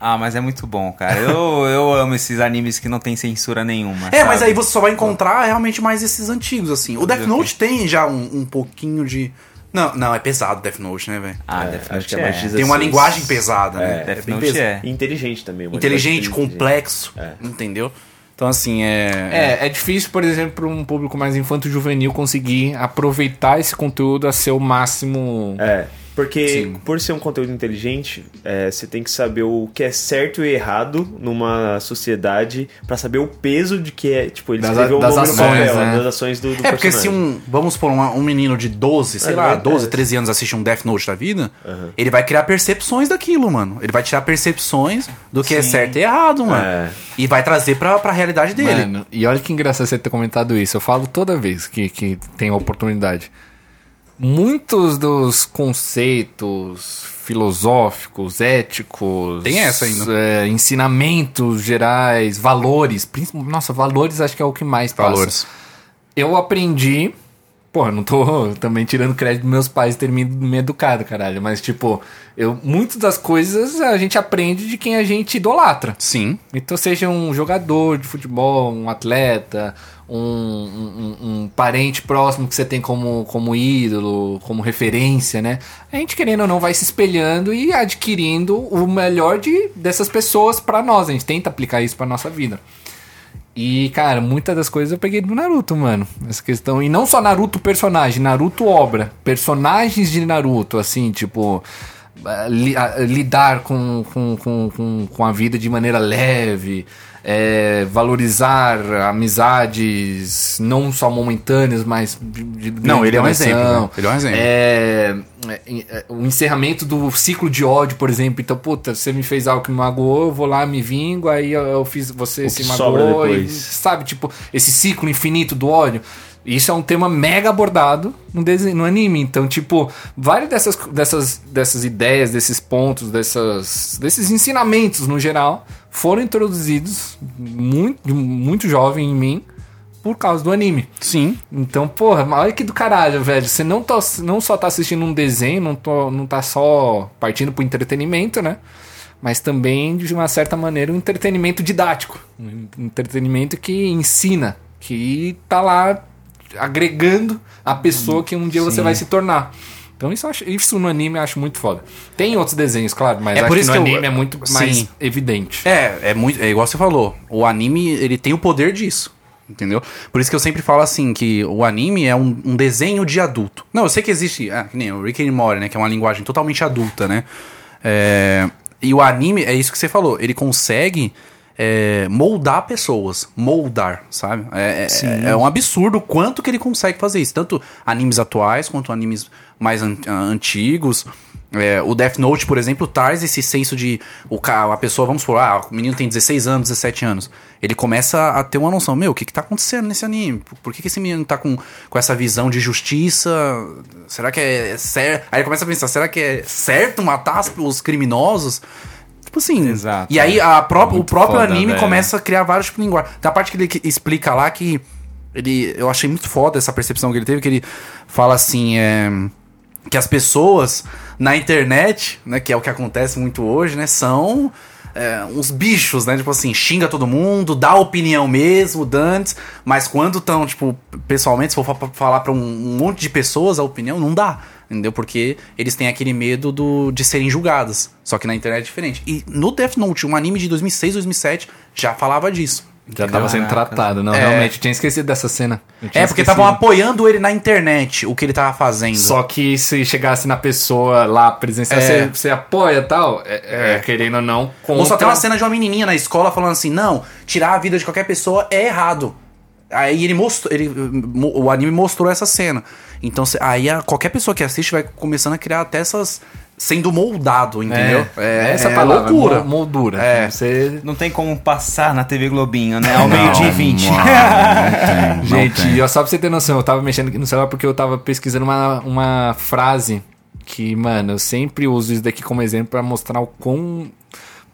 Ah, mas é muito bom, cara. Eu, eu amo esses animes que não tem censura nenhuma.
É, mas
sabe?
aí você só vai encontrar realmente mais esses antigos, assim. O Death Note tem já um, um pouquinho de. Não, não, é pesado Death Note, né, velho?
Ah,
É,
Death
acho
Note
que
é.
é mais
é.
Tem uma linguagem pesada, né?
Death
bem
Note é.
Inteligente também. uma
Inteligente,
linguagem
complexo, entendeu? Então, assim, é.
É, é difícil, por exemplo, para um público mais infanto-juvenil conseguir aproveitar esse conteúdo a seu máximo.
É, porque
Sim.
por ser um conteúdo inteligente, é, você tem que saber o que é certo e errado numa sociedade pra saber o peso de que é, tipo, ele
Das-
escreveu o
das
nome no
ações,
papel,
né?
das ações do, do
É, porque se
personagem.
um. Vamos supor, uma- um menino de 12, sei
É,
lá,
é,
12,
é.
13 anos assiste um Death Note da vida, ele vai criar percepções daquilo, mano. Ele vai tirar percepções do que é
Sim.
certo e errado, mano.
É.
E vai trazer pra, pra realidade dele.
Mano, e olha que engraçado você ter comentado isso. Eu falo toda vez que, que tem oportunidade. Muitos dos conceitos filosóficos, éticos,
Tem essa ainda.
é, ensinamentos gerais, valores, principalmente, nossa, valores acho que é o que mais passa.
Valores.
Eu aprendi Porra, não tô também tirando crédito dos meus pais terem me, me educado, caralho. Mas, tipo, eu, muitas das coisas a gente aprende de quem a gente idolatra.
Sim.
Então, seja um jogador de futebol, um atleta, um, um- um- um parente próximo que você tem como, como ídolo, como referência, né? A gente, querendo ou não, vai se espelhando e adquirindo o melhor de, dessas pessoas pra nós. A gente tenta aplicar isso pra nossa vida. E, cara, muitas das coisas eu peguei do Naruto, mano. Essa questão. E não só Naruto personagem, Naruto obra. Personagens de Naruto, assim, tipo. ah, li- ah, lidar com, com, com, com, com a vida de maneira leve, é, valorizar amizades não só momentâneas, mas de, de
Não, ele é um
duração.
exemplo, né? Ele é um exemplo.
É, é, é, o encerramento do ciclo de ódio, por exemplo. Então, puta, você me fez algo que me magoou, eu vou lá, me vingo, aí eu, eu fiz você
O
se
que sobra
magoou e-
depois.
sabe? Tipo, esse ciclo infinito do ódio. Isso é um tema mega abordado no, desenho, no anime. Então, tipo, várias dessas, dessas, dessas ideias, desses pontos, dessas, desses ensinamentos no geral, foram introduzidos muito, muito jovem em mim por causa do anime.
Sim.
Então, porra, mas olha que do caralho, velho. Você não, tá, não só tá assistindo um desenho, não, tô, não tá só partindo pro entretenimento, né? Mas também, de uma certa maneira, um entretenimento didático. Um entretenimento que ensina, que tá lá agregando a pessoa que um dia você vai se tornar. Então isso, eu acho- isso no anime eu acho muito foda. Tem outros desenhos, claro, mas
É
acho
por
que
isso
no
que eu-
anime é muito mais
Sim.
evidente.
É, é muito. É igual você falou. O anime, ele tem o poder disso. Entendeu? Por isso que eu sempre falo assim, que o anime é um, um desenho de adulto. Não, eu sei que existe. Ah, que nem o Rick and Morty, né? Que é uma linguagem totalmente adulta, né? É, e o anime, é isso que você falou. Ele consegue. é, moldar pessoas, moldar, sabe? É, é, é um absurdo o quanto que ele consegue fazer isso. Tanto animes atuais quanto animes mais an- ah, antigos. É, o Death Note, por exemplo, traz esse senso de o ca- a pessoa, vamos supor, ah, o menino tem 16 anos, 17 anos. Ele começa a ter uma noção, meu, o que, que tá acontecendo nesse anime? Por- Por que, que esse menino tá com, com essa visão de justiça? Será que é, certo? Aí ele começa a pensar, será que é certo matar as- os criminosos? Tipo assim.
Exato,
E aí a pró- o
Muito
próprio
foda,
anime
velho.
começa a criar vários tipos de linguagem. Tem a parte que ele que- explica lá que ele, eu achei muito foda essa percepção que ele teve, que ele fala assim, é, que as pessoas na internet, né, que é o que acontece muito hoje, né, são é, uns bichos, né, tipo assim, xinga todo mundo, dá opinião mesmo, dantes, mas quando estão, tipo, pessoalmente, se for fa- pra- falar pra um, um monte de pessoas a opinião, não dá, entendeu? Porque eles têm aquele medo do, de serem julgadas, só que na internet é diferente. E no Death Note, um anime de 2006, 2007, já falava disso.
Já tava sendo tratado, não,
É.
realmente, eu tinha esquecido dessa cena. Eu tinha
É, porque
esquecido.
estavam apoiando ele na internet, o que ele tava fazendo.
Só que se chegasse na pessoa lá presencial,
Né? É.
você, você apoia e tal, é, é, querendo ou não, contra...
Ou só tem uma cena de uma menininha na escola falando assim: não, tirar a vida de qualquer pessoa é errado. Aí ele mostrou, ele, mo- o anime mostrou essa cena. Então cê- aí a- qualquer pessoa que assiste vai começando a criar até essas. sendo moldado, entendeu?
É, essa palavra,
loucura.
mo- moldura.
É.
Você...
Não tem como passar na TV Globinho, né? Ao
Não,
meio-dia e 20.
Gente, e ó, só pra você ter noção, eu tava mexendo aqui no celular porque eu tava pesquisando uma, uma frase que, mano, eu sempre uso isso daqui como exemplo pra mostrar o quão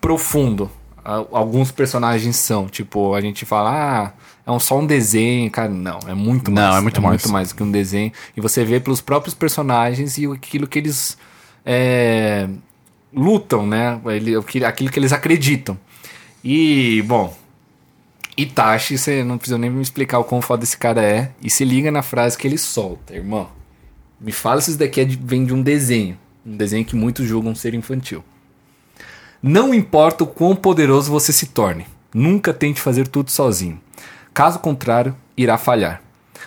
profundo a- alguns personagens são. Tipo, a gente fala, ah, é um- só um desenho, cara. Não, é muito
Não,
mais.
é muito mais.
muito mais do que um desenho. E você vê pelos próprios personagens e aquilo que eles é, lutam, né? Ele- o que- Aquilo que eles acreditam. E, bom, Itachi, você não precisa nem me explicar o quão foda esse cara é. E se liga na frase que ele solta, irmão. Me fala se isso daqui é de- vem de um desenho. Um desenho que muitos julgam ser infantil. Não importa o quão poderoso você se torne, nunca tente fazer tudo sozinho. Caso contrário, irá falhar.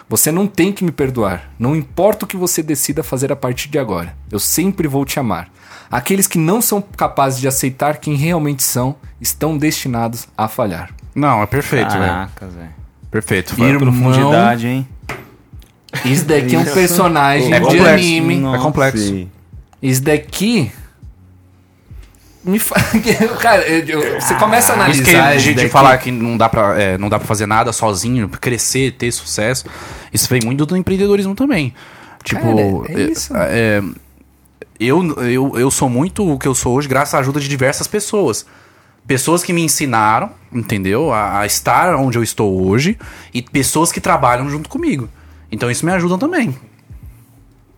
Você não tem que me perdoar. Não importa o que você decida fazer a partir de agora, eu sempre vou te amar. Aqueles que não são capazes de aceitar quem realmente são estão destinados a falhar.
Não, é perfeito,
Ah. Caracas, velho.
Perfeito.
Que profundidade, hein?
Isso daqui é um personagem
É
de
complexo.
anime.
É complexo.
Sim.
Isso daqui. Me fa... Cara, eu- eu- você começa a
Ah, Isso
analisar. é
que a gente
daqui.
falar que não dá, pra, é, não dá pra fazer nada sozinho, crescer, ter sucesso. Isso vem muito do empreendedorismo também. Tipo,
Cara, é isso.
é, eu, eu, eu sou muito o que eu sou hoje graças à ajuda de diversas pessoas. Pessoas que me ensinaram, entendeu? A, a estar onde eu estou hoje e pessoas que trabalham junto comigo. Então isso me ajuda também.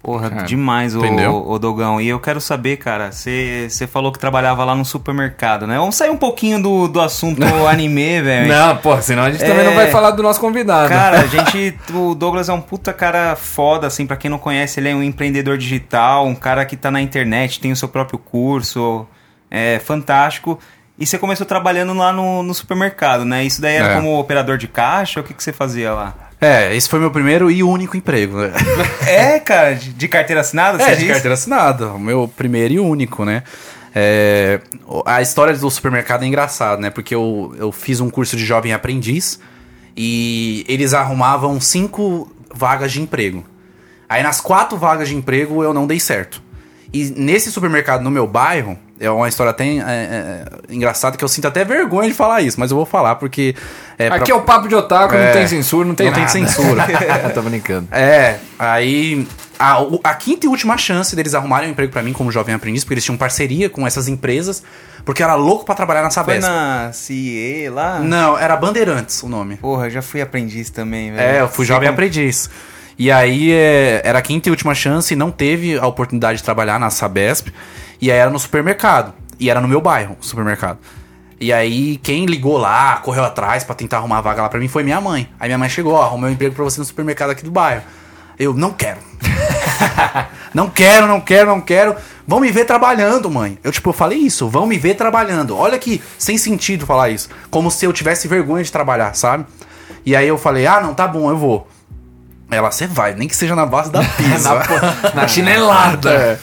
Porra, demais, o,
entendeu?
o Dogão. E eu quero saber, cara, você você falou que trabalhava lá no supermercado, né? Vamos sair um pouquinho do, do assunto anime, velho.
Não, pô, senão a gente também
É.
não vai falar do nosso convidado.
Cara, a gente. O Douglas é um puta cara foda, assim, pra quem não conhece, ele é um empreendedor digital, um cara que tá na internet, tem o seu próprio curso, é fantástico. E você começou trabalhando lá no, no supermercado, né? Isso daí era
É.
como operador de caixa? O que, que você fazia lá?
É, esse foi meu primeiro e único emprego, né?
É, cara, de, de carteira assinada? você
É, de
diz?
carteira assinada. O meu primeiro e único, né? É, o- a história do supermercado é engraçada, né? Porque eu, eu fiz um curso de jovem aprendiz e eles arrumavam cinco vagas de emprego. Aí nas quatro vagas de emprego eu não dei certo. E nesse supermercado no meu bairro, é uma história até é, é, engraçada que eu sinto até vergonha de falar isso, mas eu vou falar porque. é, pra-
Aqui é o papo de otaku, não
É.
tem censura, não tem
Não tem
nada.
censura.
Eu tô brincando.
É, aí a, o- a quinta e última chance deles arrumarem um emprego pra mim como jovem aprendiz, porque eles tinham parceria com essas empresas, porque eu era louco pra trabalhar na
Foi
Sabesp.
na CIE lá?
Não, era Bandeirantes o nome.
Porra, eu já fui aprendiz também, velho.
É, eu fui
Sei
jovem
como-
aprendiz. E aí é, era a quinta e última chance e não teve a oportunidade de trabalhar na Sabesp. E aí era no supermercado. E era no meu bairro, o supermercado. E aí quem ligou lá, correu atrás pra tentar arrumar a vaga lá pra mim foi minha mãe. Aí minha mãe chegou, ó, arrumei um emprego pra você no supermercado aqui do bairro. Eu, não quero. Não quero, não quero, não quero. Vão me ver trabalhando, mãe. Eu, tipo, eu falei isso. Vão me ver trabalhando. Olha que sem sentido falar isso. Como se eu tivesse vergonha de trabalhar, sabe? E aí eu falei, ah, não, tá bom, eu vou. Ela, você vai, nem que seja na base da pizza.
Na chinelada.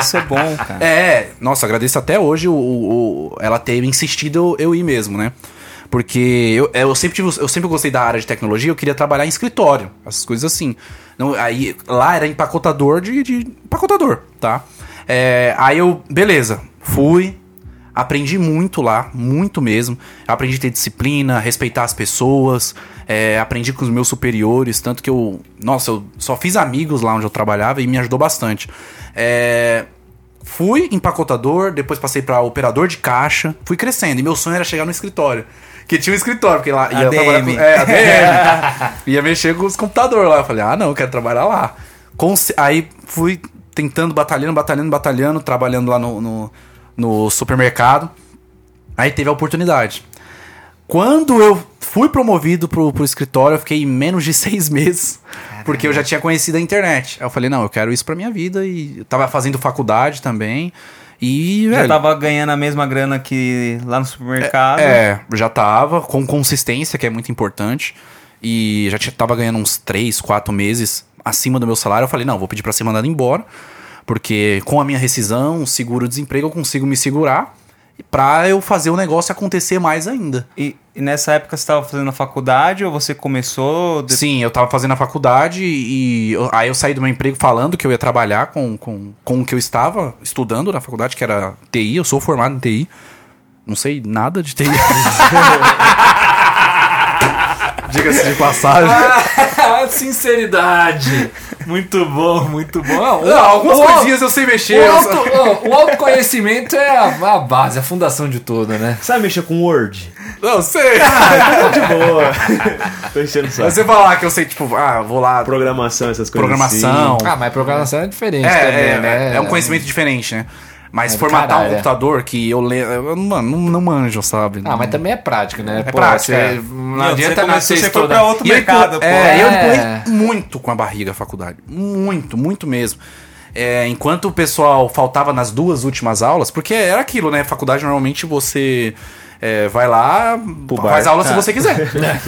Isso é bom, cara.
É, nossa, agradeço até hoje o, o- o- ela ter insistido eu, eu ir mesmo, né? Porque eu, é, eu sempre tive- eu sempre gostei da área de tecnologia, eu queria trabalhar em escritório, essas coisas assim. Não, aí, lá era empacotador de, de- empacotador, tá? É, aí eu, beleza, fui, aprendi muito lá, muito mesmo. Aprendi a ter disciplina, respeitar as pessoas, é, aprendi com os meus superiores, tanto que eu, nossa, eu só fiz amigos lá onde eu trabalhava e me ajudou bastante. É, Fui empacotador, depois passei pra operador de caixa, fui crescendo. E meu sonho era chegar no escritório. Que tinha um escritório, porque lá ia
ADM.
trabalhar com. É, ADM. ia mexer com os computadores lá. Eu falei, ah, não, eu quero trabalhar lá. Conse- Aí fui tentando, batalhando, batalhando, batalhando, trabalhando lá no, no, no supermercado. Aí teve a oportunidade. Quando eu fui promovido pro, pro escritório, eu fiquei menos de seis meses, porque eu já tinha conhecido a internet. Aí eu falei, não, eu quero isso pra minha vida. E eu tava fazendo faculdade também. E,
Já
velho,
tava ganhando a mesma grana que lá no supermercado.
é, já tava, com consistência, que é muito importante. E já tinha- tava ganhando uns 3, 4 meses acima do meu salário. Eu falei, não, vou pedir pra ser mandado embora. Porque com a minha rescisão, seguro-desemprego, eu consigo me segurar pra eu fazer o negócio acontecer mais ainda.
E, e nessa época você tava fazendo a faculdade ou você começou... de-
Sim, eu tava fazendo a faculdade e eu- aí eu saí do meu emprego falando que eu ia trabalhar com, com, com o que eu estava estudando na faculdade, que era TI, eu sou formado em TI. Não sei nada de TI. Diga-se de passagem.
Sinceridade.
Muito bom, muito bom.
Não,
Não, algumas
o-
coisinhas eu sei mexer.
O,
eu só-
auto, ó, o autoconhecimento é a, a base, a fundação de tudo, né?
Sabe mexer com Word? Tá
Não sei.
De boa. Tô enchendo o saco.
Você falar que eu sei, tipo, ah, vou lá.
Programação, essas coisas assim.
Programação.
Ah, mas programação é diferente
É,
também,
é,
né?
é, um conhecimento diferente, né? Mas
É do
formatar
caralho,
um
é.
computador que eu leio. eu, Mano, não, não manjo, sabe?
Ah,
Não-
mas também é prática, né?
É
você-
prática, é.
Não
Meu,
adianta
você
nada
começou,
você
você foi
estudar.
pra outro
E aí,
mercado, pô.
É, eu
É.
empurrei muito com a barriga a faculdade. Muito, muito mesmo. É, enquanto o pessoal faltava nas duas últimas aulas, porque era aquilo, né? Faculdade normalmente você é, vai lá,
bar.
faz aula se
É.
você quiser.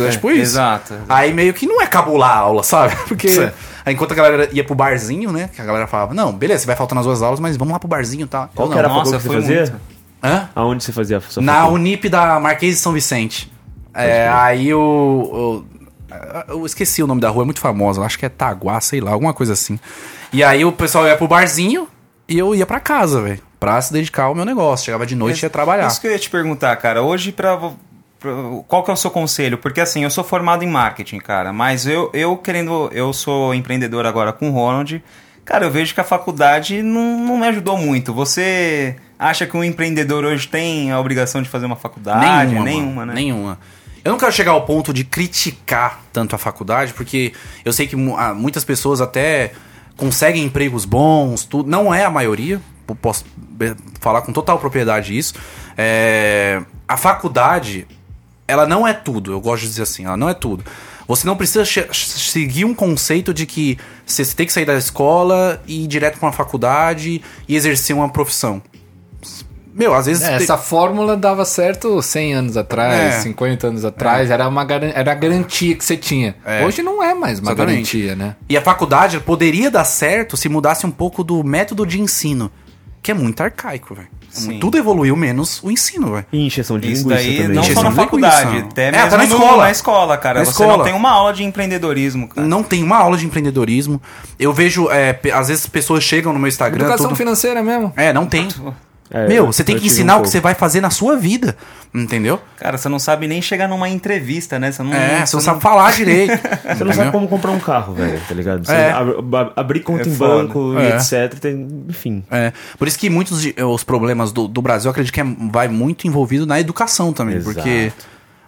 É, tipo isso.
Exato.
Aí meio que não é cabular a aula, sabe? Porque
Sim.
aí, enquanto a galera ia pro barzinho, né? Que a galera falava, não, beleza, você vai faltar nas duas aulas, mas vamos lá pro barzinho e tal.
Qual
Eu
que era a
não.
Nossa,
faculdade que você
foi
fazia?
muito.
Hã?
Aonde você fazia a sua
Na
faculdade?
Unip da Marquês de São Vicente. É, aí eu, eu. eu esqueci o nome da rua, é muito famosa. eu Acho que é Taguá, sei lá, alguma coisa assim. E aí o pessoal ia pro barzinho e eu ia pra casa, velho. Pra se dedicar ao meu negócio. Chegava de
é
noite e ia trabalhar.
Isso que eu ia te perguntar, cara. Hoje, pra, vo- pra- qual que é o seu conselho? Porque assim, eu sou formado em marketing, cara. Mas eu, eu querendo... Eu sou empreendedor agora com o Ronald. Cara, eu vejo que a faculdade não, não me ajudou muito. Você acha que um empreendedor hoje tem a obrigação de fazer uma faculdade?
nenhuma, mano,
né?
Nenhuma. Eu não quero chegar ao ponto de criticar tanto a faculdade, porque eu sei que mu- ah, muitas pessoas até conseguem empregos bons, tudo. Não é a maioria, po- posso be- falar com total propriedade isso. É, a faculdade, ela não é tudo, eu gosto de dizer assim, ela não é tudo. Você não precisa che- seguir um conceito de que você tem que sair da escola e ir direto para uma faculdade e exercer uma profissão. Meu, às vezes.
É,
te-
Essa fórmula dava certo 100 anos atrás,
É.
50 anos atrás, era, uma garan- era a garantia que você tinha.
É.
Hoje não é mais uma
Exatamente.
garantia, né?
E a faculdade poderia dar certo se mudasse um pouco do método de ensino, que é muito arcaico, velho. É
Sim.
Tudo evoluiu menos o ensino, velho.
E injeção de
Isso
linguiça
daí não
também. né?
só
Injeção
na
de
faculdade,
linguiça.
até
É,
mesmo
tá na
no-
escola.
na escola, cara.
Na
Você
escola.
não tem uma aula de empreendedorismo, cara.
Não tem uma aula de empreendedorismo. Eu vejo, é, pe- às vezes, pessoas chegam no meu Instagram.
Educação
tudo-
financeira mesmo.
É, não tem.
É,
Meu, você tem
eu
que
tive
ensinar
um
o que você
pouco.
vai fazer na sua vida, entendeu?
Cara, você não sabe nem chegar numa entrevista, né? Você não,
É, você não sabe falar direito.
Você não sabe como comprar um carro, velho, tá ligado? Você
É.
ab- ab- abrir
É
conta em
foda.
banco e
É.
etc. tem- enfim.
É, por isso que muitos de- os problemas do, do Brasil, eu acredito que é- vai muito envolvido na educação também,
Exato.
porque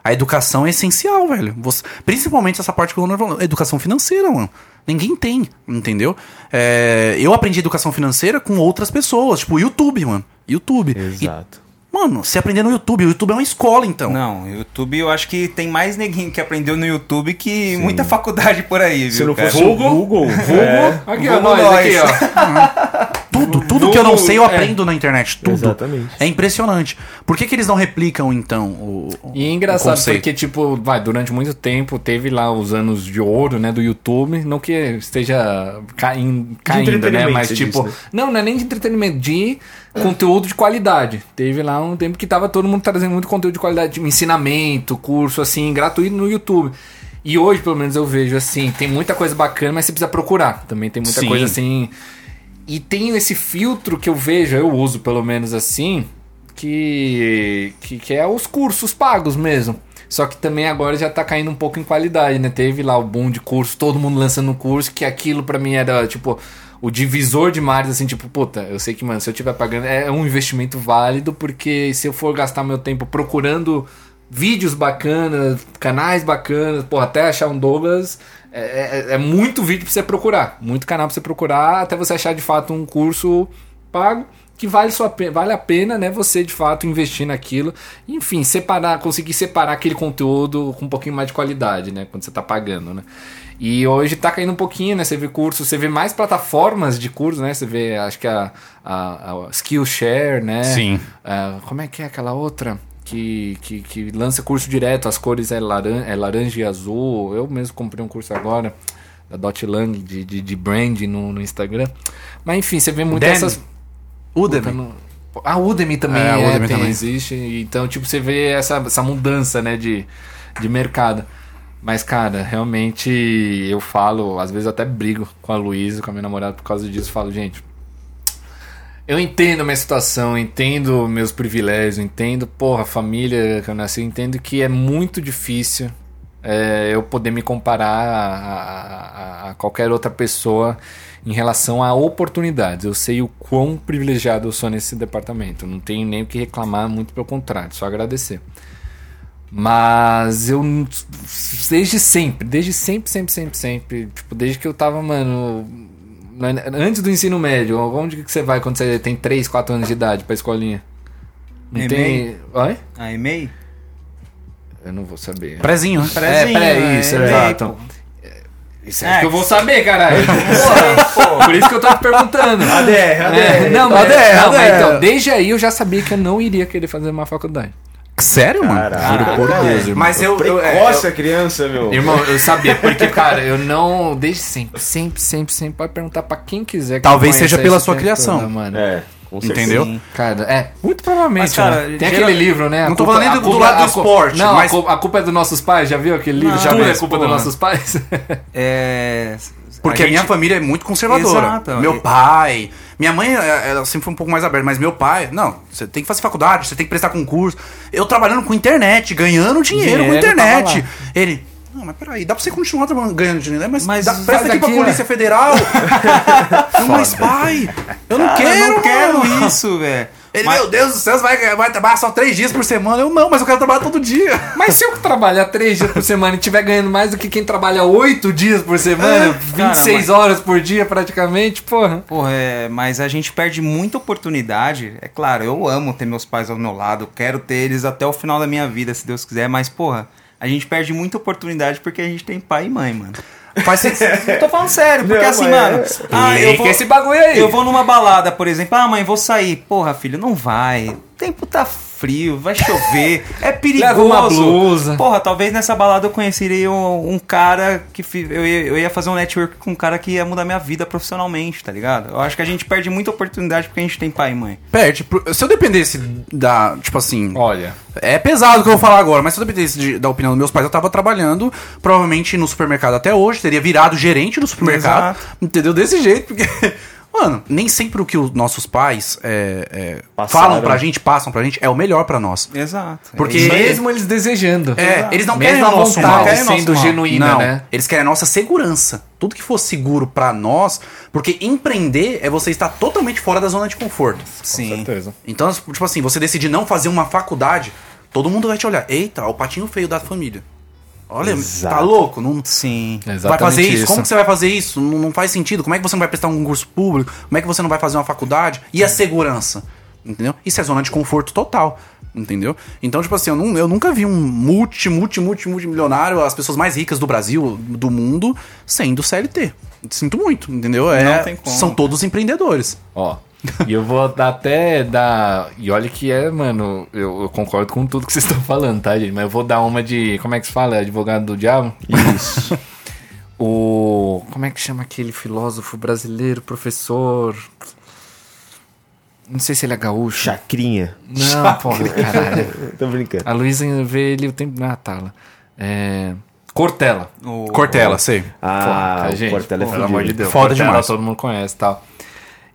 a educação é essencial, velho. Você- principalmente essa parte que o Leonardo falou, educação financeira, mano. Ninguém tem, entendeu? É, eu aprendi educação financeira com outras pessoas, tipo YouTube, mano. YouTube.
Exato.
E, mano, você aprender no YouTube, o YouTube é uma escola, então.
Não, YouTube eu acho que tem mais neguinho que aprendeu no YouTube que muita faculdade por aí, viu?
Se não
cara?
fosse o Google, é,
Aqui, ó,
Google
nós, aqui,
nós.
ó.
Tudo, tudo que eu não sei, eu aprendo na internet. Tudo.
Exatamente.
É impressionante. Por que, que eles não replicam, então, o. o-
E é
o
engraçado
conceito?
porque, tipo, vai, durante muito tempo teve lá os anos de ouro, né, do YouTube. Não que esteja caindo, caindo né,
entretenimento,
mas
você
tipo...
disse,
Não, não é nem de entretenimento, de conteúdo de qualidade. Teve lá um tempo que tava todo mundo trazendo muito conteúdo de qualidade, tipo, ensinamento, curso, assim, gratuito no YouTube. E hoje, pelo menos, eu vejo, assim, tem muita coisa bacana, mas você precisa procurar. Também tem muita
Sim.
coisa, assim... E tem esse filtro que eu vejo, eu uso pelo menos assim, que, que, que é os cursos pagos mesmo. Só que também agora já tá caindo um pouco em qualidade, né? Teve lá o boom de curso, todo mundo lançando um curso, que aquilo pra mim era, tipo, o divisor de mares, assim, tipo, puta, eu sei que, mano, se eu tiver pagando, é um investimento válido, porque se eu for gastar meu tempo procurando vídeos bacanas, canais bacanas, porra, até achar um Douglas, é, é- é muito vídeo pra você procurar, muito canal pra você procurar, até você achar de fato um curso pago que vale, sua, pe- vale a pena, né, você de fato investir naquilo. Enfim, separar, conseguir separar aquele conteúdo com um pouquinho mais de qualidade, né, quando você tá pagando, né. E hoje tá caindo um pouquinho, né, você vê curso, você vê mais plataformas de curso, né, você vê, acho que a, a, a Skillshare, né.
Sim.
Ah, como é que é aquela outra? Que, que, que lança curso direto, as cores é laranja, é laranja e azul. Eu mesmo comprei um curso agora da Dot Lang de, de, de brand no, no Instagram. Mas enfim, você vê muito
Udemy.
essas.
Udemy.
Puta, não- Tá A Udemy também,
É,
é,
a Udemy
tem-
também.
existe. Então, tipo, você vê essa, essa mudança, né, de, de mercado. Mas, cara, realmente eu falo, às vezes até brigo com a Luísa, com a minha namorada, por causa disso. Falo, gente, eu entendo a minha situação, eu entendo meus privilégios, eu entendo, porra, a família que eu nasci, eu entendo que é muito difícil é, eu poder me comparar a, a- a- a qualquer outra pessoa em relação a oportunidades. Eu sei o quão privilegiado eu sou nesse departamento, não tenho nem o que reclamar, muito pelo contrário, só agradecer. Mas eu n- desde sempre, desde sempre, sempre, sempre, sempre, tipo, desde que eu tava, mano, na- antes do ensino médio, onde que você vai quando você tem 3, 4 anos de idade pra escolinha? Não
Enem?
tem. Oi?
Ah, e-mail?
Eu não vou saber.
Prezinho, né? É.
Prezinho,
pré- É, isso,
e-mail,
exato. É,
pô.
Isso acho que eu vou saber, caralho.
Pô,
Por isso que eu tô te perguntando. ADR, ADR. Não, mas,
ADR,
não, mas
ADR.
então, desde aí eu já sabia que eu não iria querer fazer uma faculdade.
Sério, mano?
Caralho.
Mas eu. eu- é,
Precoce a criança, meu.
Irmão, eu sabia, porque, cara, eu não. Desde sempre, sempre, sempre, sempre. Pode perguntar pra quem quiser. que
Talvez
eu conheça
seja pela
esse
sua
tempo
criação.
todo, mano.
É, com certeza.
Entendeu?
Sim.
Cara, é, muito provavelmente.
Mas, cara,
né? Tem
geral-
aquele livro, né? A
Não tô falando nem
a
do- do lado do
a cu-
esporte,
Não,
mas- é
a, cu- a culpa é dos nossos pais, já viu aquele livro?
Não,
já viu a
mas,
culpa dos
porra.
nossos pais?
É.
Porque a,
gente-
minha família é muito conservadora.
Exato.
Meu
E-
pai. Minha mãe, é, ela sempre foi um pouco mais aberta, mas meu pai, não, você tem que fazer faculdade, você tem que prestar concurso. Eu trabalhando com internet, ganhando
Dinheiro,
dinheiro, com
tava
internet.
lá.
Ele. Não, mas peraí, dá pra você continuar trabalhando, ganhando dinheiro, né? mas,
Mas
dá,
faz
presta aqui pra
aqui,
Polícia Federal. não, mas pai, eu não
Cara,
quero,
eu não
mano.
quero isso, velho.
Ele,
Mas-
meu Deus do céu, você vai, vai trabalhar só três dias por semana. Eu não, mas eu quero trabalhar todo dia.
Mas se eu trabalhar três dias por semana e estiver ganhando mais do que quem trabalha oito dias por semana, 26 horas por dia praticamente, porra.
Porra, é, mas a gente perde muita oportunidade. É claro, eu amo ter meus pais ao meu lado, quero ter eles até o final da minha vida, se Deus quiser, mas, porra, a gente perde muita oportunidade porque a gente tem pai e mãe, mano.
Faz sentido.
Eu tô falando sério, porque
Não,
assim,
mas
mano.
é-
Ah, eu
Explica
vou,
esse bagulho aí.
eu vou numa balada, por exemplo. Ah, mãe, vou sair. Porra, filho, não vai. O tempo tá frio, vai chover, é perigoso.
Leva uma blusa.
Porra, talvez nessa balada eu conheceria um, um cara que fi- eu ia, eu ia fazer um network com um cara que ia mudar minha vida profissionalmente, tá ligado? Eu acho que a gente perde muita oportunidade porque a gente tem pai e mãe.
Perde. pro- Se eu dependesse da. Tipo assim.
Olha.
É pesado o que eu vou falar agora, mas se eu dependesse de- da opinião dos meus pais, eu tava trabalhando, provavelmente no supermercado até hoje, teria virado gerente do supermercado.
Exato.
Entendeu? Desse jeito, porque. Mano, nem sempre o que os nossos pais é, é,
Passaram.
falam pra gente, passam pra gente, é o melhor pra nós.
Exato.
Porque
isso aí.
Mesmo eles desejando.
É, eles não
Mesmo
querem o
a
nosso
vontade
mal.
sendo genuína,
não,
né?
Eles querem a nossa segurança. Tudo que for seguro pra nós, porque empreender é você estar totalmente fora da zona de conforto.
Sim.
Então, tipo assim, você decidir não fazer uma faculdade, todo mundo vai te olhar. Eita, é o patinho feio da família. Olha,
Exato.
tá louco? Não
Sim.
vai
Exatamente
fazer isso?
isso.
Como que você vai fazer isso? Não, não faz sentido. Como é que você não vai prestar um concurso público? Como é que você não vai fazer uma faculdade? E a segurança? Entendeu? Isso é zona de conforto total. Entendeu? Então, tipo assim, eu, nun- eu nunca vi um multi, multi, multi, multimilionário, as pessoas mais ricas do Brasil, do mundo, sendo CLT. Sinto muito, entendeu? É,
Não tem como.
São todos empreendedores.
Ó. E eu vou dar até dar. E olha que é, mano, eu, eu concordo com tudo que vocês estão falando, tá, gente? Mas eu vou dar uma de. Como é que se fala? Advogado do diabo? Isso. o. Como é que chama aquele filósofo brasileiro, professor? Não sei se ele é gaúcho.
Chacrinha.
Não, porra, caralho.
Tô brincando.
A Luísa vê ele o tempo. Ah, tá lá. É. Cortella.
O-
Cortella, sei.
Ah,
Foda,
o Cortella é
pô,
fudido.
Foda
Cortella
demais.
Todo mundo conhece e tal.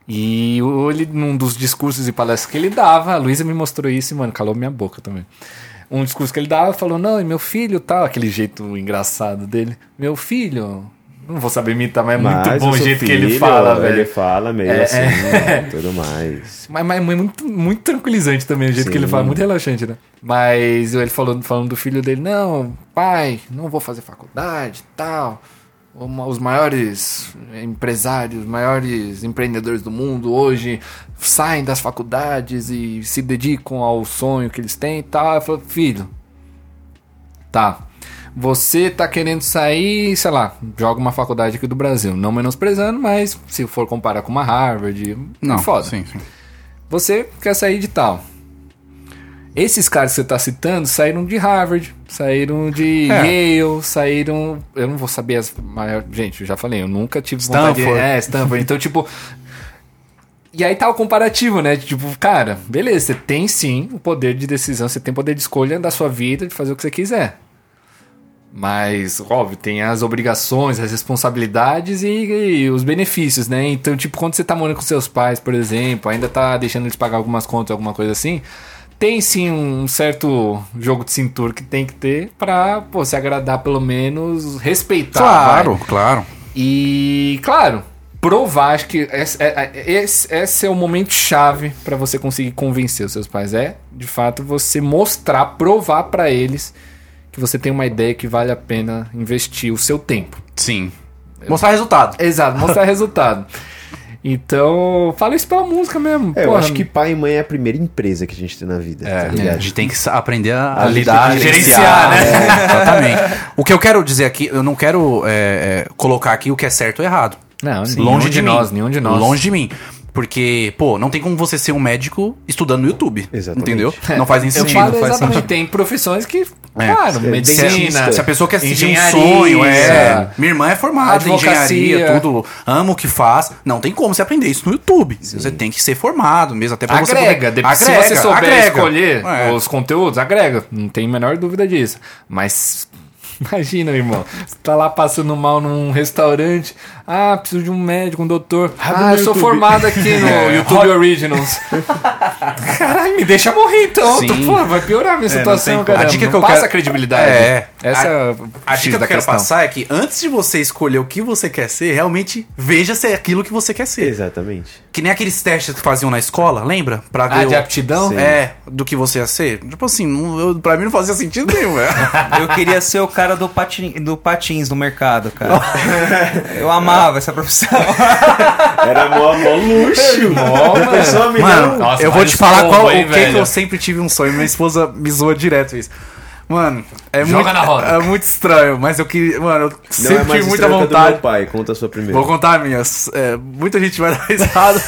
E o- ele, num dos discursos e palestras que ele dava, a Luísa me mostrou isso e, mano, calou minha boca também. Um discurso que ele dava, falou, não, e meu filho, tal, aquele jeito engraçado dele. Meu filho, não vou saber imitar, mas é muito
Mas
bom o
seu
jeito que
filho,
ele fala,
Ele
velho.
fala meio
É,
assim,
é.
né, tudo mais.
Mas, mas é muito, muito tranquilizante também o jeito que ele
Sim.
fala, muito relaxante, né? Mas ele falou, falando do filho dele, não, pai, não vou fazer faculdade tal. Uma- Os maiores empresários, os maiores empreendedores do mundo hoje saem das faculdades e se dedicam ao sonho que eles têm e tal. Eu falo, filho, Tá. Você tá querendo sair, sei lá, joga uma faculdade aqui do Brasil. Não menosprezando, mas se for comparar com uma Harvard, não, é foda.
Sim, sim.
Você quer sair de tal. Esses caras que você tá citando saíram de Harvard, saíram de
É.
Yale, saíram. Eu não vou saber as maiores. Gente, eu já falei, eu nunca tive vontade de.
Stanford.
É, Stanford. Então, tipo. E aí tá o comparativo, né? Tipo, cara, beleza, você tem sim o poder de decisão, você tem poder de escolha da sua vida, de fazer o que você quiser. Mas, óbvio, tem as obrigações, as responsabilidades e, e os benefícios, né? Então, tipo, quando você tá morando com seus pais, por exemplo, ainda tá deixando eles pagar algumas contas, alguma coisa assim, tem sim um certo jogo de cintura que tem que ter pra, pô, se agradar pelo menos, respeitar. vai.
claro, claro.
E, claro, provar, acho que esse, é- é- esse- esse é o momento chave pra você conseguir convencer os seus pais. É, de fato, você mostrar, provar pra eles que você tem uma ideia que vale a pena investir o seu tempo.
Sim. Mostrar resultado.
Exato, mostrar resultado. Então, fala isso pela música mesmo.
É, eu
porra.
acho que pai e mãe é a primeira empresa que a gente tem na vida, tá
É, a
ligado?
gente tem que sa- aprender a,
A lidar,
Ah,
gerenciar, né? Exatamente. O que eu quero dizer aqui, eu não quero é, é, colocar aqui o que é certo ou errado.
Não,
Sim,
longe
nenhum
de nós, nenhum de nós.
Longe de mim. Porque, pô, não tem como você ser um médico estudando no YouTube.
Exatamente.
Entendeu? Não faz nem
Eu
sentido.
falo
não faz
exatamente,
sentido.
tem profissões que,
É.
claro,
Se,
medicina,
a, se a pessoa quer seguir um
engenharia,
sonho, é. Minha irmã é formada em
Advocacia.
engenharia, tudo, ama o que faz. Não tem como você aprender isso no YouTube. Você tem que ser formado mesmo, até pra você.
agrega,
poder-
depois Então se
Agrega,
você souber
agrega.
escolher
É.
os conteúdos, agrega. Não tem a menor dúvida disso. Mas imagina, irmão, você tá lá passando mal num restaurante. Ah, preciso de um médico, um doutor.
Abre
ah,
no
eu sou
YouTube.
É.
formado aqui no YouTube Originals. Caralho, me deixa morrer então.
Sim.
Tô falando, vai piorar a
É,
minha situação,
tem como.
cara.
A dica
não
que eu
passa
quero-
a credibilidade.
É.
Essa
A-
é
A
X
dica que
da
eu quero
questão.
passar é que antes de você escolher o que você quer ser, realmente veja se é aquilo que você quer ser.
Exatamente.
Que nem aqueles testes que faziam na escola, lembra? Pra
Ah, de aptidão?
É, do que você ia ser. Tipo assim, não, eu, pra mim não fazia sentido nenhum, né? velho.
Eu queria ser o cara do, patin... do patins no mercado, cara. Eu amava essa profissão.
Era mó, mó luxo. é
Mó,
Já pensou, amigo?
Mano,
Nossa,
um eu vou
vários
te falar
combos
qual,
aí,
o que,
velho.
que eu sempre tive um sonho. Minha esposa me zoa direto isso. Mano, é,
Joga
muito,
na roda.
é muito estranho, mas eu queria. Mano, eu
Não é
sempre
mais
tive muita
estranho que a do meu
vontade.
pai. Conta a sua primeira.
Vou contar a minha. S- é, muita gente vai dar risada.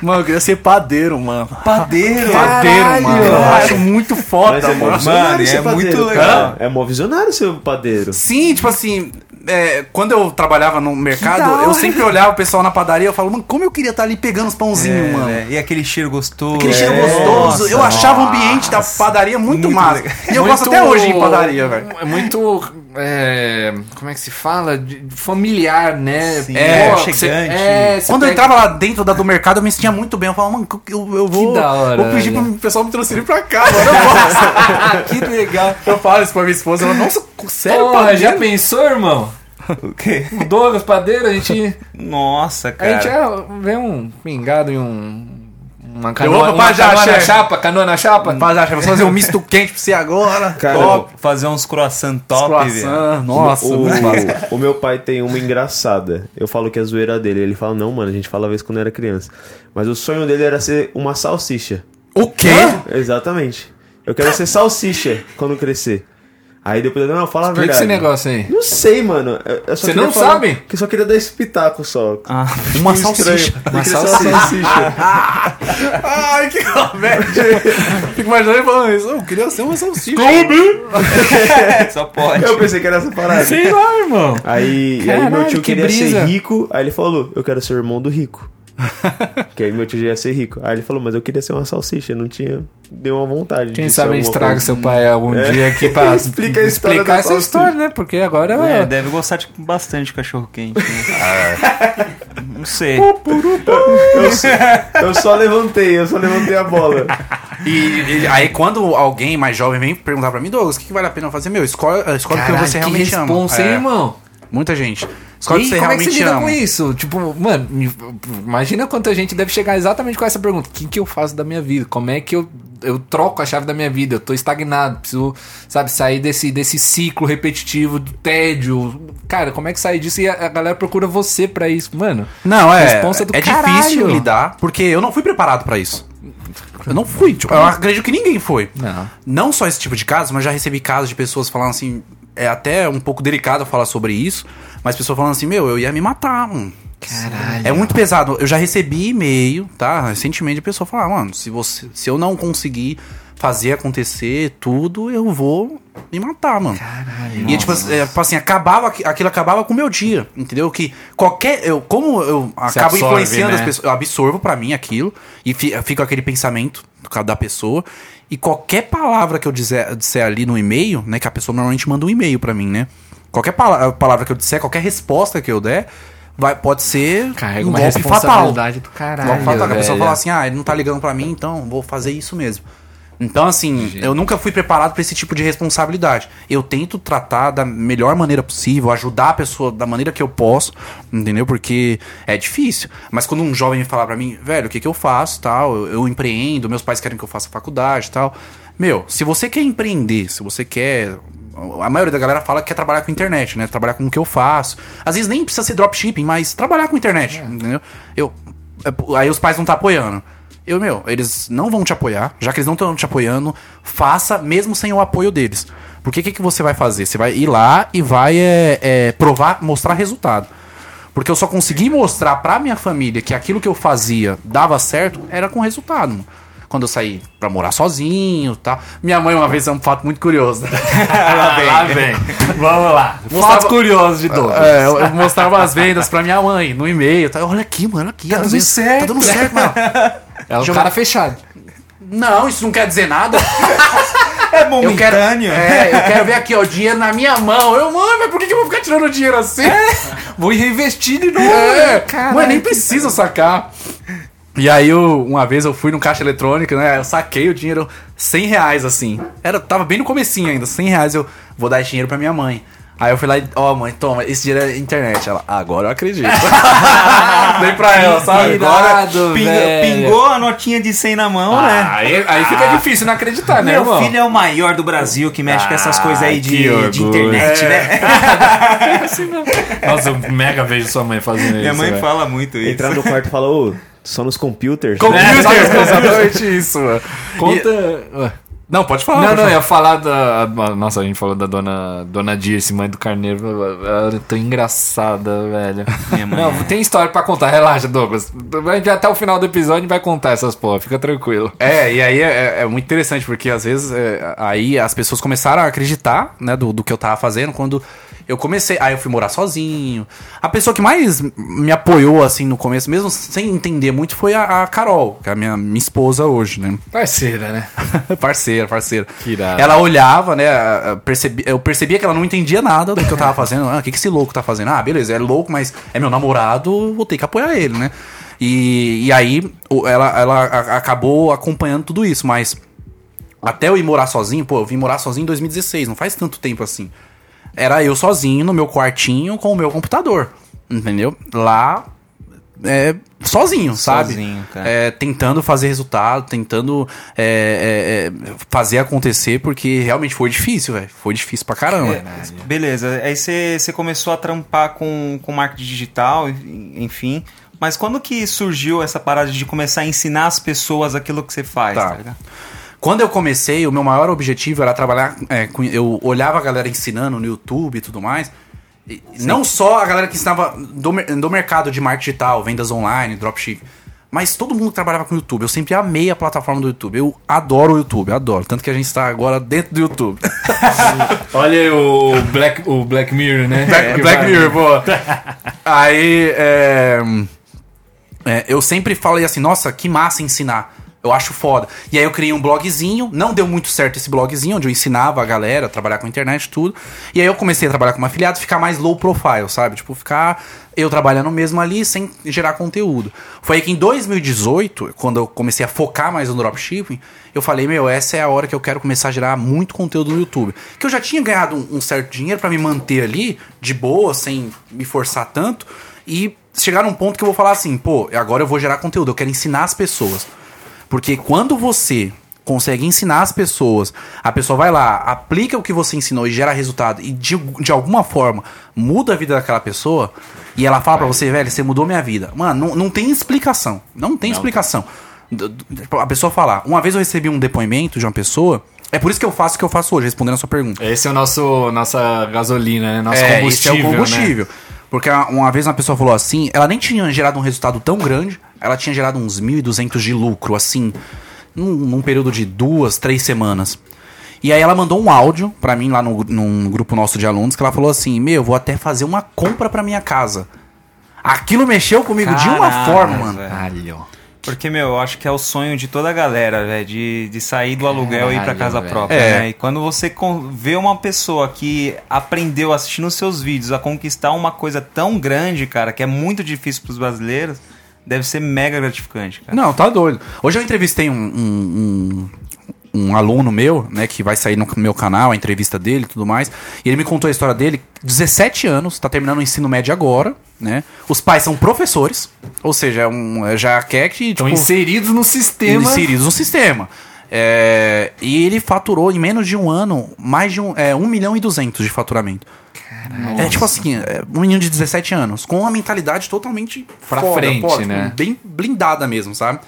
mano, eu queria ser padeiro, mano.
Padeiro.
Padeiro, mano. Eu
cara.
acho muito
Mas
foda,
é mó
mano.
visionário
Mano,
ser
é muito
padeiro, cara.
legal.
É mó visionário seu padeiro.
Sim, tipo assim, é, quando eu trabalhava no
da
mercado,
hora.
eu sempre olhava o pessoal na padaria e falava, mano, como eu queria estar ali pegando os pãozinhos,
É,
mano.
né? E aquele cheiro gostoso.
Aquele cheiro
É.
gostoso. eu
Nossa.
achava o ambiente da padaria muito,
Muito
massa.
legal.
E eu gosto até hoje em padaria, velho.
É muito. é, como é que se fala? De- familiar, né?
Sim,
Pô,
aconchegante.
cê- é, cê
é, Quando eu
pega-
entrava lá dentro da, do mercado, eu me sentia muito bem. Eu falava, mano, eu, eu vou,
Que da hora,
vou pedir
velho.
pro pessoal me transferir pra cá, mano. Eu gosto.
Que legal.
eu falo isso pra minha esposa. Ela, nossa, sério,
Porra,
padeiro?
já pensou, irmão?
O quê?
O Douglas Padeiro, a gente.
Nossa,
A gente
cara.
é, vê um pingado e um. Uma
vou
canoa,
pro
uma
Pajá,
canoa na
chefe.
chapa, canoa na chapa.
Rapaz, acha, vamos fazer um misto quente pra você agora.
Cara,
top.
Fazer uns croissant top, velho.
Croissant, nossa,
o,
muito massa.
o meu pai tem uma engraçada. Eu falo que é zoeira dele. Ele fala, não, mano, a gente falava isso quando era criança. Mas o sonho dele era ser uma salsicha.
O quê?
Exatamente. Eu quero ser salsicha quando crescer. Aí depois eu não, fala a
Explica
verdade.
esse negócio aí.
Não sei, mano. Eu- eu só
Você
queria
não
falar
sabe?
Que eu só queria dar esse pitaco só.
Ah,
Uma
Tipo, estranho.
salsicha.
Eu
Uma
queria ser
salsicha.
salsicha.
Ai, que comédia. Fico imaginando ele falando isso. Eu queria ser um uma salsicha.
assim,
É.
só pode.
tipo,
Eu pensei que era essa parada.
Sei lá, irmão.
Aí, e aí meu
Caralho,
tio
que
queria
brisa.
ser rico, aí ele falou, eu quero ser o irmão do rico. que aí meu tio já ia ser rico. Aí ele falou, mas eu queria ser uma salsicha, não tinha nenhuma vontade.
Quem
de ser
sabe a gente
alguma
traga
é coisa.
seu pai algum dia aqui pra
Explica a história
explicar
da
essa
salsicha.
história, né? Porque agora
É, deve gostar de, bastante de cachorro quente. Né? Ah, Não sei.
Uh,
Eu, só- eu só levantei, eu só levantei a bola.
E, e aí quando alguém mais jovem vem perguntar pra mim, Douglas, o que, que vale a pena eu fazer? Meu, escolhe, escolhe o que
Caralho,
você realmente
que
ama.
responsa, hein,
É,
irmão?
Muita gente.
E
Escolhe o que
aí,
você
como é que
realmente
você lida
ama.
com isso? Tipo, mano, me- imagina quanta gente deve chegar exatamente com essa pergunta. O que, que eu faço da minha vida? Como é que eu, eu troco a chave da minha vida? Eu tô estagnado, preciso, sabe, sair desse, desse ciclo repetitivo do tédio. Cara, como é que sai disso? E a, a galera procura você pra isso, mano.
Não, é.
Responsa do
é
caralho.
difícil lidar, porque eu não fui preparado pra isso. Eu não fui, tipo, eu acredito que ninguém foi.
Não.
Não só esse tipo de caso, mas já recebi casos de pessoas falando assim, é até um pouco delicado falar sobre isso, mas pessoas falando assim, meu, eu ia me matar, mano.
Caralho.
É muito pesado. Eu já recebi e-mail, tá? Recentemente a pessoa fala, "Ah, mano, se, você, se eu não conseguir fazer acontecer tudo, eu vou me matar, mano.
Caralho.
E tipo, é, tipo assim, acabava, aquilo acabava com o meu dia, entendeu? Que qualquer. Eu, como eu acabo
absorve,
influenciando
né?
as pessoas, eu absorvo pra mim aquilo e fi- fica aquele pensamento do ca- da pessoa. E qualquer palavra que eu dizer, disser ali no e-mail, né? Que a pessoa normalmente manda um e-mail pra mim, né? Qualquer pala- palavra que eu disser, qualquer resposta que eu der, vai, pode ser um
Carrega uma
golpe fatal.
responsabilidade do caralho.
Igual fato, que a pessoa
velho.
fala assim, ah, ele não tá ligando pra mim, então vou fazer isso mesmo. Então, assim, eu nunca fui preparado pra esse tipo de responsabilidade. Eu tento tratar da melhor maneira possível, ajudar a pessoa da maneira que eu posso, entendeu? Porque é difícil. Mas quando um jovem me falar pra mim, velho, o que, que eu faço, tal, eu, eu empreendo, meus pais querem que eu faça faculdade, tal. Meu, se você quer empreender, se você quer a maioria da galera fala que quer trabalhar com internet, né? Trabalhar com o que eu faço. Às vezes nem precisa ser dropshipping, mas trabalhar com internet, entendeu? Eu, é, aí os pais não tá apoiando. Eu, meu, eles não vão te apoiar, já que eles não estão te apoiando, faça mesmo sem o apoio deles. Porque o que, que você vai fazer? Você vai ir lá e vai é, é, provar, mostrar resultado. Porque eu só consegui mostrar pra minha família que aquilo que eu fazia dava certo era com resultado. mano. Quando eu saí pra morar sozinho e tal. Minha mãe, uma vez, é um fato muito curioso. né?
Ah,
lá vem. Lá
É
vem. Vamos lá.
Fatos
Mostrava,
curiosos de dor.
é, eu eu mostrava as vendas pra minha mãe no e-mail. Tá? Olha aqui, mano, olha aqui. Tá
dando certo.
Tá dando certo, mano.
É um
Deixa eu-
cara fechado.
Não, isso não quer dizer nada.
É
Eu quero,
momentâneo.
é, eu quero ver aqui, ó, o dinheiro na minha mão. Eu, mano, mas por que, que eu vou ficar tirando dinheiro assim?
Vou reinvestir de novo.
É,
Caralho,
mano, nem
que-
precisa sacar. E aí, eu- uma vez eu fui no caixa eletrônico, né? Eu saquei o dinheiro, 100 reais, assim. Era, tava bem no comecinho ainda, 100 reais. Eu vou dar esse dinheiro pra minha mãe. Aí eu fui lá e, ó, mãe, toma, esse dinheiro é internet. Ela, agora eu acredito. Dei pra ela, sabe? Agora.
Irado,
Pinga-
velho.
pingou a notinha de 100 na mão,
Ah,
né?
Aí, aí fica difícil não acreditar, né,
Meu
irmão?
filho é o maior do Brasil que mexe com essas coisas
Ah,
aí de,
que orgulho.
de internet,
É.
né?
Nossa, eu mega vejo sua mãe fazendo
Minha
isso.
mãe
velho.
é.
fala muito isso.
Entrar no quarto e falar, ô, só nos computers. né?"
É,
Computer,
sabe?
Né? exatamente isso, mano.
Conta. Ah,
E- Não, pode falar.
Não,
pode
não, eu
falar.
ia falar da. a- Nossa, a gente falou da dona, dona Dirce, mãe do carneiro. Ela é tão engraçada, velho.
Minha mãe
Não, tem história pra contar, relaxa, Douglas. A gente vai até o final do episódio a gente vai contar essas porra, fica tranquilo.
É, e aí é, é muito interessante, porque às vezes é, aí as pessoas começaram a acreditar, né, do, do que eu tava fazendo quando eu comecei. Aí eu fui morar sozinho. A pessoa que mais me apoiou, assim, no começo, mesmo sem entender muito, foi a, a Carol, que é a minha, minha esposa hoje, né?
Parceira, né?
parceira, parceira.
Que irado.
Ela olhava, né? a- a- percebi- eu percebia que ela não entendia nada do que eu tava fazendo. Ah, o que, que esse louco tá fazendo? Ah, beleza, é louco, mas é meu namorado, vou ter que apoiar ele, né? E, e aí o- ela, ela a- acabou acompanhando tudo isso, mas até eu ir morar sozinho, pô, eu vim morar sozinho em 2016, não faz tanto tempo assim. Era eu sozinho no meu quartinho com o meu computador, entendeu? Lá, é, sozinho, sabe?
Sozinho, cara.
É, tentando fazer resultado, tentando é, é, é, fazer acontecer, porque realmente foi difícil, velho. Foi difícil pra caramba.
É. Beleza, aí você você começou a trampar com, com marketing digital, en- enfim. Mas quando que surgiu essa parada de começar a ensinar as pessoas aquilo que você faz?
Tá.
tá ligado?
Quando eu comecei, o meu maior objetivo era trabalhar. é, com- eu olhava a galera ensinando no YouTube e tudo mais. E não só a galera que ensinava do, mer- do mercado de marketing digital, vendas online, dropship. Mas todo mundo que trabalhava com o YouTube. Eu sempre amei a plataforma do YouTube. Eu adoro o YouTube, adoro. Tanto que a gente está agora dentro do YouTube.
Olha aí o Black, o Black Mirror, né?
Black, Black Mirror, boa. Aí, é, é, eu sempre falei assim, nossa, que massa ensinar. Eu acho foda. E aí eu criei um blogzinho, não deu muito certo esse blogzinho, onde eu ensinava a galera a trabalhar com internet tudo. E aí eu comecei a trabalhar como afiliado, ficar mais low profile, sabe? Tipo, ficar eu trabalhando mesmo ali, sem gerar conteúdo. Foi aí que em 2018, quando eu comecei a focar mais no dropshipping, eu falei, meu, essa é a hora que eu quero começar a gerar muito conteúdo no YouTube. Que eu já tinha ganhado um, um certo dinheiro pra me manter ali, de boa, sem me forçar tanto. E chegar num ponto que eu vou falar assim, pô, agora eu vou gerar conteúdo, eu quero ensinar as pessoas. Porque quando você consegue ensinar as pessoas, a pessoa vai lá, aplica o que você ensinou e gera resultado, e de, de alguma forma muda a vida daquela pessoa, e ela fala pra você, velho, você mudou minha vida. Mano, não, não tem explicação. Não tem explicação. D- d- A pessoa falar. Uma vez eu recebi um depoimento de uma pessoa. É por isso que eu faço o que eu faço hoje, respondendo a sua pergunta
Esse é o nosso nossa gasolina, né? Nosso combustível.
esse é o
né?
combustível. Porque a- uma vez uma pessoa falou assim, ela nem tinha gerado um resultado tão grande, ela tinha gerado uns 1.200 de lucro, assim, num, num período de duas, três semanas. E aí ela mandou um áudio pra mim lá no, num grupo nosso de alunos, que ela falou assim, meu, vou até fazer uma compra pra minha casa. Aquilo mexeu comigo de uma
Caralho,
forma, mano.
velho.
Caralho.
Porque, meu, eu acho que é o sonho de toda a galera, velho, de, de sair do aluguel e ir pra
Caralho,
casa
velho.
própria,
É.
né? E quando você con- vê uma pessoa que aprendeu assistindo os seus vídeos a conquistar uma coisa tão grande, cara, que é muito difícil pros brasileiros, deve ser mega gratificante, cara.
Não, tá doido. Hoje eu entrevistei um, um, um- um aluno meu, né, que vai sair no meu canal, a entrevista dele e tudo mais. E ele me contou a história dele, 17 anos, tá terminando o ensino médio agora, né? Os pais são professores, ou seja, é um, já quer que.
Estão
tipo,
inseridos no sistema.
inseridos no um sistema. É, e ele faturou em menos de um ano mais de um, é, 1 milhão e 200 de faturamento. É tipo assim, é, um menino de 17 anos, com uma mentalidade totalmente
Pra frente, né?
tipo, Bem blindada mesmo, sabe?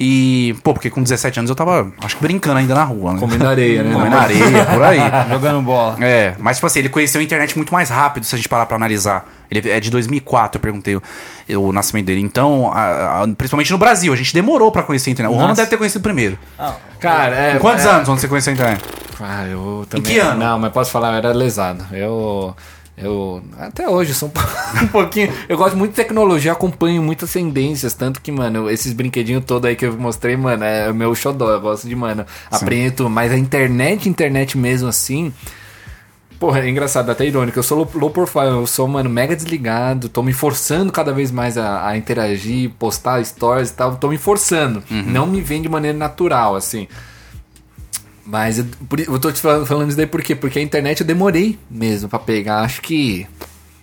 E, pô, porque com 17 anos eu tava, acho que brincando ainda na rua, né?
Comendo areia, né?
Comendo areia, por aí.
Jogando bola.
É, mas tipo assim, ele conheceu a internet muito mais rápido, se a gente parar pra analisar. Ele é de 2004, eu perguntei o- eu- o nascimento dele. Então, a- a- principalmente no Brasil, a gente demorou pra conhecer a internet. O Ronan deve ter conhecido primeiro.
Cara, é.
Com quantos
é-
anos quando você conheceu a internet?
Ah, eu também.
que ano?
Não, mas posso falar, eu era lesado. Eu. Eu. Até hoje, eu sou um po- um pouquinho. Eu gosto muito de tecnologia, acompanho muitas tendências. Tanto que, mano, esses brinquedinhos todos aí que eu mostrei, mano, é o meu xodó. Eu gosto de, mano, aprendo. Mas a internet, internet mesmo assim. Porra, é engraçado, até irônico. Eu sou low, low profile, eu sou, mano, mega desligado. Tô me forçando cada vez mais a, a interagir, postar stories e tal. Tô me forçando.
Uhum.
Não me vem de maneira natural, assim. Mas eu, por- eu tô te falando, falando isso daí por quê? Porque a internet eu demorei mesmo pra pegar. Acho que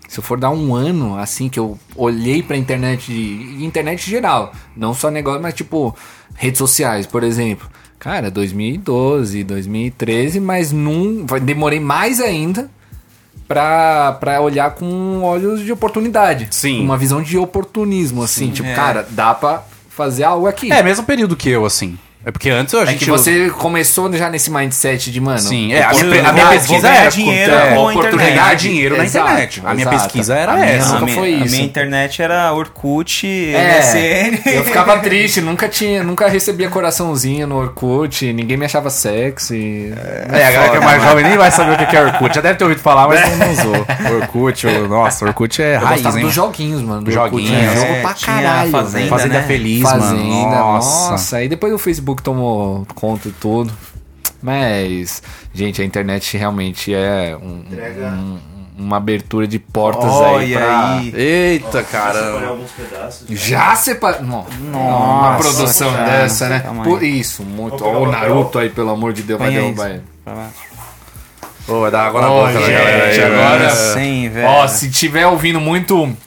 se eu for dar um ano, assim, que eu olhei pra internet, de- internet geral, não só negócio, mas tipo redes sociais, por exemplo. Cara, 2012, 2013, mas não, vai- demorei mais ainda pra, pra olhar com olhos de oportunidade.
Sim.
Uma visão de oportunismo, assim. tipo,
é.
cara, dá pra fazer algo aqui.
É, mesmo período que eu, assim. É porque antes a
É
gente.
que você começou já nesse mindset de, mano.
Sim, é,
eu
a minha,
tô-
pe- a
vou-
minha
vou
pesquisa
ganhar
era
dinheiro
contra-
com a
oportunidade,
internet.
ganhar dinheiro na
Exato,
internet. a minha
exato.
pesquisa era
A minha
essa.
nunca
minha,
foi
É, a
isso.
minha internet era Orkut,
É,
MSN.
eu ficava triste, nunca tinha, nunca recebia coraçãozinho no Orkut, ninguém me achava sexy.
É, a galera que é mais jovem nem vai saber o que que é Orkut. Já deve ter ouvido falar, mas não, não usou. Orkut, o- nossa, Orkut é
É. Eu
raiz,
gostava
hein?
dos joguinhos, mano. Do
Joguinhos,
Orkut, né?
é,
jogo pra
tinha
caralho.
Fazenda,
velho.
Fazenda
né?
Feliz, mano.
Fazenda,
Nossa.
nossa. E depois o Facebook tomou conta de tudo. Mas, gente, a internet realmente é um- um- uma abertura de portas aí
Olha
pra...
aí.
Eita,
Separei
caramba.
alguns pedaços.
Já separou. Uma produção
cara.
dessa, né?
Calma aí.
Por isso, muito.
Vou pegar
Ó, o
o papel.
Naruto aí, pelo amor de Deus, vai
Põe aí.
derrubar ele.
Ô, vai dar água na
Ô,
boca da
gente,
galera aí, né?
agora- é
velho.
Cara,
Sim, velho.
Ó, se tiver ouvindo muito.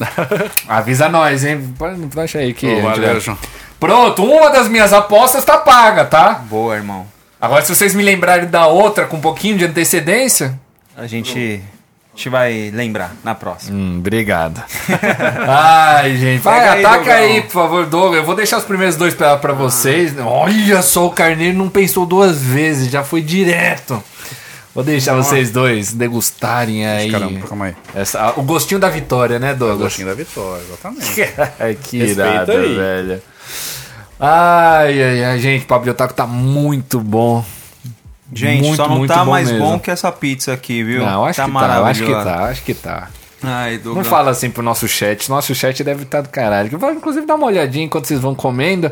Avisa nós, hein? Pode- Não acha aí que. a
Ô,
gente vai-
valeu, João.
Pronto, uma das minhas apostas tá paga, tá?
Boa, irmão.
Agora, se vocês me lembrarem da outra com um pouquinho de antecedência.
A gente, a gente vai lembrar na próxima.
Hum, obrigado. Ai, gente. Vai,
Pega aí,
ataca aí,
Dogão.
por favor, Douglas. Eu vou deixar os primeiros dois pra, pra vocês. Olha só, o Carneiro não pensou duas vezes, já foi direto. Vou deixar vocês dois degustarem aí.
Caramba, calma aí.
Essa- a- o gostinho da vitória, né, Douglas?
Gostinho da vitória, exatamente.
que
Respeita
irado,
aí.
velho. Ai, ai, ai, gente, Pablo Taco tá muito bom.
Gente,
Muito,
só não
muito
tá
bom
mais
mesmo.
bom que essa pizza aqui, viu?
Não, acho
tá
que tá, acho que
maravilhosa.
tá, acho que tá.
Ai,
Não
Douglas.
fala assim pro nosso chat. Nosso chat deve estar do caralho. Vai, Inclusive, dá uma olhadinha enquanto vocês vão comendo.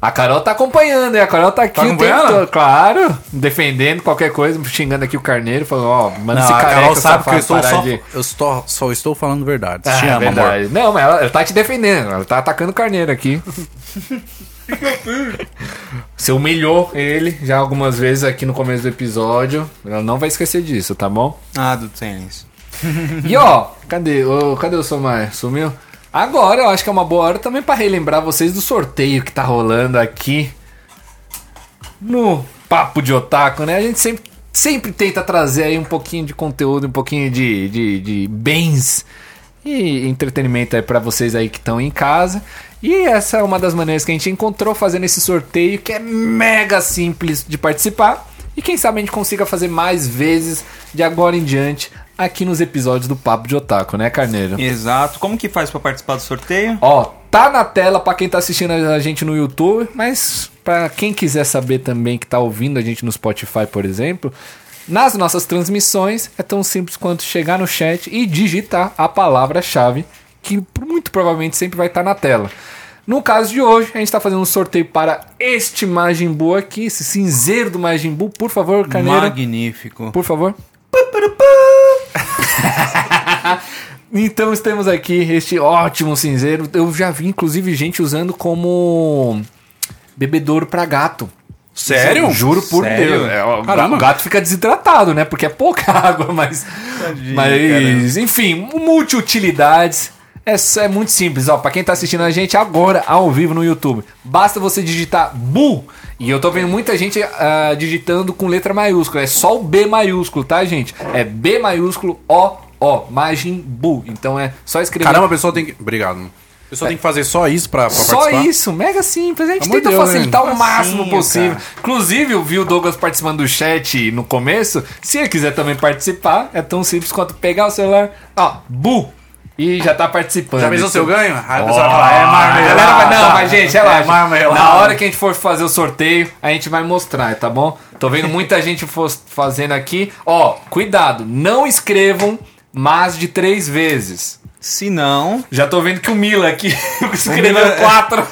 A Carol tá acompanhando, hein? A Carol tá aqui o tempo
acompanhando?
todo, claro. Defendendo qualquer coisa, xingando aqui o carneiro, falando, ó, manda
Não,
esse
a
careca
Carol sabe que eu
safado
estou
parar
só,
de-
eu estou, só estou falando verdade.
Ah,
Te amo, amor.
verdade. Não, mas ela, ela tá te defendendo. Ela tá atacando o carneiro aqui. Você humilhou ele já algumas vezes aqui no começo do episódio. Ela não vai esquecer disso, tá bom?
Ah, do tênis.
E ó, cadê, ô, cadê o Somar? Sumiu? Agora eu acho que é uma boa hora também pra relembrar vocês do sorteio que tá rolando aqui no Papo de Otaku, né? A gente sempre, sempre tenta trazer aí um pouquinho de conteúdo, um pouquinho de, de, de bens e entretenimento aí pra vocês aí que estão em casa. E essa é uma das maneiras que a gente encontrou fazendo esse sorteio que é mega simples de participar. E quem sabe a gente consiga fazer mais vezes de agora em diante aqui nos episódios do Papo de Otaku, né, Carneiro?
Exato. Como que faz pra participar do sorteio?
Ó, tá na tela pra quem tá assistindo a gente no YouTube, mas pra quem quiser saber também que tá ouvindo a gente no Spotify, por exemplo, nas nossas transmissões é tão simples quanto chegar no chat e digitar a palavra-chave que muito provavelmente sempre vai estar na tela. No caso de hoje, a gente tá fazendo um sorteio para este Majin Buu aqui, esse cinzeiro do Majin Buu. Por favor, Carneiro.
Magnífico.
Por favor. então temos aqui este ótimo cinzeiro. Eu já vi, inclusive, gente usando como bebedouro pra gato.
Sério?
Juro por
Sério?
Deus. É, ó,
Caramba.
O gato fica desidratado, né? Porque é pouca água, mas. mas, enfim, multiutilidades. É, só- é muito simples, ó. Pra quem tá assistindo a gente agora, ao vivo no YouTube, basta você digitar BU. E eu tô vendo muita gente ah, digitando com letra maiúscula. É só o B maiúsculo, tá, gente? É B maiúsculo O. O, Majin Bu. Então é só escrever.
Caramba, a pessoa tem que. Obrigado. A pessoa tem que fazer só isso pra, pra
É. Só
participar.
isso, mega simples. A gente
Amor
tenta
de Deus,
facilitar
né?
o máximo
Facinho,
possível.
cara.
Inclusive, eu vi o Douglas participando do chat no começo. Se ele quiser também participar, é tão simples quanto pegar o celular, ó, bu, e já tá participando.
Já pensou
Isso-
se eu ganho? Aí a
Ó,
pessoa fala, é marmelada.
galera, mas não, mas gente, relaxa.
É marmelada.
Na hora que a gente for fazer o sorteio, a gente vai mostrar, tá bom? Tô vendo muita gente fos- fazendo aqui. Ó, cuidado, não escrevam mais de três vezes.
Se não,
Já tô vendo que o Mila aqui escreveu
é
Mila-
quatro.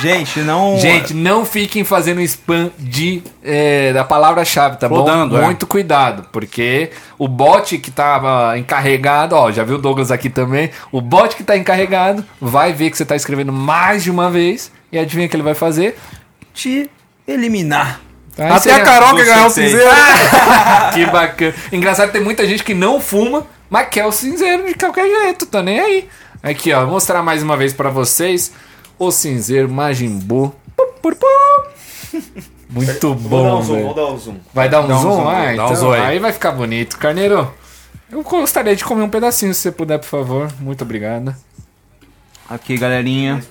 Gente,
Então,
não.
Gente, não fiquem fazendo spam de, é, da palavra-chave, tá
Rodando,
bom?
é.
Muito cuidado, porque o bot que tava encarregado, ó, já viu o Douglas aqui também, o bot que tá encarregado vai ver que você tá escrevendo mais de uma vez e adivinha o que ele vai fazer?
te eliminar.
Aí
Tá
você
Até a
já-
Carol quer ganhar o
Gostei.
cinzeiro.
que bacana. Engraçado, tem muita gente que não fuma, mas quer o cinzeiro de qualquer jeito, tá nem aí. Aqui, ó, vou mostrar mais uma vez pra vocês o cinzeiro Majin Buu. Pum, pum, pum. Muito
Vou dar
bom,
um zoom, vou
velho.
dar um zoom.
Vai dar um
Dá um
zoom?
zoom,
ah,
dá um
então,
zoom aí.
aí vai ficar bonito. Carneiro, eu gostaria de comer um pedacinho, se você puder, por favor. Muito obrigado.
Aqui, galerinha.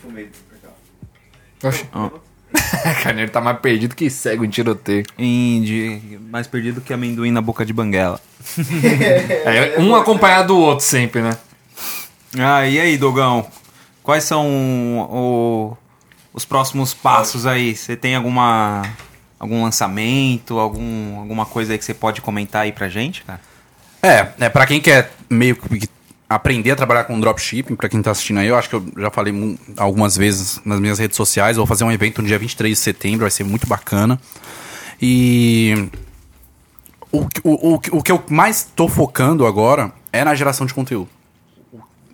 Oxi.
Ah.
Carneiro tá mais perdido que cego em tiroteio.
Indie, mais perdido que amendoim na boca de banguela.
É, um acompanhado do outro sempre, né?
Ah, e aí, Dogão? Quais são o- os próximos passos aí? Você tem alguma algum lançamento, algum, alguma coisa aí que você pode comentar aí pra gente, cara?
É, é para quem quer meio que aprender a trabalhar com dropshipping, pra quem tá assistindo aí, eu acho que eu já falei mu- algumas vezes nas minhas redes sociais, eu vou fazer um evento no dia 23 de setembro, vai ser muito bacana. E o, que- o, o, que- o que eu mais tô focando agora é na geração de conteúdo.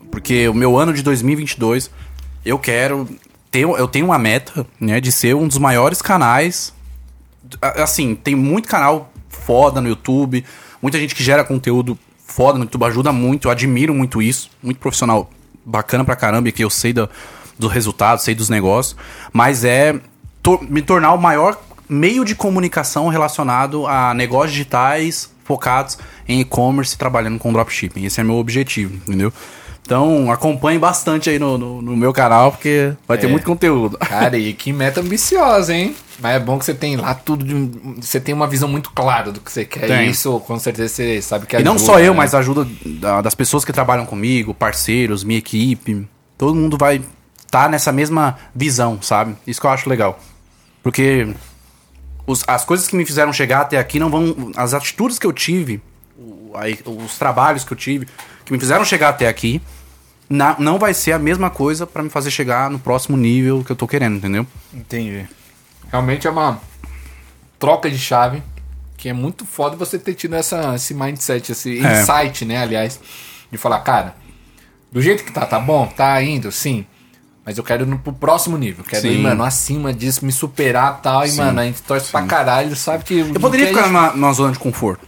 Porque o meu ano de 2022, eu quero ter, eu tenho uma meta, né, de ser um dos maiores canais a- assim, tem muito canal foda no YouTube, muita gente que gera conteúdo foda no YouTube, ajuda muito, eu admiro muito isso, muito profissional bacana pra caramba, e que eu sei da, do resultado, sei dos negócios, mas é to- me tornar o maior meio de comunicação relacionado a negócios digitais focados em e-commerce e trabalhando com dropshipping. Esse é meu objetivo, entendeu? Então acompanhe bastante aí no, no, no meu canal, porque vai ter muito conteúdo.
Cara, e que meta ambiciosa, hein? Mas é bom que você tem lá tudo de. um- Você tem uma visão muito clara do que você quer.
Tem.
E isso, com certeza, você sabe que
E não
ajuda,
só eu,
né?
mas a ajuda da- das pessoas que trabalham comigo, parceiros, minha equipe. Todo mundo vai estar nessa mesma visão, sabe? Isso que eu acho legal. Porque os- as coisas que me fizeram chegar até aqui não vão. As atitudes que eu tive, o- aí, os trabalhos que eu tive, que me fizeram chegar até aqui, na- não vai ser a mesma coisa pra me fazer chegar no próximo nível que eu tô querendo, entendeu?
Entendi.
Realmente é uma troca de chave. Que é muito foda você ter tido essa, esse mindset, esse
É.
insight, né? Aliás, de falar, cara, do jeito que tá, tá bom? Tá indo, sim. Mas eu quero ir pro próximo nível. Quero ir,
Sim.
mano, acima disso, me superar e tal. E, mano, a gente torce pra caralho, sabe que.
Eu poderia ficar na, na zona de conforto.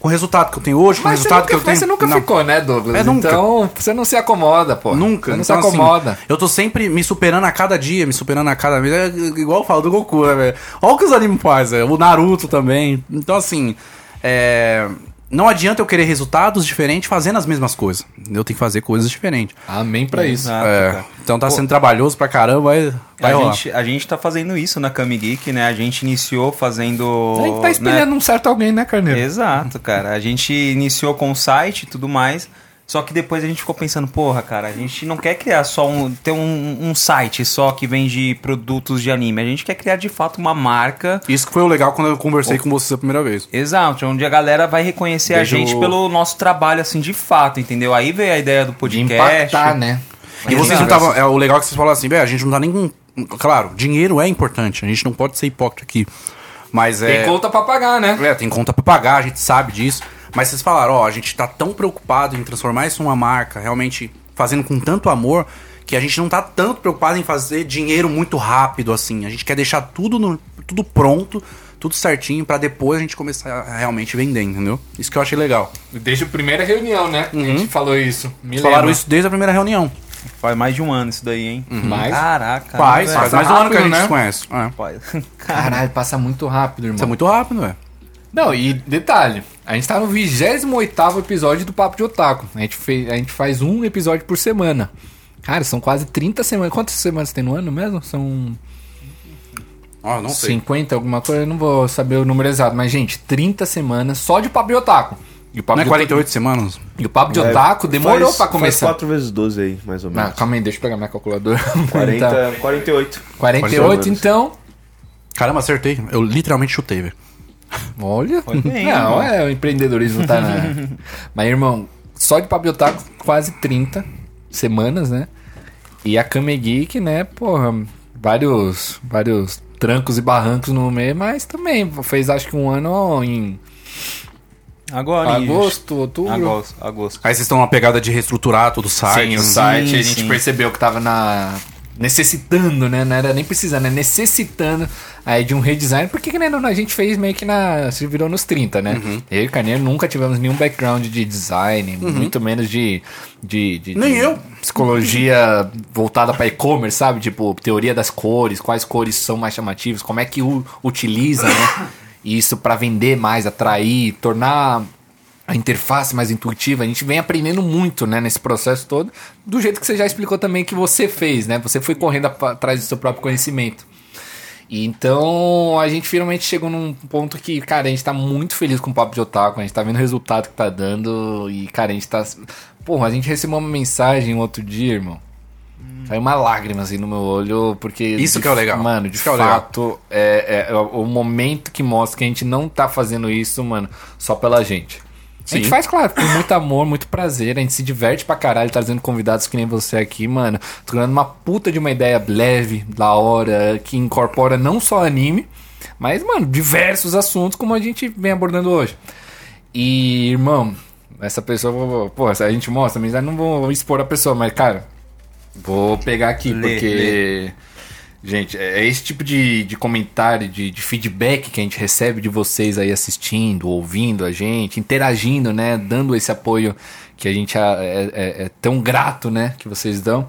Com o resultado que eu tenho hoje, com o
Mas você
resultado
nunca,
que eu tenho.
mas você nunca
Não.
ficou, né, Douglas?
É, nunca.
Então, você não se acomoda, pô.
Nunca.
Você não
Então,
se
assim,
acomoda.
eu tô sempre me superando a cada dia, me superando a cada vez. É igual eu falo do Goku, né, velho? Olha o que os animes fazem, velho. o Naruto também. Então, assim, é, não adianta eu querer resultados diferentes fazendo as mesmas coisas. Eu tenho que fazer coisas diferentes.
Amém pra isso.
Exato,
É,
cara.
Então tá sendo trabalhoso pra caramba, mas vai
a,
rolar.
gente, a gente tá fazendo isso na Kami Geek, né? A gente iniciou fazendo.
A gente tá
né?
espelhando um certo alguém, né, Carneiro?
Exato, cara. A gente iniciou com o site e tudo mais. Só que depois a gente ficou pensando, porra, cara, a gente não quer criar só um. ter um, um site só que vende produtos de anime. A gente quer criar de fato uma marca.
Isso que foi o legal quando eu conversei com vocês a primeira vez.
Exato, onde a galera vai reconhecer
Vejo-
a gente pelo nosso trabalho, assim, de fato, entendeu? Aí veio a ideia do
De
podcast.
impactar, né?
E
Mas
vocês
é
não
engraçado.
estavam. É, o legal é que vocês falam assim, velho, a gente não tá nem. com- Claro, dinheiro é importante, a gente não pode ser hipócrita aqui. Mas é.
Tem conta pra pagar, né?
É, tem conta pra pagar, a gente sabe disso. Mas vocês falaram, ó, a gente tá tão preocupado em transformar isso numa marca, realmente fazendo com tanto amor, que a gente não tá tanto preocupado em fazer dinheiro muito rápido assim. A gente quer deixar tudo, no- tudo pronto, tudo certinho, pra depois a gente começar a realmente vender, entendeu? Isso que eu achei legal.
Desde a primeira reunião, né? A gente falou isso. Me
Vocês falaram
lembro.
isso desde a primeira reunião.
Faz mais de um ano isso daí, hein?
Mais?
Caraca.
Faz,
né,
faz
passa
mais de um ano que a
É, rápido,
gente
né?
se conhece. É.
velho?
Caralho, passa muito rápido, irmão.
Isso é muito rápido, velho.
Não, e detalhe, a gente tá no 28 episódio do Papo de Otaku. A gente, fez, a gente faz um episódio por semana. Cara, são quase 30 semanas. Quantas semanas tem no ano mesmo? São
Ó, não sei.
50, alguma coisa? Eu não vou saber o número exato. Mas, gente, 30 semanas só de Papo de Otaku. E o Papo,
Não é
de, Otaku,
48 semanas?
e o papo de Otaku demorou
É, faz,
pra começar.
Faz 4 vezes 12 aí, mais ou
Ah,
menos.
calma aí, deixa eu pegar minha calculadora.
40,
Então,
48.
48, então.
Caramba, acertei. Eu literalmente chutei, velho.
Olha.
bem,
não,
irmão.
é, o empreendedorismo tá na... Mas, irmão, só de Pablo Otaku, quase 30 semanas, né? E a Kame Geek, né, porra, vários, vários trancos e barrancos no meio, mas também fez acho que um ano em
Agora,
agosto, outubro.
Agosto. Agosto.
Aí vocês estão numa pegada de reestruturar todo o site.
Sim, o
assim.
site, a
sim.
gente percebeu que tava na necessitando, né? Não era nem precisando, é necessitando aí de um redesign, porque que a gente fez meio que na se virou nos 30, né? Eu e o Carneiro nunca tivemos nenhum background de design, muito menos de de, de-
Nem
de
eu.
psicologia voltada para e-commerce, sabe? Tipo, teoria das cores, quais cores são mais chamativas, como é que u- utiliza, né? Isso para vender mais, atrair, tornar a interface mais intuitiva. A gente vem aprendendo muito, né, nesse processo todo, do jeito que você já explicou também que você fez, né? Você foi correndo ap- atrás do seu próprio conhecimento. E Então a gente finalmente chegou num ponto que, cara, a gente tá muito feliz com o Papo de Otaku, a gente tá vendo o resultado que tá dando e, cara, a gente tá. Porra, a gente recebeu uma mensagem outro dia, irmão. Saiu uma lágrima assim no meu olho, porque.
Isso
de-
que é o legal.
Mano, de
Isso que é o legal.
fato, é, é o o momento que mostra que a gente não tá fazendo isso, mano, só pela gente. A gente
Sim.
faz, claro, com muito amor, muito prazer. A gente se diverte pra caralho trazendo convidados que nem você aqui, mano. Tornando uma puta de uma ideia leve, da hora, que incorpora não só anime, mas, mano, diversos assuntos como a gente vem abordando hoje. E, irmão, essa pessoa, pô, a gente mostra, mas eu não vou expor a pessoa, mas, cara, vou pegar aqui,
Lê,
porque. Gente, é é esse tipo de, de comentário, de, de feedback que a gente recebe de vocês aí assistindo, ouvindo a gente, interagindo, né? Dando esse apoio que a gente ah, é, é- é tão grato, né? Que vocês dão.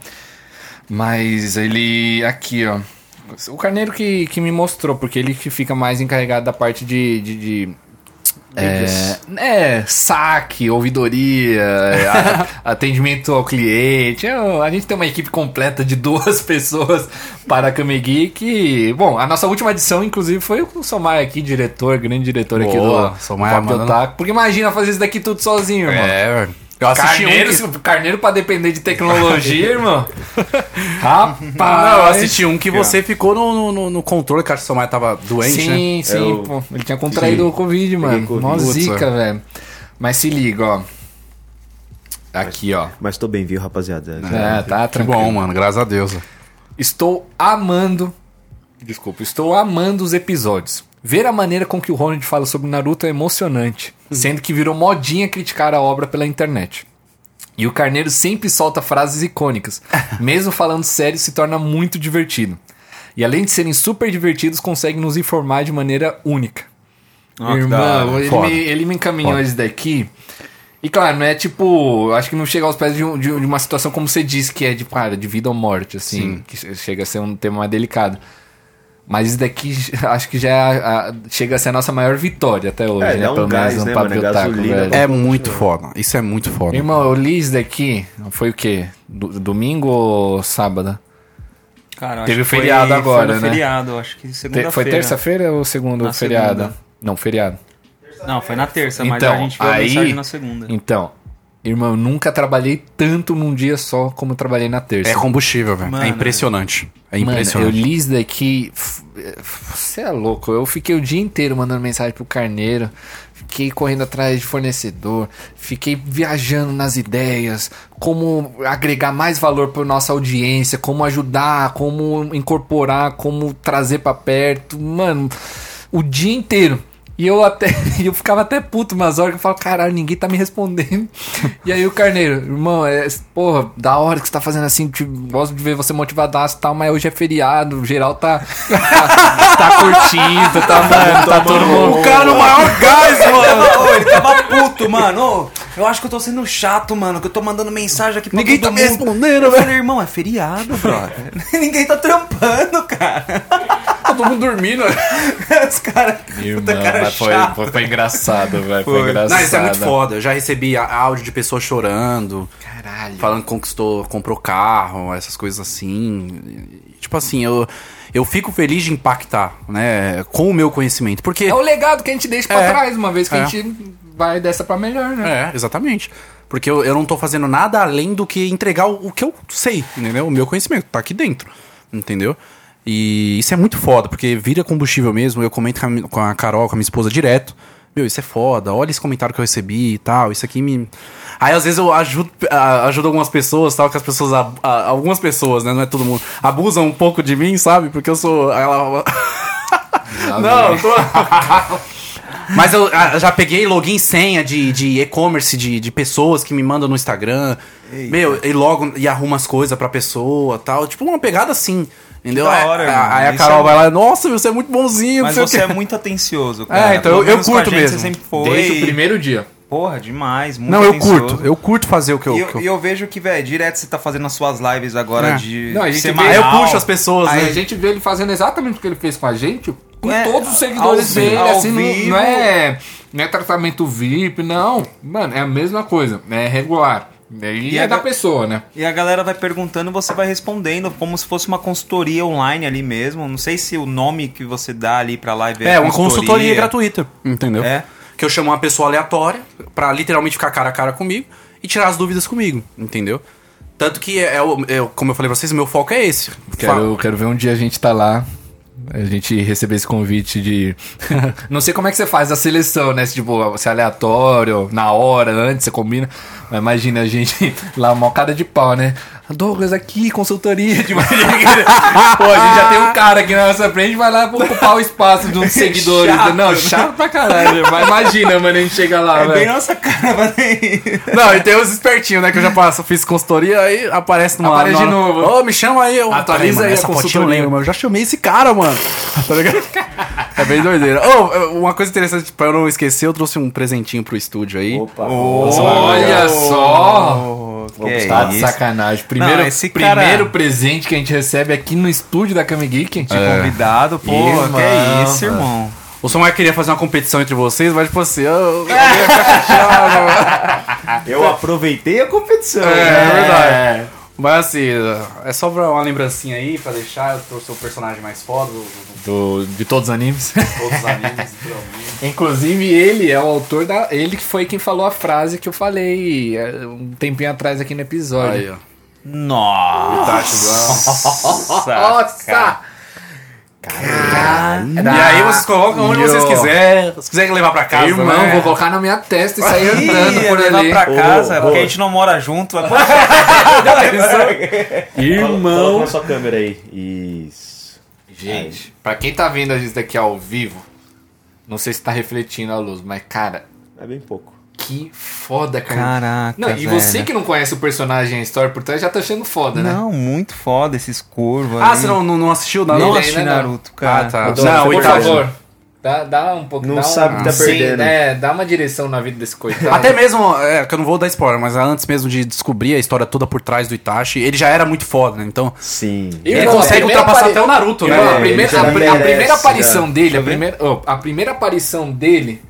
Mas ele. Aqui, ó. O carneiro que, que me mostrou, porque ele que fica mais encarregado da parte de- de- de é, é, saque, ouvidoria, a- atendimento ao cliente. Eu- A gente tem uma equipe completa de duas pessoas para a Kame Geek. Bom, a nossa última edição, inclusive, foi com o Somai aqui, diretor, grande diretor aqui
Boa,
do
Somai
Papo de
mandando-
Otaku. Porque imagina fazer isso daqui tudo sozinho, irmão.
É, velho. Eu assisti
Carneiro,
um. que-
se- carneiro pra depender de tecnologia, irmão. Rapaz.
Não, eu assisti um que você ficou no, no- no, no controle, que acho que o Somar tava doente, né?
Sim, sim,
Eu-
pô. Ele tinha contraído o Covid, mano.
Covid.
Mó
Putz,
zica,
é.
velho. Mas se liga, ó. Aqui, ó.
Mas tô bem, viu, rapaziada?
É, tá
Que
tranquilo.
bom, mano. Graças a Deus. É
Estou amando. Desculpa, estou amando os episódios. Ver a maneira com que o Ronald fala sobre Naruto é emocionante,
Uhum.
sendo que virou modinha criticar a obra pela internet. E o Carneiro sempre solta frases icônicas, mesmo falando sério, se torna muito divertido. E além de serem super divertidos, conseguem nos informar de maneira única.
Ah, que da
Irmão,
hora.
ele
Foda.
me, ele me encaminhou isso daqui. E claro, não é tipo. Acho que não chega aos pés de, um- de um- de uma situação como você disse, que é de, cara, de vida ou morte, assim. Que che- chega a ser um tema mais delicado. Mas isso daqui acho que já é a- a- chega a ser a nossa maior vitória até hoje,
É,
né?
dá um gás, né,
Papo
mano?
de Otaku,
Gasolina, né?
velho.
É muito foda. Isso é muito foda.
Irmão, eu li isso daqui. Foi o quê? Do- domingo ou sábado?
Cara, eu
Teve
acho que
o feriado
foi-
agora,
foi no
né?
feriado, acho que
Te-
segunda-feira.
foi terça-feira ou segundo
Na
feriado?
segunda.
Não, feriado.
Não, foi na terça, mas
Então,
a gente viu a
aí-
mensagem na segunda.
Então, irmão, eu nunca trabalhei tanto num dia só como eu trabalhei na terça.
É combustível, velho.
Mano.
É impressionante. É
Mano, eu
impressionante.
li isso daqui. f- f- Você é louco. Eu fiquei o dia inteiro mandando mensagem pro carneiro. Fiquei correndo atrás de fornecedor. Fiquei viajando nas ideias. Como agregar mais valor pra nossa audiência. Como ajudar. Como incorporar. Como trazer pra perto. Mano, o dia inteiro. E eu até. e eu ficava até puto umas horas que eu falo, caralho, ninguém tá me respondendo. e aí o carneiro, irmão, é, porra, da hora que você tá fazendo assim, te- gosto de ver você motivadaço e tal, mas hoje é feriado, o geral tá. tá, tá curtindo, tá, mano, tá todo mundo.
no maior gás,
Ô, ele tava puto, mano. Ô, eu acho que eu tô sendo chato, mano. Que eu tô mandando mensagem aqui pra
Ninguém
todo
tá me
mundo.
respondendo,
Eu falei, irmão, é feriado, brother. Ninguém tá trampando, cara.
todo mundo dormindo. né?
Os caras. Puta cara chato.
engraçado, velho.
Foi. Não,
Não, isso é muito foda. Eu já recebi á- áudio de pessoas chorando,
Caralho.
falando que conquistou, comprou carro, essas coisas assim. E, Tipo assim, eu, eu fico feliz de impactar, né? Com o meu conhecimento. Porque.
É o legado que a gente deixa pra
É.
trás, uma vez que a
É.
gente vai dessa pra melhor, né?
É, exatamente. Porque eu, eu não tô fazendo nada além do que entregar o, o que eu sei, entendeu? O meu conhecimento tá aqui dentro, entendeu? E isso é muito foda, porque vira combustível mesmo. Eu comento com a, mi- com a Carol, com a minha esposa direto. Meu, isso é foda, olha esse comentário que eu recebi e tal, isso aqui me. Aí às vezes eu ajudo, ah, ajudo algumas pessoas, tal, que as pessoas. ab- ah, algumas pessoas, né? Não é todo mundo. Abusam um pouco de mim, sabe? Porque eu sou. Ela... Não, eu tô. Mas eu ah, já peguei login e senha de de e-commerce de, de, pessoas que me mandam no Instagram. Meu, e logo e arruma as coisas pra pessoa tal. Tipo, uma pegada assim. Entendeu?
da
Aí-
hora,
aí,
irmão.
a
Isso
Carol
é-
vai lá, nossa, você é muito bonzinho,
Mas
não sei
você
o
é
quê.
muito atencioso, cara.
então,
Pelo
eu- eu
menos com a
curto
gente,
mesmo.
Você sempre foi.
Desde o primeiro dia.
Porra, demais. Muito
Não, eu
atencioso.
curto. Eu curto fazer o que eu.
E
que eu-
eu, e eu vejo que, velho, direto você tá fazendo as suas lives agora
É.
de
Não, a gente
semanal.
Aí eu puxo as pessoas,
Aí
né?
a gente vê ele fazendo exatamente o que ele fez com a gente, com
É,
todos os
ao
seguidores
vi-
dele,
ao
assim, não-
vivo.
não, é, não é tratamento VIP, não. Mano, é a mesma coisa, é regular. E,
E
é
a
da
ga-
pessoa, né?
E a galera vai perguntando e você vai respondendo, como se fosse uma consultoria online ali mesmo. Não sei se o nome que você dá ali pra live
É, uma consultoria gratuita, entendeu?
É.
Que eu chamo uma pessoa aleatória pra literalmente ficar cara a cara comigo e tirar as dúvidas comigo, entendeu? Tanto que, é, é o- é o- como eu falei pra vocês, o meu foco é esse.
Quero, quero ver um dia a gente tá lá. A gente receber esse convite de. não sei como é que você faz a seleção, né? Se, tipo, se é aleatório, na hora, antes, você combina. Mas imagina a gente lá, uma cara de pau, né? Douglas aqui, consultoria de Pô, a gente já tem um cara aqui na nossa frente, vai lá pra ocupar o espaço de uns seguidores.
Chato,
não, chato pra caralho. Mas imagina, mano, a gente chega lá,
É bem
velho.
nossa cara, mas...
Não, e tem os espertinhos, né? Que eu já passo, fiz consultoria, aí aparece numa.
Aparece de
numa-
novo.
Ô, me chama aí, eu
Atualiza
Peraí,
aí a
essa fotinha eu
consultoria.
lembro, mas eu já chamei esse cara, mano. Tá ligado? É bem doideira. Ô, uma coisa interessante, pra eu não esquecer, eu trouxe um presentinho pro estúdio aí.
Opa.
Olha só!
Que é
Tá de
isso?
sacanagem. Primeiro,
Não, esse cara-
primeiro presente que a gente recebe é aqui no estúdio da Kami Geek.
De convidado, pô,
Irmão,
que é isso,
mano.
irmão.
O Samuel queria fazer uma competição entre vocês, mas tipo assim, eu. eu-
Eu aproveitei a competição.
É,
né?
é verdade. mas assim, é só pra uma lembrancinha aí, pra deixar, eu trouxe o personagem mais foda, do- do-
Do- de todos os animes.
de todos os animes, literalmente.
Inclusive, ele é o autor da. Ele que foi quem falou a frase que eu falei é, um tempinho atrás aqui no
Aí,
episódio.
ó.
Nossa!
Caralho.
E aí vocês colocam onde vocês quiserem. Se quiserem levar pra casa,
Irmão,
né?
vou colocar na minha testa e sair andando
Ih,
por
levar
ali.
pra casa,
Ô,
porque
ô.
a gente não mora junto. mas-
Coloca na
Irmão.
sua câmera aí. Isso.
Gente, pra quem tá vendo a gente daqui ao vivo, não sei se tá refletindo a luz, mas cara,
É bem pouco.
que foda, cara.
Caraca,
Não, e você
velho.
que não conhece o personagem e a história por trás já tá achando foda, né?
Não, muito foda esses curvos
Ah,
ali.
você não, não, não assistiu nada?
Não
Ele
assisti
ainda não.
Naruto, cara.
Ah, tá.
Então,
não,
por
Por
oitavo.
favor, dá, dá um pouco.
Não
dá um-
sabe que tá
sim,
perdendo.
É, dá uma direção na vida desse coitado.
Até mesmo, é, que eu não vou dar spoiler, mas antes mesmo de descobrir a história toda por trás do Itachi, ele já era muito foda, né? Então,
Sim.
ele
Irmão, a
consegue
primeira
ultrapassar
apari-
até o Naruto, né?
Irmão,
É,
a,
ele
primeira,
já
a pri- a
merece, né?
primeira aparição
já.
dele, a primeira, oh, a primeira aparição dele,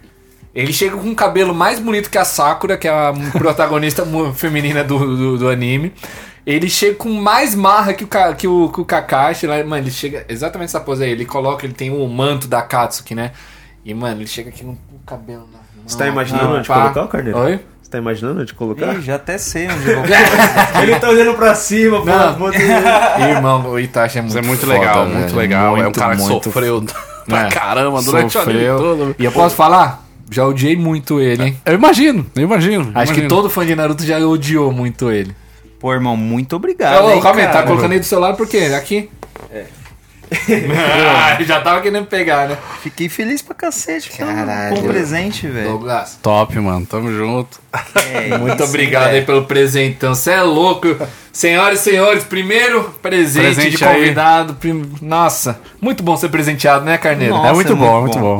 ele chega com um cabelo mais bonito que a Sakura, que é a protagonista mu- feminina do, do, do anime. Ele chega com mais marra que o, Ka- que o, que o Kakashi. Lá, mano, ele chega exatamente essa pose aí. Ele coloca, ele tem o manto da Katsuki, né? E, mano, ele chega aqui com o cabelo na mão.
Você tá imaginando onde
Ah, pá.
colocar o carneiro?
Oi?
Você tá imaginando onde colocar?
Ih, já até sei onde eu vou.
ele tá olhando pra cima,
Não.
pô. Não.
Irmão, o Itachi é muito
Mas é muito
foda,
legal,
velho.
muito legal. é um
Muito,
cara que
muito
sofreu pra
É.
caramba durante o anime
Sofreu.
todo.
E eu posso falar? Já odiei muito ele, hein?
Eu imagino, eu imagino.
Acho que
imagino.
todo fã de Naruto já odiou muito ele.
Pô, irmão, muito obrigado.
Ô,
hein,
calma aí,
cara.
tá colocando aí do celular por quê? Aqui? É. já tava querendo pegar, né?
Fiquei feliz pra cacete pelo-
Caralho.
com o presente, velho.
Douglas.
Top, mano. Tamo junto.
É
Muito
isso,
obrigado aí
velho.
pelo presentão. Você é louco. Senhoras e senhores, primeiro presente,
Presente
de
aí.
convidado. Prim- Nossa, muito bom ser presenteado, né, Carneiro?
Nossa,
é muito
é
bom, é
muito
muito bom.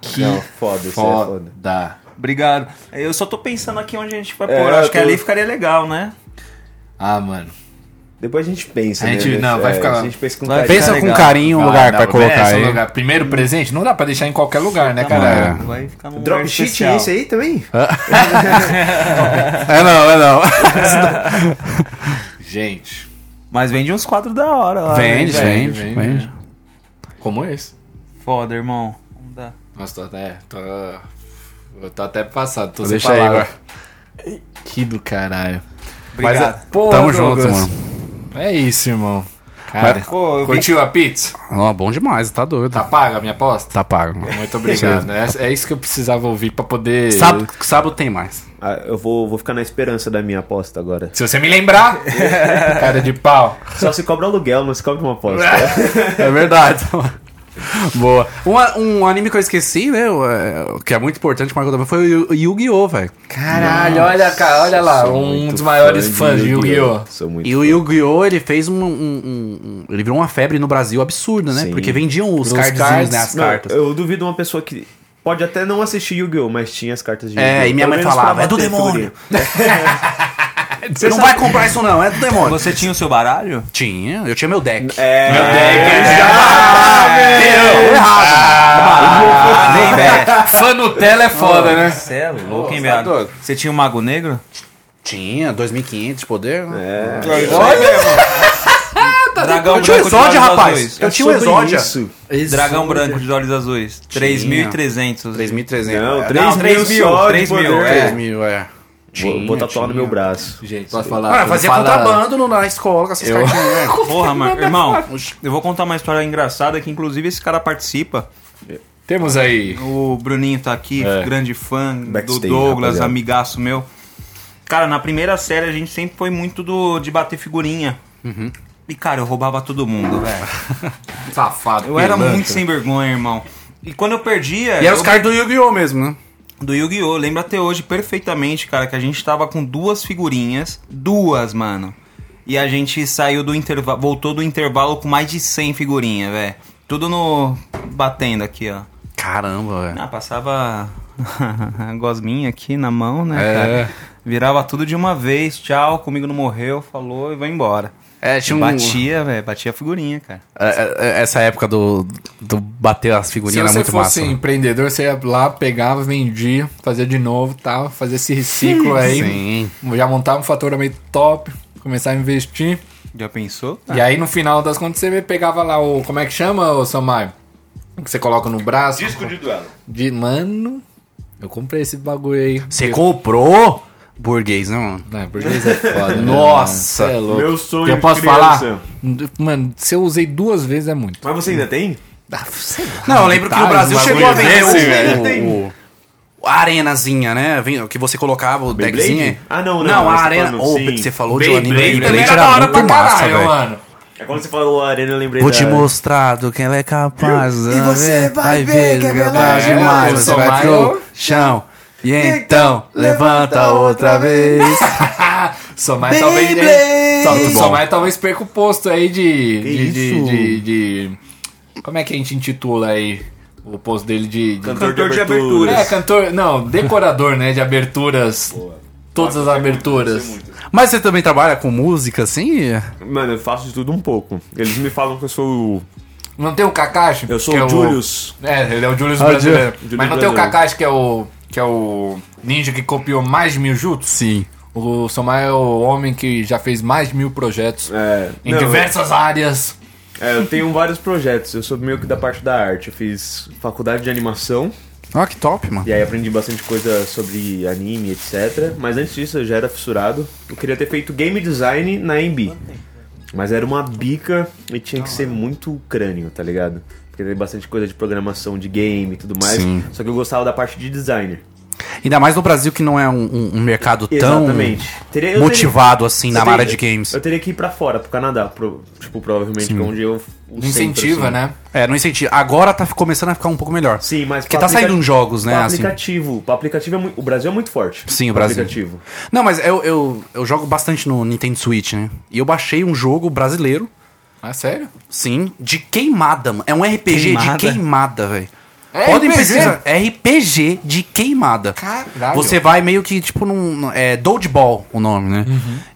Que foda, isso é foda.
Foda.
Obrigado. Eu só tô pensando aqui onde a gente vai
É,
pôr. Acho que
eu tô-
ali ficaria legal, né?
Ah, mano.
Depois a gente pensa,
A gente-
né?
não, vai
É,
ficar-
A gente pensa com
Vai
carinho.
Pensa
ficar
com
legal.
carinho
Ah,
o lugar que vai
Vai,
colocar
merece um
aí.
lugar. Primeiro presente, não dá pra deixar em qualquer lugar, né, cara?
Tá bom, Vai ficar num lugar
Drop shit
especial.
é isso aí também?
É não, é não.
Gente,
Mas vende uns quadros da hora lá.
Vende,
né, velho?
vende,
vende,
vende.
como esse?
Foda, irmão. Não dá.
Nossa, tô até. Tô, eu tô até passado, tô sem
Deixa aí,
palavras.
vai.
Que do caralho.
Obrigado.
Mas é- pô,
Tamo
Douglas,
junto, mano.
É isso, irmão.
Cara,
Pô, eu vi-
Curtiu a pizza?
ó, bom demais, tá doido.
Tá
Tá,
paga a minha aposta?
pago.
Muito obrigado. É, é isso que eu precisava ouvir pra poder.
Sábado, sábado tem mais.
Ah, eu vou, vou ficar na esperança da minha aposta agora.
Se você me lembrar, cara de pau.
Só se cobra aluguel, não se cobra uma aposta.
É verdade. Boa. Um, a- um anime que eu esqueci, né? o- é, o Que é muito importante, Marco também, foi o Yu- Yu-Gi-Oh! velho.
Caralho, olha, cara, olha lá. Um dos maiores fãs de Yu-Gi-Oh!
Sou muito
E o Yu-Gi-Oh! ele fez um, um- um- um- Ele virou uma febre no Brasil absurda, né?
Sim.
Porque vendiam os
Os
cardzinhos,
cards,
né? As
Não,
cartas.
Eu duvido uma pessoa que pode até não assistir Yu-Gi-Oh, mas tinha as cartas de
É,
Yu-Gi-Oh.
e minha
Pelo
mãe
menos pra
falava, "É do
bater
demônio."
figurinha.
Você não vai comprar isso, não, é do demônio.
Você tinha o seu baralho?
Tinha, eu tinha meu deck.
É,
Meu deck
É, deu errado.
Nem, velho.
Fã Nutella é foda, né?
Você é louco, hein,
Ô, tá
viado?
doido.
Você tinha o Mago Negro?
Tinha, 2.500 de poder. É.
Dragão branco
Tá Eu tinha o
de olhos
Exódia, rapaz.
azuis.
Eu tinha o
sobre
Exódia.
É. isso.
Dragão branco de olhos azuis. 3.300.
3.300.
Não,
é.
três
3 mil,
mil,
só de
três mil,
poder.
é.
3 mil, é.
Vou, vou tatuar no meu braço.
Gente, posso falar?
Cara,
Quando
Ah, fazia
fala-
contrabando no- na escola com essas
Eu-
cartinhas. né?
Porra, mano. Irmão, eu vou contar uma história engraçada que, inclusive, esse cara participa.
Temos aí.
O Bruninho tá aqui, grande fã do
É. Backstage,
Douglas,
rapaziada.
amigaço meu. Cara, na primeira série a gente sempre foi muito do, de bater figurinha.
Uhum.
E, cara, eu roubava todo mundo, velho.
Safado.
Eu era
pilantra.
muito sem vergonha, irmão. E quando eu perdia.
né? E era
eu-
os cards do Yu-Gi-Oh! mesmo, né?
do Yu-Gi-Oh! Lembro até hoje perfeitamente, cara, que a gente tava com duas figurinhas. Duas, mano. E a gente saiu do intervalo. Voltou do intervalo com mais de 100 figurinhas, velho. Tudo no. batendo aqui, ó.
Caramba, velho.
Ah, passava a gosminha aqui na mão, né,
É.
cara? Virava tudo de uma vez, tchau, comigo não morreu, falou e vai embora.
É, tinha um...
Batia, velho, batia a figurinha, cara.
É, é, é, Essa época do, do bater as
Se
figurinhas era
você
muito
fosse
massa. né?
empreendedor, você ia lá, pegava, vendia, fazia de novo tal, fazia esse reciclo aí.
Sim.
Já montava um faturamento top, começava a investir.
Já pensou?
E aí no final das contas você pegava lá o. Como é que chama, ô Samai? Que você coloca no braço. Disco de duelo. mano, eu comprei esse bagulho aí.
Você comprou burguês, né, mano?
Não, burguês é foda. né,
Nossa.
mano? Cê é louco.
Meu sonho
Eu
de
posso
criança.
falar? Mano, se eu usei duas vezes é muito. Ah,
Mas você ainda tem?
Não, eu lembro que no
Tá,
Brasil
um
chegou a
bagulho
vender
desse,
o, o, o- a arenazinha, né? Vem- Que você colocava o
Beyblade?
deckzinho.
Ah, não, não,
Não, a
você tá
arena.
falando,
Ô,
sim.
que você falou de um
Beyblade,
anime
Beyblade
Beyblade
Também
era muito massa,
caralho,
velho.
mano.
É quando você falou Arena, eu lembrei
Vou
da...
te mostrar do que ela é capaz. E você vai ver que é
verdade.
verdade.
demais, você vai pro
chão. E então, levanta outra vez.
Somar talvez.
Beyblade!
Só-
Muito bom.
Somar talvez perca o posto aí de. De, de,
isso?
de, de- Como é que a gente intitula aí o posto dele de. de-
Cantor de abertura.
É, cantor. Não, decorador, né? De aberturas. Todas as É, aberturas.
Mas você também trabalha com música, assim?
Mano, eu faço de tudo um pouco. Eles me falam que eu sou o...
Não tem o Kakashi?
Eu sou
que é
o Julius.
É, ele é o Julius
Ah, o
brasileiro.
Ju-
Mas não
Julius
tem o
brasileiro.
Kakashi que é o. que é o ninja que copiou mais de mil jutsu?
Sim.
O Somar é o homem que já fez mais de mil projetos.
É,
Em
não,
diversas áreas.
é, eu tenho vários projetos. Eu sou meio que da parte da arte. Eu fiz faculdade de animação.
Ó, que top, mano.
E aí aprendi bastante coisa sobre anime, etc. Mas antes disso eu já era fissurado. Eu queria ter feito game design na MB. Mas era uma bica e tinha que ser muito crânio, tá ligado? Porque tem bastante coisa de programação de game e tudo mais.
Sim.
Só que eu gostava da parte de designer.
Ainda mais no Brasil, que não é um, um- um mercado tão
Exatamente. Teria- eu teria-
motivado, assim,
eu
na
teria-
área de games.
Eu teria que ir pra fora, pro Canadá. pro- tipo, provavelmente que é onde eu. o
Não incentiva,
centro, assim.
né?
É, não incentivo. Agora tá começando a ficar um pouco melhor.
Sim, mas.
Porque
pra
tá saindo
aplica-
uns jogos, né,
pra
assim.
aplicativo. Pra aplicativo é muito. O Brasil é muito forte.
Sim, o
pra
Brasil.
Aplicativo.
Não, mas eu, eu, eu jogo bastante no Nintendo Switch, né? E eu baixei um jogo brasileiro,
É sério?
sim, de queimada, mano. É um RPG
Queimada?
de queimada, velho.
É
Podem
RPG?
pesquisar. RPG de queimada.
Caralho.
Você vai meio que, tipo, num. É Dodgeball o nome, né?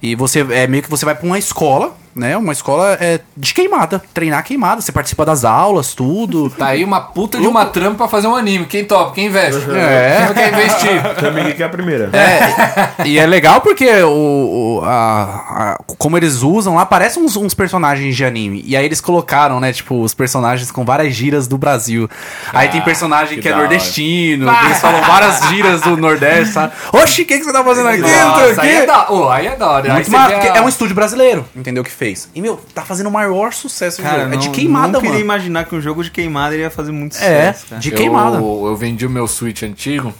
E você é meio que você vai pra uma escola, né? Uma escola é, de queimada. Treinar queimada. Você participa das aulas, tudo.
Tá aí uma puta de uma trampa pra fazer um anime. Quem topa? Quem investe?
É.
Quem não quer investir?
Também que é a primeira.
É, e é legal porque o, o- a- a- como eles usam lá, parecem uns, uns personagens de anime. E aí eles colocaram, né, tipo, os personagens com várias gírias do Brasil. aí tem personagem que, é
da hora.
nordestino, que eles falam várias gírias do Nordeste, sabe? Oxi, o que, que você tá fazendo aqui? Não sei o
Nossa, aí
quê.
é da, oh, aí é da hora. Aí
Muito
você
massa,
vê a-
porque é um estúdio um brasileiro, entendeu? Que fez. E, meu, tá fazendo o maior sucesso do
Cara,
jogo. É de
não-
queimada,
não queria
mano.
imaginar que um jogo de queimada iria fazer muito
É,
sucesso, cara.
de queimada.
Eu, eu vendi o meu Switch antigo.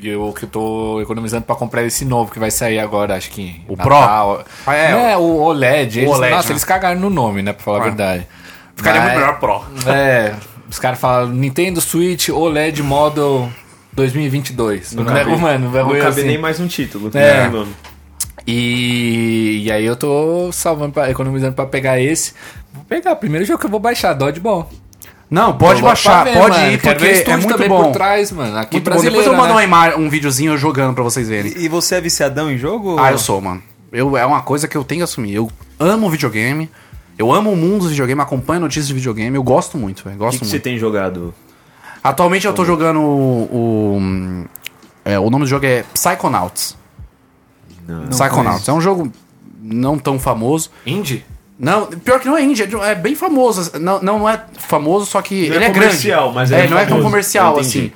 E eu que tô economizando pra comprar esse novo que vai sair agora, acho que.
O
Natal.
Pro?
É, é, o OLED. Eles,
OLED,
nossa,
né?
eles cagaram no nome, né? Pra falar a
Ah.
verdade.
Ficaria
Mas-
muito melhor Pro.
É, os caras falam Nintendo Switch OLED Model 2022. Não,
cabe-
É, mano, vai
Não
roer
cabe
assim.
nem mais um título.
né, É.
né, mano?
E, e aí eu tô salvando, pra, economizando pra pegar esse. Vou pegar, o primeiro jogo que eu vou baixar, Dodgeball.
Não, pode
Tô louco
baixar,
pra ver,
pode
mano.
ir,
Quero ver
porque é
estúdio
muito
também
bom.
por trás, mano. Aqui
Muito bom.
brasileiro,
Depois eu mando
né?
uma ima- um videozinho eu jogando pra vocês verem.
E e você é viciadão em jogo?
Tipo,
Ah, eu sou, mano. Eu, é uma coisa que eu tenho que assumir. Eu amo videogame. Eu amo o mundo do videogame, acompanho notícias de videogame. Eu gosto muito, velho.
O que,
Gosto
que você
muito.
tem jogado?
Atualmente eu tô jogando o. o, é, o nome do jogo é Psychonauts.
Não.
Psychonauts. É um jogo não tão famoso.
Indie?
Não, pior que não é indie, é de- é bem famoso. Não, não é famoso, só que
Não é
ele é,
comercial,
grande.
mas
é,
ele é
não é tão
famoso.
comercial
Eu entendi.
assim.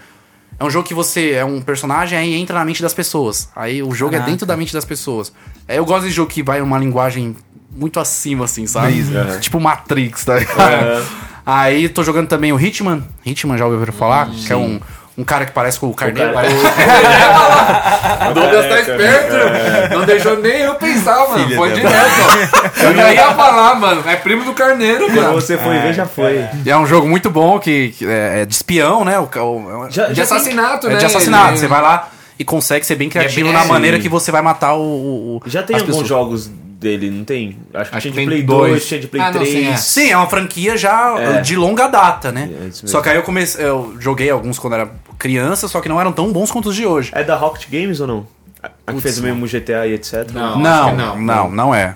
É um jogo que você é um personagem aí entra na mente das pessoas. Aí o jogo é dentro da mente das pessoas. É, eu gosto de jogo que vai uma linguagem muito acima assim, sabe?
Aham.
Tipo Matrix, tá? ligado? Aí tô jogando também o Hitman. Hitman já ouviu falar? que é um, um cara que parece com o Carneiro.
cara- é
parece-
O
É,
Douglas tá
Careca,
esperto. Não deixou nem eu pensar, mano.
Filha
Foi
da-
direto. Eu já ia falar, mano. É primo do carneiro,
Quando
mano.
você foi ver, já foi.
É um jogo muito bom que, que é, é de espião, né? O, ca- o-
Já-
De assassinato,
É
né?
de assassinato.
Ele-
Você vai lá e consegue ser bem criativo
é bem-
na
é,
maneira
sim.
que você vai matar o. o- o-
Já tem
as
alguns
pessoas.
jogos dele, não tem? Acho que
Acho
tinha
que
de
tem
Play
dois.
2, tinha de Play
Ah, não, sim,
3.
é.
Sim, é uma franquia já
É.
eh, de longa data, né?
É, isso mesmo.
só que aí eu comecei. Eu joguei alguns quando era criança, só que não eram tão bons quanto os de hoje.
É da Rocket Games ou não? A a que fez o mesmo GTA e etc.
Não.
não,
acho que
não,
não.
não, é.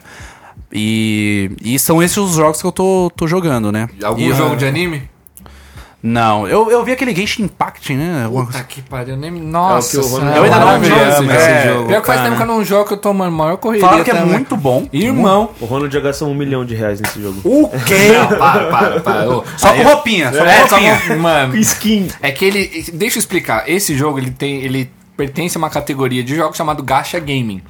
E, e são esses os jogos que eu tô, tô jogando, né?
Algum
E,
jogo
eh,
de anime?
Não, eu, eu vi aquele Genshin Impact, né? Alguma
Puta
coisa-
que pariu, nem...
É
Nossa,
o que o Rony
senhora.
Eu ainda não
Maravilha,
jogo
esse
esse
velho.
jogo,
Pior que faz
cara.
tempo que eu não jogo, que eu tô, mano, maior correria.
Falaram que é
também.
muito bom.
Irmão.
O Ronald ia gastar um milhão de reais nesse jogo.
O quê?
Não, para, para, para. Ô,
Só com roupinha, só
É,
com
só
roupinha.
uma- mano,
Skin!
é que ele. Deixa eu explicar. Esse jogo ele tem, ele pertence a uma categoria de jogos chamado Gacha Gaming.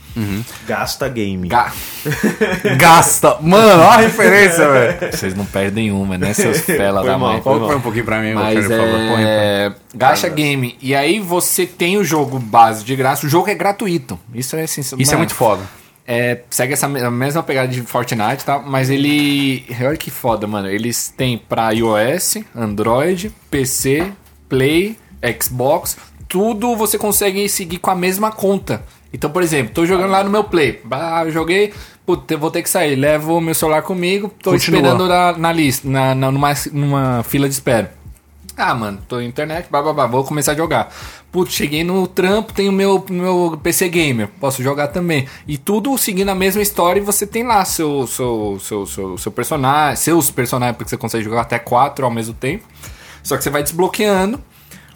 Gasta game.
Ga-
Gasta. Mano, olha a referência, velho.
Vocês não perdem uma, né, seus fela
Foi
da
mal,
mãe?
foi mal.
Põe um pouquinho pra mim,
Mas
Rogério, por favor. Põe, põe.
é... Gacha Game. E aí você tem o jogo base de graça. O jogo é gratuito. Isso é assim,
Isso é muito foda.
É, segue essa me- a mesma pegada de Fortnite, tá? Mas ele. Olha que foda, mano. Eles têm pra iOS, Android, PC, Play, Xbox. Tudo você consegue seguir com a mesma conta. Então, por exemplo, tô jogando lá no meu Play. Ah, eu joguei. Puta, eu vou ter que sair. Levo o meu celular comigo. Tô
Continua.
esperando na, na lista, na, na- numa, numa fila de espera. Ah, mano, tô na internet, bababá, vou começar a jogar. Putz, cheguei no trampo, tenho meu, meu PC Gamer, posso jogar também. E tudo seguindo a mesma história e você tem lá seu, seu, seu, seu, seu personagem, seus personagens, porque você consegue jogar até quatro ao mesmo tempo. Só que você vai desbloqueando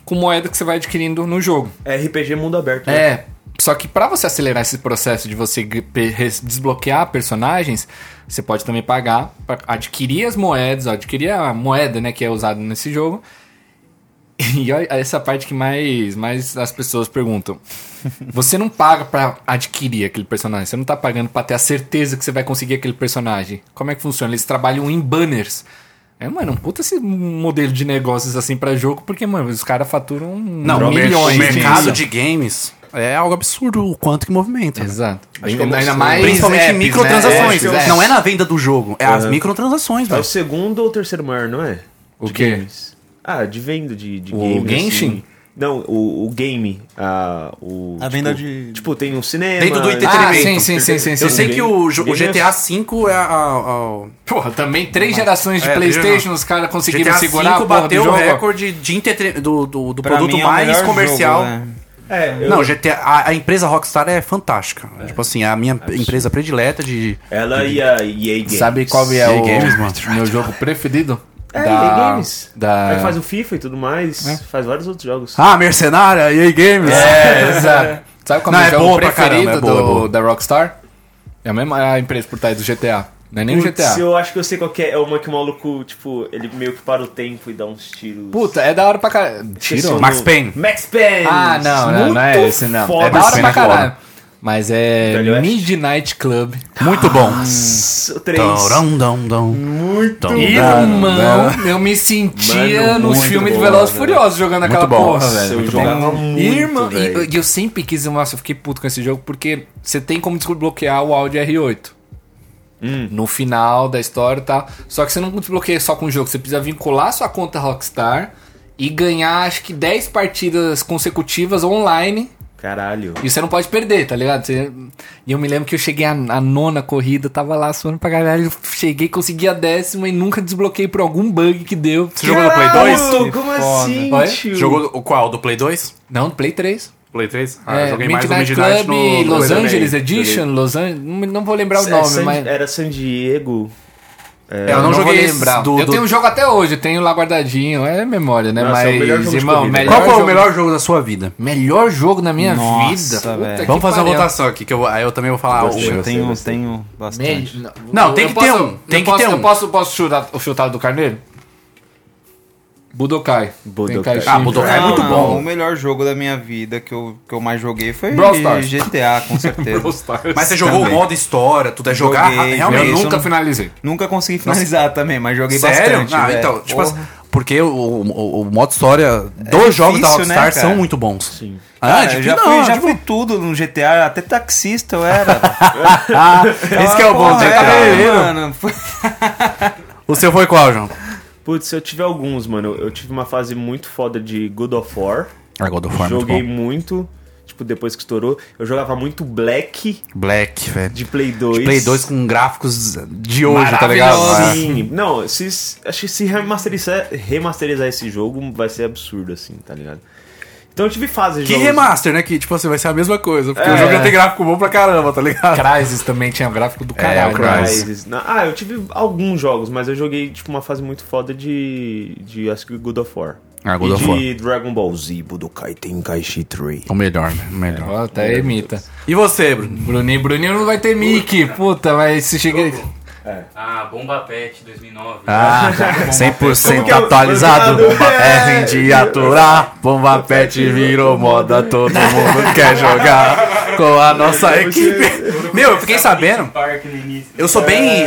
com moeda que você vai adquirindo no jogo.
É RPG mundo aberto. né?
É, só que pra você acelerar esse processo de você g- pe- res- desbloquear personagens, você pode também pagar pra adquirir as moedas, ó, adquirir a moeda, né, que é usada nesse jogo. E olha essa parte que mais, mais as pessoas perguntam. Você não paga pra adquirir aquele personagem, você não tá pagando pra ter a certeza que você vai conseguir aquele personagem. Como é que funciona? Eles trabalham em banners. É, mano, um puta esse modelo de negócios assim pra jogo, porque, mano, os caras faturam
Não,
milhões.
o mercado
Sim.
de games é algo absurdo o quanto que movimenta. né?
Exato.
Acho que
ainda,
é uma
ainda
opção.
mais
Principalmente
apps, né?
microtransações.
Apps, apps.
Não é na venda do jogo, é as microtransações,
É o
velho.
segundo ou terceiro maior, não é?
O
De
quê?
games. Ah, de venda de, de
O
games.
Genshin?
assim. Não, o, o game. A, o,
A venda de-
Tipo, tem um cinema.
Dentro do
tem-
Ah,
entretenimento.
sim, sim, sim, sim, sim.
Eu sei que o, jo- o
Ninguém-
GTA V é a. a- a-
Porra, também três gerações de
É,
Playstation,
não.
os caras conseguiram
GTA
segurar
V
a porra do
bateu o
jogo.
recorde de entreten- do, do, do
Pra
produto
mim é o
mais
melhor
comercial.
jogo, né?
Ah,
É, eu-
Não, GTA, a, a empresa Rockstar é fantástica. Tipo assim, é a minha empresa predileta de.
Ela e a EA Games.
Sabe qual é
EA
o
Games, mano.
meu jogo preferido?
É, EA
da,
Games. Aí
É
Da...
faz o FIFA e tudo mais. Faz vários outros jogos.
Ah, mercenária, EA Games.
É, exato. Sabe qual é o
um-
meu
Não, é
jogo
boa pra
preferido
caramba, é boa,
do-
é boa.
da Rockstar? É a mesma a empresa por trás do GTA. Não é nem o
Putz,
GTA.
eu acho que eu sei qual que é. É uma que o maluco, tipo, ele meio que para o tempo e dá uns tiros.
Puta, é da hora pra caralho.
Esqueci o
Tiro?
nome.
Max Payne.
Max Payne!
Ah, não, não, não é
Muito
esse, não.
foda.
É da hora
Payne
pra
é foda.
caralho. Mas é
Velho Oeste?
Midnight Club.
Muito bom.
Nossa, três.
Dão, dão, dão.
Muito
Dão, dão,
Irmão,
dão.
eu me sentia
Mano,
nos
muito
filmes de
bom,
Velozes e
velho.
Furiosos jogando aquela
bom.
porra,
Nossa,
velho.
Eu
muito
jogava muito,
Irmão, e
velho.
eu, e eu sempre quis, nossa, eu fiquei puto com esse jogo porque você tem como desbloquear o Audi R8. No final da história e tal. Só que você não desbloqueia só com o jogo, você precisa vincular sua conta Rockstar e ganhar acho que 10 partidas consecutivas online.
Caralho.
E você não pode perder, tá ligado? Você- E eu me lembro que eu cheguei à à nona corrida, tava lá suando pra caralho, cheguei, consegui a décima e nunca desbloqueei por algum bug que deu.
Você jogou no Play 2?
Mano, como assim,
Olha,
tio?
Jogou o qual? Do Play 2?
Não, Play 3.
Play 3? Ah,
É,
eu joguei mais o
Midnight
Midnight
Club,
no, no
Los
Play
Angeles
também.
Edition, Los Angeles. Não, não vou lembrar o
É,
nome,
San-
mas.
Era San Diego.
É, eu não,
vou
joguei esse
lembrar.
do-
eu
do-
tenho um jogo até hoje, eu tenho lá guardadinho. É memória, né?
Nossa, é o
mas,
melhor jogo de
irmão,
corrida.
melhor
Qual foi
jogo,
o melhor jogo da sua vida?
melhor jogo na minha
Nossa,
vida? Puta
velho.
que
Vamos fazer uma
pariu.
votação aqui, que eu, aí eu também vou falar.
Gostei.
um.
Eu
Deus,
tenho,
Deus.
tenho
Mel-
bastante.
Não,
eu
tem que
posso-
ter um, tem
eu
que
posso,
ter um.
Eu posso, posso chutar o chutado do carneiro? Budokai.
Budokai.
Tenkaichi.
Ah, Budokai é muito
Não,
bom.
O melhor jogo da minha vida que eu, que eu mais joguei foi
Brawl Stars.
GTA, com certeza.
Mas você jogou o
Também.
modo história, tudo é jogar
Joguei,
ah,
Eu
realmente.
joguei.
nunca
não-
finalizei.
Nunca consegui finalizar também, mas joguei
Sério?
bastante.
Ah,
velho.
então, tipo
Porra.
assim, porque o, o, o modo história dos
difícil,
jogos da
né,
Rockstar
cara?
são muito bons.
Sim.
Ah,
Cara, eu
tipo,
É, já,
não,
fui, já
tipo,
fui tudo no GTA, até taxista eu era.
esse que é o bom do
Porra,
GTA.
é, mano. Foi-
O seu foi qual, João?
Putz, eu tive alguns, mano. Eu tive uma fase muito foda de God of War.
Ah, God of War, muito
Joguei
bom.
muito. Tipo, depois que estourou. Eu jogava muito Black
Black, velho.
de Play 2.
Play 2 com gráficos de hoje, tá ligado?
Maravilhoso.
Sim. Não, se, acho que se remasterizar, remasterizar esse jogo vai ser absurdo, assim, tá ligado? Então eu tive fase de
Que
jogos-
remaster, né? Que, tipo assim, vai ser a mesma coisa. Porque o jogo já tem gráfico bom pra caramba, tá ligado?
Crysis também tinha gráfico do
É,
caralho.
o
né?
Crysis.
Mas- na- Ah, eu tive alguns jogos, mas eu joguei, tipo, uma fase muito foda de. de acho que God of War.
Ah, God
e
of
de
War.
Dragon Ball Z, Budokai Tenkaichi 3.
O melhor, né? O melhor.
Ó, Até imita.
E você, Bruno?
Bruninho, Bruninho não vai ter Mickey, puta, mas se chega.
Ah, Bomba Pet 2009.
Ah,
Como
100%
que é o-
atualizado,
Obrigado.
bomba é de aturar, bomba pet virou moda, todo mundo quer jogar com a nossa equipe. Meu, eu fiquei sabendo,
Park no início.
eu sou bem...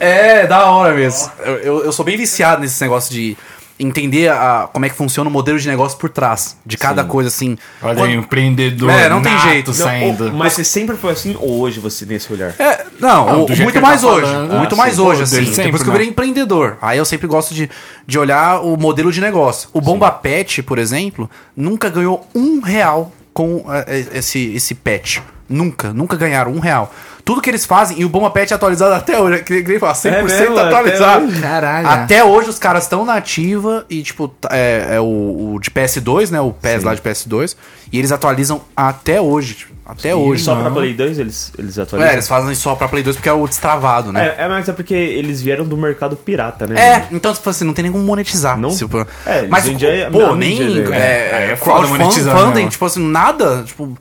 É, da hora mesmo. Eu, eu, eu sou bem viciado nesse negócio de entender a, como é que funciona o modelo de negócio por trás, de cada coisa, assim.
Olha aí,
Quando-
empreendedor.
É, não tem
nato
jeito.
Não,
saindo.
o- mas você sempre foi assim ou hoje você tem esse olhar?
É, não, o-
do jeito que
muito
ele
mais
tá
hoje.
falando.
muito
Ah,
mais
sim.
hoje,
Pô,
assim.
desde
Depois
sempre, né?
que eu virei empreendedor. Aí eu sempre gosto de, de olhar o modelo de negócio. O Bomba Pet, por exemplo, nunca ganhou um real com eh, esse, esse pet. Nunca, nunca ganharam um real. Tudo que eles fazem, e o Bomba Pet é atualizado até hoje, que nem fala,
É
100%
mesmo, até
atualizado.
hoje.
Caralho.
Até hoje os caras estão na ativa e, tipo, t- é, é o, o de PS2, né? O PS lá de PS2. E eles atualizam até hoje. tipo, Até hoje.
Só pra
mano.
Play 2 eles, eles
tá
É,
atualizam?
eles fazem só pra Play 2 porque é o destravado, né?
É, é, mas é porque eles vieram do mercado pirata, né?
É,
mano?
então, tipo assim, não tem nem como monetizar.
Não?
Tipo,
É,
mas,
hoje em dia é-
pô,
não,
nem...
hoje em dia
é-
É,
é
é
foda monetizar,
crowdfunding,
né?
tipo assim, nada, tipo...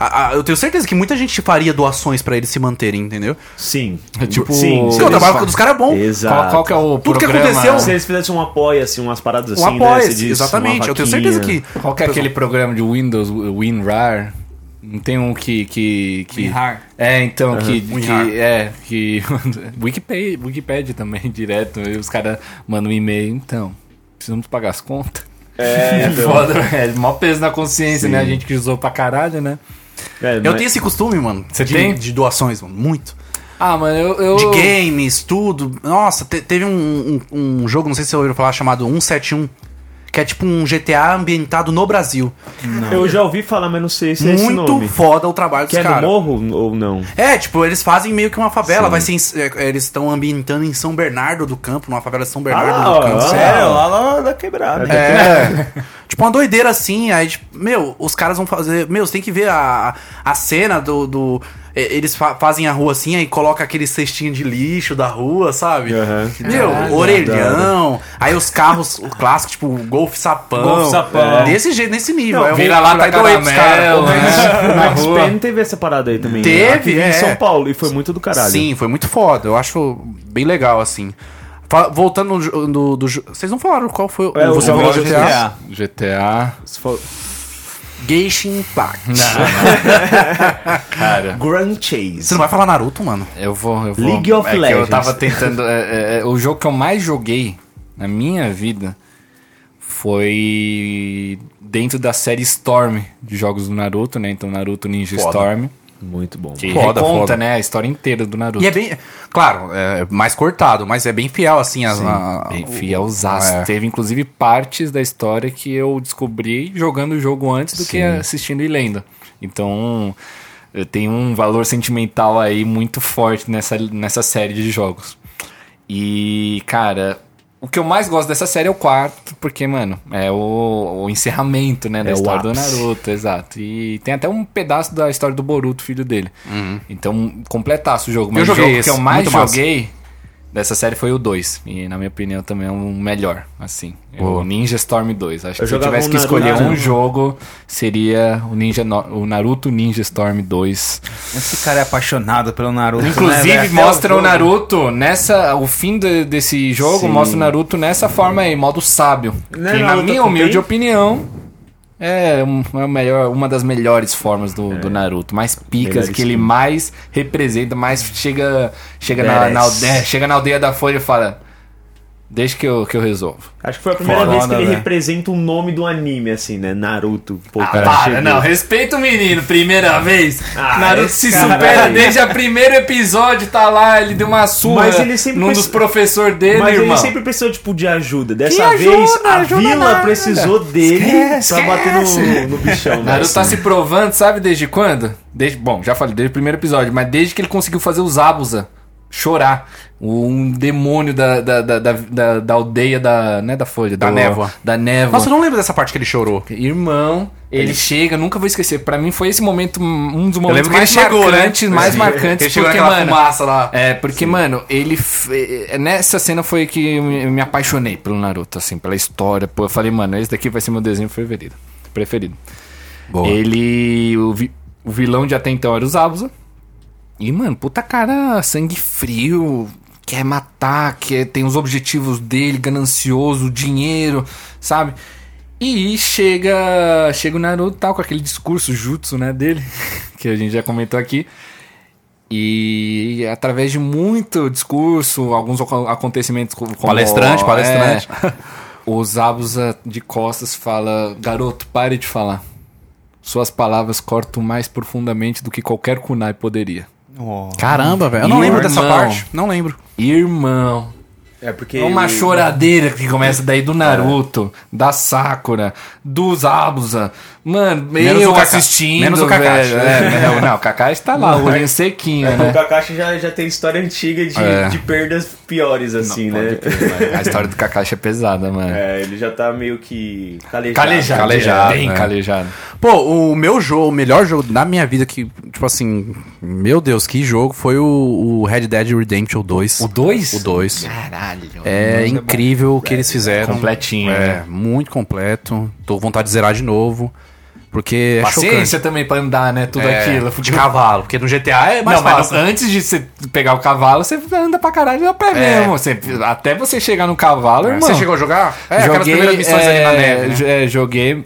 a- a- eu tenho certeza que muita gente faria doações pra eles se manterem, entendeu?
Sim.
É tipo-
sim,
Sim,
Porque o
eles
trabalho
fazem.
dos caras é bom.
Exato.
Qual, qual que é o
Tudo que
programa?
aconteceu-
Se eles fizessem um apoio, assim, umas paradas assim,
Um apoio,
né? Você diz,
exatamente.
uma
Eu tenho certeza
vaquinha.
que...
Qual que é aquele programa de Windows, WinRAR? Não tem um que... que, que...
WinRAR.
É, então, que, que...
WinRAR.
É, que... Wikipedia, Wikipedia também, direto. aí Os caras mandam um e-mail, então... Precisamos pagar as contas.
É, então.
Foda, é mó peso na consciência, né? A gente que usou pra caralho, né?
É,
Eu
mas-
tenho esse costume, mano.
Você
de,
tem?
De doações, mano. Muito.
Ah, mano, eu... eu...
De games, tudo. Nossa, te- teve um, um- um jogo, não sei se você ouviram falar, chamado 171. Que é tipo um GTA ambientado no Brasil.
Eu já ouvi falar, mas não sei se é esse
Muito
nome.
foda o trabalho
Que
dos
é no
caras.
morro ou não?
É, tipo, eles fazem meio que uma favela. Vai ser em- é, eles estão ambientando em São Bernardo do Campo, numa favela de São Bernardo
Ah,
do Campo.
ah,
sério.
Sério, lá, lá da quebrada.
É.
É. tipo, uma doideira assim. Aí, tipo, meu, os caras vão fazer. Meu, você tem que ver a, a cena do. do- é, eles fa- fazem a rua assim, aí coloca aquele cestinho de lixo da rua, sabe?
Aham.
Meu, orelhão. Aí os carros, o clássico, tipo, Golf Sapão.
Golf Sapão.
Desse jeito, nesse nível. É um Aí eu
Vira lá, tá
aí doei pros caras.
caramelo, né? Na
Max
rua.
Payne teve essa parada aí também. né?
Teve,
Aqui em
é.
São Paulo. E foi muito do caralho.
Sim, foi muito foda. Eu acho bem legal, assim. Fa- Voltando no jo- do, do jo- Vocês não falaram qual foi o.
É, o
você
jogo
falou
do
GTA?
GTA...
Se for-
Genshin Impact.
Cara,
Grand Chase.
Você não vai falar Naruto, mano?
eu vou. Eu vou
League of
é que
Legends.
Eu tava tentando. é, é, é, o jogo que eu mais joguei na minha vida foi dentro da série Storm de jogos do Naruto, né? Então, Naruto Ninja
Foda.
Storm.
Muito bom.
Que
Foda,
conta,
foda.
né? A história inteira do Naruto.
E é bem. Claro, é mais cortado, mas é bem fiel, assim. As, a-
Bem
o-
fielzaço.
É.
Teve inclusive partes da história que eu descobri jogando o jogo antes do que assistindo e lendo. Então eh, tem um valor sentimental aí muito forte nessa, nessa série de jogos. E, cara, o que eu mais gosto dessa série é o quarto, porque, mano, é o, o encerramento, né, da
É o
história do
ápice.
Naruto, exato. E tem até um pedaço da história do Boruto, filho dele. Então, completasse o jogo. Mas
Uhum. Eu joguei
o jogo
esse,
que eu mais
muito massa.
joguei dessa série foi o 2. E na minha opinião também é um melhor, assim. É o Ninja Storm 2. Acho
Eu
que se eu
jogava
tivesse
um
que escolher
Naruto.
um jogo, seria o, Ninja No- o Naruto Ninja Storm 2.
Esse cara é apaixonado pelo Naruto. né,
Inclusive,
velho?
mostra o
Até jogo.
Naruto nessa. O fim de- desse jogo
Sim.
mostra o Naruto nessa forma aí, modo sábio.
Não é
que, na
Naruto
minha
Shippuden?
humilde opinião, é um- é a melhor, uma das melhores formas do, do Naruto. Mais picas,
Melhores
que ele
sim.
mais representa, mais chega, chega, na, na
Badass.
aldeia, chega na aldeia da Folha e fala: Deixa que eu, que eu resolvo.
Acho que foi a primeira
Foda,
vez que ele
velho.
representa um nome do anime, assim, né? Naruto. Pô,
né? Ah,
cara,
para,
chegou.
não, respeita o menino, primeira vez.
Ah,
Naruto se
esse cara é.
supera
aí.
desde o primeiro episódio, tá lá, ele deu uma surra
Mas ele sempre
num
preci-
dos professores dele,
Mas
irmão.
ele sempre precisou, tipo, de ajuda. Dessa
ajuda,
vez, a
ajuda
vila
nada.
precisou dele
Esquece,
pra bater
esquece.
no, no bichão. né,
Naruto tá
assim.
se provando, sabe desde quando? Desde, bom, já falei, desde o primeiro episódio, mas desde que ele conseguiu fazer os Abusa chorar. Um demônio da, da, da, da, da- da aldeia da. Né, da Folha?
Da
do-
névoa.
Da névoa.
Nossa, eu não lembro dessa parte que ele chorou.
Irmão, ele, chega, nunca vou esquecer. Pra mim foi esse momento, um dos momentos
lembro que ele
mais
chegou, né?
marcantes, mais
Ele
marcantes.
chegou
porque,
naquela
mano,
fumaça lá.
É, porque, mano, ele. fe- é, Nessa cena foi que eu me- eu me apaixonei pelo Naruto, assim, pela história. Pô, eu falei, mano, esse daqui vai ser meu desenho preferido. preferido.
Boa.
Ele. O, vi- o vilão de até então era o Zabuza. E, mano, puta cara, sangue frio, quer matar, quer, tem os objetivos dele, ganancioso, dinheiro, sabe? E chega, chega o Naruto tal, com aquele discurso jutsu, né, dele, que a gente já comentou aqui. E através de muito discurso, alguns aco- acontecimentos co- como...
Palestrante, palestrante.
É, o Zabuza de costas fala, garoto, pare de falar. Suas palavras cortam mais profundamente do que qualquer kunai poderia.
Ó.
Caramba, velho. Eu não
Irmão.
lembro dessa parte. Não lembro.
Irmão,
É porque.
é
um
uma
ele-
choradeira que começa daí do Naruto, da Sakura, dos Abusa. Mano,
Menos
eu
o Kakashi.
assistindo,
Menos o Kakashi.
velho. É, não, o Kakashi tá lá, o olhinho sequinho,
O
né?
Kakashi já, já tem história antiga de,
É.
de perdas piores, assim, né?
A história do Kakashi é pesada, mano.
É, ele já tá meio que calejado.
Calejado, é.
Calejado,
bem
né?
calejado.
Pô, o meu jogo, o melhor jogo da minha vida que, tipo assim, meu Deus, que jogo foi o, o Red Dead Redemption 2.
O 2?
O 2.
Caralho.
É incrível o que eles fizeram.
Completinho,
É,
né?
muito completo. Tô com vontade de zerar de novo. Porque é
Paciência
chocante.
também pra andar, né? Tudo
É,
aquilo.
de cavalo, porque no GTA é mais
não, mas
fácil.
não- antes de você pegar o cavalo, você anda pra caralho a pé
É.
mesmo. Você- até você chegar no cavalo, irmão.
Você chegou a jogar? É, aquelas primeiras missões ali na
é,
neve. né?
jo- é, joguei.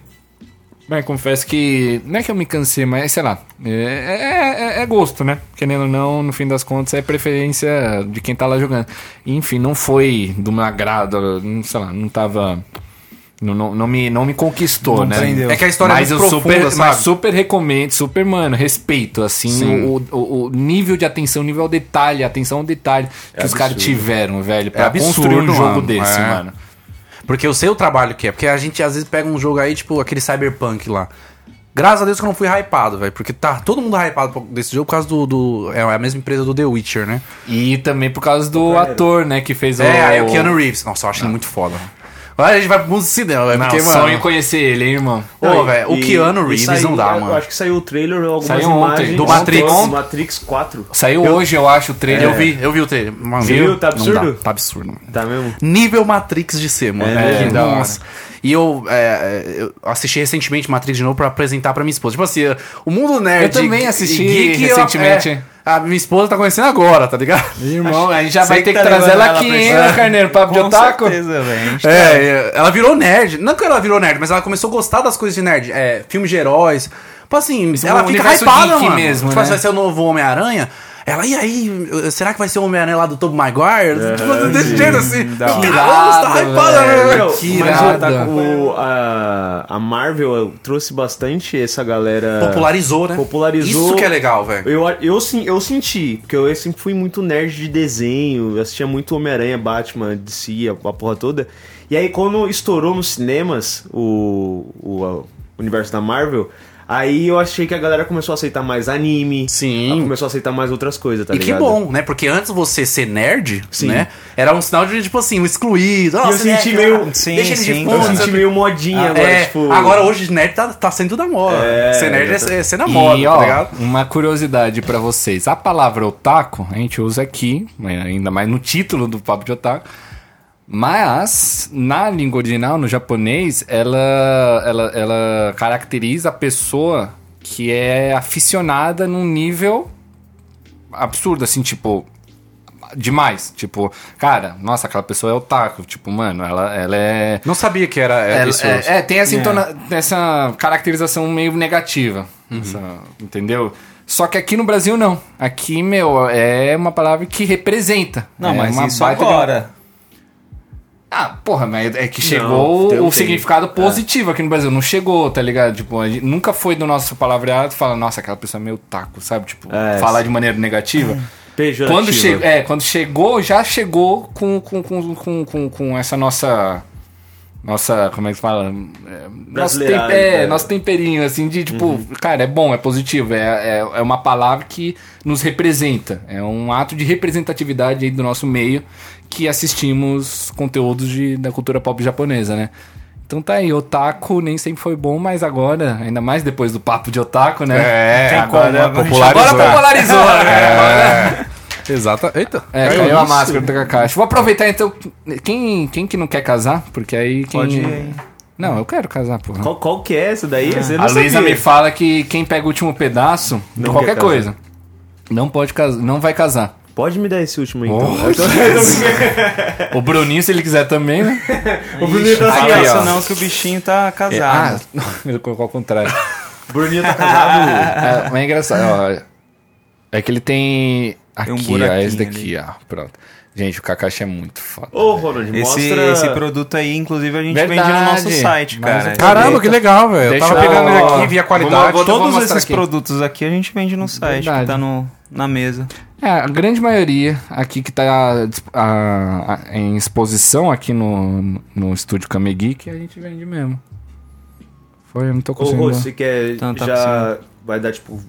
Mas confesso que. Não é que eu me cansei, mas sei lá. É, é- é- é gosto, né? Querendo ou não, no fim das contas, é preferência de quem tá lá jogando. Enfim, não foi do meu agrado. não- Sei lá, não tava. Não, não, não me, não me conquistou,
Não
né?
prendeu.
É que a história
mas
é
eu
muito profunda,
super,
sabe?
mas super recomendo, super, mano, respeito, assim, o, o, o nível de atenção, o nível ao detalhe, a atenção ao detalhe que os caras tiveram, velho, pra
É absurdo,
construir um jogo
mano.
desse,
É.
mano.
Porque eu sei o trabalho que é. Porque a gente às vezes pega um jogo aí, tipo aquele Cyberpunk lá. Graças a Deus que eu não fui hypado, velho. Porque tá todo mundo hypado por- desse jogo por causa do. do- é a mesma empresa do The Witcher, né?
E também por causa do ator, né, que fez
É, aí
o...
o Keanu Reeves. Nossa, eu acho
Ah.
ele muito foda. Agora a gente vai pro mundo do cinema, velho.
Não,
Porque, mano.
sonho conhecer ele, hein, irmão.
Ô,
e-
velho, o
e-
Keanu
e
Reeves
saiu-
não dá,
eu
mano.
Acho que saiu o trailer ou algumas
Saiu ontem,
imagens.
do
Matrix.
Ontem, Matrix 4.
Saiu hoje, eu acho, o trailer.
Eu vi, eu vi o trailer. Mano,
é. Viu?
não
Tá absurdo?
dá, tá absurdo, mano.
Tá mesmo?
Nível Matrix de ser, mano.
É,
que né? da hora.
assim, E eu, é, é, eu assisti recentemente Matrix de novo pra apresentar pra minha esposa. Tipo assim, o mundo nerd.
Eu também
e-
assisti
e
recentemente.
Eu, é, a minha esposa tá conhecendo agora, tá ligado?
Irmão, a gente já
Sei
vai
que
ter
tá
que trazer
levando
ela
ela
aqui,
pra
hein,
isso.
meu carneiro, pra
Com
Biotaco?
certeza, velho. A gente tá-
É, ela virou nerd. Não que ela virou nerd, mas ela começou a gostar das coisas de nerd. É, filmes de heróis. Tipo assim, ela fica
é um universo
hypada,
geek
mano.
mesmo,
tipo,
né?
vai ser o novo Homem-Aranha. Ela, e aí, será que vai ser o Homem-Aranha lá do Tobey Maguire? tipo, desse jeito assim.
hora.
Caramba, você tá
Irado,
hypada,
velho.
né,
Meu,
velho?
que
mas
irada.
tá com o- a, a Marvel trouxe bastante essa galera.
Popularizou, né?
Popularizou.
Isso que é legal, velho.
Eu, eu, sim- eu senti, porque eu sempre fui muito nerd de desenho, eu assistia muito Homem-Aranha, Batman, DC, a, a porra toda. E aí quando estourou nos cinemas o, o, a- o universo da Marvel, aí eu achei que a galera começou a aceitar mais anime,
Sim.
ela começou a aceitar mais outras coisas, tá
e que
ligado?
bom, né? Porque antes você ser nerd,
Sim.
né? Era um sinal de, tipo assim, um excluído.
E eu
Nossa,
senti
nerd, né?
meio.
sim,
deixa ele de
sim,
fundo.
eu
não sei o
senti
quê.
meio modinha
Então, Ah,
agora,
é.
tipo.
Agora hoje nerd tá, tá sendo da moda.
É,
ser nerd é, é ser da
E,
moda,
ó,
tá ligado?
Uma curiosidade pra vocês. A palavra otaku, a gente usa aqui, né, ainda mais no título do papo de otaku. Mas, na língua original, no japonês, ela, ela, ela caracteriza a pessoa que é aficionada num nível absurdo, assim, tipo, demais. Tipo, cara, nossa, aquela pessoa é otaku. Tipo, mano, ela, ela é
Não sabia que era
é,
isso.
é, é, tem essa, entona- essa caracterização meio negativa.
Uhum.
Essa- entendeu? Só que aqui no Brasil não. Aqui, meu, é uma palavra que representa.
Não,
é
mas
uma
isso
um-
baita de uma-
agora.
Ah, porra, mas é que chegou
um
tem-
o
tem.
significado
É.
positivo aqui no Brasil. Não chegou, tá ligado? Tipo, a gente nunca foi do nosso palavreado falar, nossa, aquela pessoa é meio taco, sabe? Tipo,
É,
falar de maneira negativa.
Pejorativa.
Quando, che é, quando chegou, já chegou com, com, com, com, com, com essa nossa. Nossa, como é que fala? É, nosso,
Brasileirada,
tem- é,
né?
nosso temperinho, assim, de tipo, cara, é bom, é positivo, é, é, é uma palavra que nos representa. É um ato de representatividade aí do nosso meio que assistimos conteúdos de, da cultura pop japonesa, né? Então tá aí, otaku nem sempre foi bom, mas agora, ainda mais depois do papo de otaku, né?
É,
Tem como,
agora
né?
popularizou.
Agora popularizou, né?
Exato. Eita.
É,
caiu.
caiu, a máscara da caixa. Vou aproveitar então. Quem, quem que não quer casar? Porque aí quem.
Pode ir, hein?
Não, eu quero casar, porra.
Qual, qual que é essa daí? Você não
a Luísa
sabia.
me fala que quem pega o último pedaço, de
Não
qualquer
quer casar.
coisa, não pode casar, não vai casar.
Pode me dar esse último então.
Oh,
Eu tô-
O Bruninho, se ele quiser também, né?
o Bruninho tá
Não
Aqui,
assim, ó.
ó.
pensa não que o bichinho tá
ah,
casado.
ele colocou ao contrário.
Bruninho tá casado.
É, mas é engraçado, ó. É que ele tem. Aqui,
um
ó,
buraquinho
esse daqui, ó. Pronto. Gente, o Kakashi é muito foda.
Ô, Ronald,
Esse,
mostra...
esse produto aí, inclusive, a gente vende no
Verdade.
nosso site,
Mas
cara.
o
Caramba, que legal, velho. Eu
Deixa
tava
eu-
pegando ele aqui, vi a qualidade.
Vamos- vou-
Todos
mostrar
esses
aqui.
produtos aqui a gente vende no site,
Verdade.
que tá no, na mesa.
É, a grande maioria aqui que tá dis- a- a- em exposição aqui no, no estúdio Kame Geek, a gente vende mesmo. Foi, eu não tô
Ô,
conseguindo.
Rô, você quer
Então tá
já... Vai dar, tipo,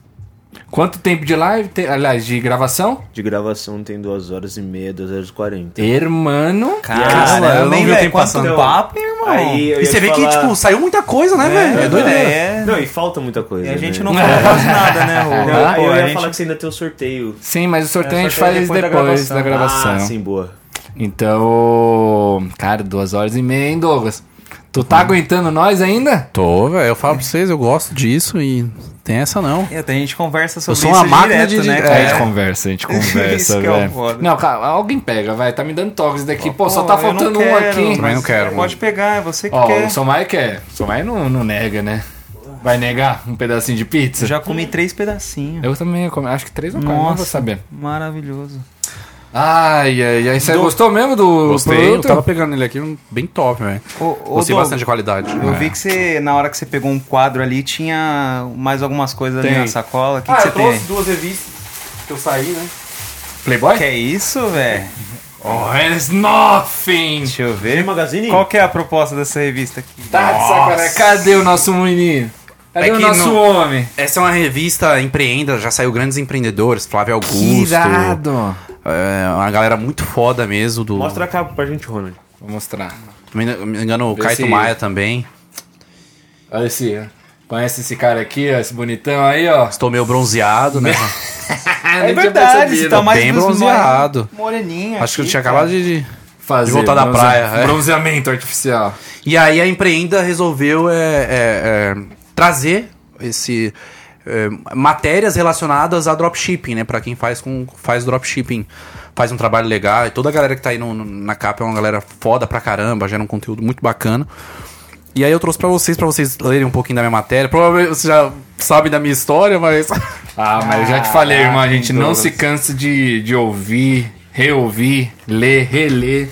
Quanto tempo de live? Te- aliás, de gravação?
de gravação tem 2 horas e meia, 2 horas e 40.
Hermano.
Caramba,
eu não vi o tempo
quanto
passando.
papo, irmão.
Aí eu
E
ia
você vê
falar-
que, tipo, saiu muita coisa, né, velho? É doido.
É,
Não, e falta muita coisa,
E a gente
né?
não fala quase nada, né, Rô?
Não, aí
Pô,
eu
a
ia
gente-
falar que você ainda tem o sorteio.
Sim, mas o sorteio a gente
sorteio é
faz
depois
depois,
da gravação.
da gravação.
Ah, sim, boa.
Então, cara, duas horas e meia, hein, Douglas? Tu tá aguentando nós ainda?
Tô, velho. Eu falo pra vocês, eu gosto disso e tem essa não.
É, A gente conversa sobre
sou uma
isso
máquina
direto,
de- É,
né,
de-
cara?
a gente conversa, a gente
Isso
conversa,
que é o
velho.
foda.
não, cara, alguém pega, vai. Tá me dando toques daqui. Pô, só
Pô,
tá
eu não
faltando um
quero,
aqui.
Também não quero,
Pode pegar, é você que
Ó,
quer.
o Somai quer. O Somai não, não nega, né? Vai negar um pedacinho de pizza?
Já comi três pedacinhos.
Eu também, eu come- acho que três ou quatro, não
Nossa.
vou saber.
Maravilhoso.
Ai, ai, ai. Você gostou mesmo do
Gostei, eu
produto?
tava pegando ele aqui, um- bem top, velho.
Ô, ô,
Gostei
Douglas,
bastante de qualidade. né?
Eu vi que você, na hora que você pegou um quadro ali, tinha mais algumas coisas ali
Tem.
na sacola.
Ah,
O que, que você tem? aí?
duas revistas que eu saí, né?
Playboy?
Que é isso, velho?
Oh, it's nothing!
Deixa eu
Tem
ver.
Magazine?
assim.
Qual que é a proposta dessa revista aqui?
Tá de sacanagem. Cadê o nosso menino? Cadê
É
o
que
nosso
não-
homem?
Essa é uma revista empreenda, já saiu grandes empreendedores, Flávio Augusto.
Que irado.
É, uma galera muito foda mesmo do.
Mostra a capa pra gente, Ronald.
Vou mostrar.
Se não me engano, o
Vê
Caio
se-
Maia também.
Olha esse. ó. Conhece esse cara aqui, ó, esse bonitão aí, ó?
Estou meio bronzeado, né?
Ah,
É
você tá mais
Bem
dos
bronzeado.
more- Moreninha.
Acho que eu
aqui,
tinha
cara.
acabado de. de-
Fazer
De voltar da praia, é.
Bronzeamento artificial.
E aí a empreenda resolveu é, é, é, trazer esse. é, matérias relacionadas a dropshipping, né? Pra quem faz, com, faz dropshipping, faz um trabalho legal. E toda a galera que tá aí no- no- na capa é uma galera foda pra caramba, gera um conteúdo muito bacana. E aí eu trouxe pra vocês, pra vocês lerem um pouquinho da minha matéria. Provavelmente vocês já sabem da minha história, mas...
Ah, mas eu já te falei, irmão, a gente não se cansa de, de ouvir, reouvir, ler, reler.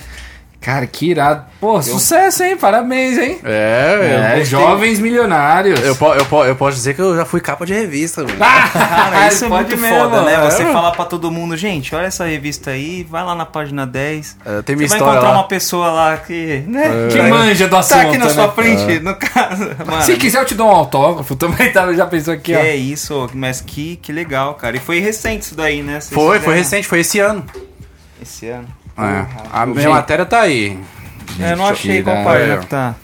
Cara, que irado. Pô, sucesso, hein? Parabéns, hein?
É,
É,
eu-
jovens milionários.
Eu, po- eu, po- eu posso dizer que eu já fui capa de revista, mano.
Ah, Cara, isso é
Pode
muito
mesmo,
foda, né?
é.
Você fala pra todo mundo, gente, olha essa revista aí, vai lá na página 10.
É,
você
tem minha
vai
história
encontrar
lá. É.
uma pessoa lá que, né?
Que manja do assunto,
Tá aqui na
né?
sua frente, no caso. Mano,
Se
é.
quiser, eu te dou um autógrafo. Também tava, já pensou aqui,
né? que
ó.
é isso, mas que, que legal, cara. E foi recente isso daí, né? Vocês
Foi, foi
fizeram
recente, foi esse ano.
Esse ano.
É, a minha
Gente.
matéria tá aí.
É, eu não achei qual
irado.
página que tá.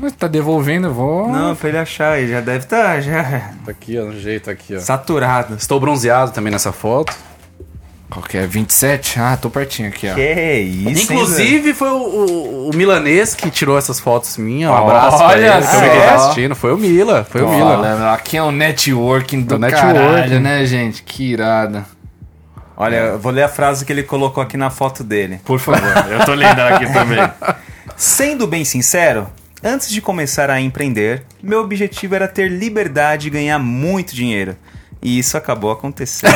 Mas tá devolvendo, eu vou. Tá
Não, pra ele achar, ele já deve estar já
Aqui, ó, no jeito aqui, ó.
saturado.
Estou bronzeado também nessa foto.
Qual que é? 27? Ah, tô pertinho aqui, ó.
Que isso, hein, velho?
né?
Inclusive, foi o, o- o milanês que tirou essas fotos minhas. Um
Olha
abraço pra ele, que
só.
eu vi que ele tá assistindo. Foi o Mila, foi o Mila.
Fala, Aqui é o networking do
O networking.
caralho, né, gente? Que irada.
Olha, eu vou ler a frase que ele colocou aqui na foto dele.
Por favor, eu tô lendo aqui também.
Sendo bem sincero, antes de começar a empreender, meu objetivo era ter liberdade e ganhar muito dinheiro. E isso acabou acontecendo.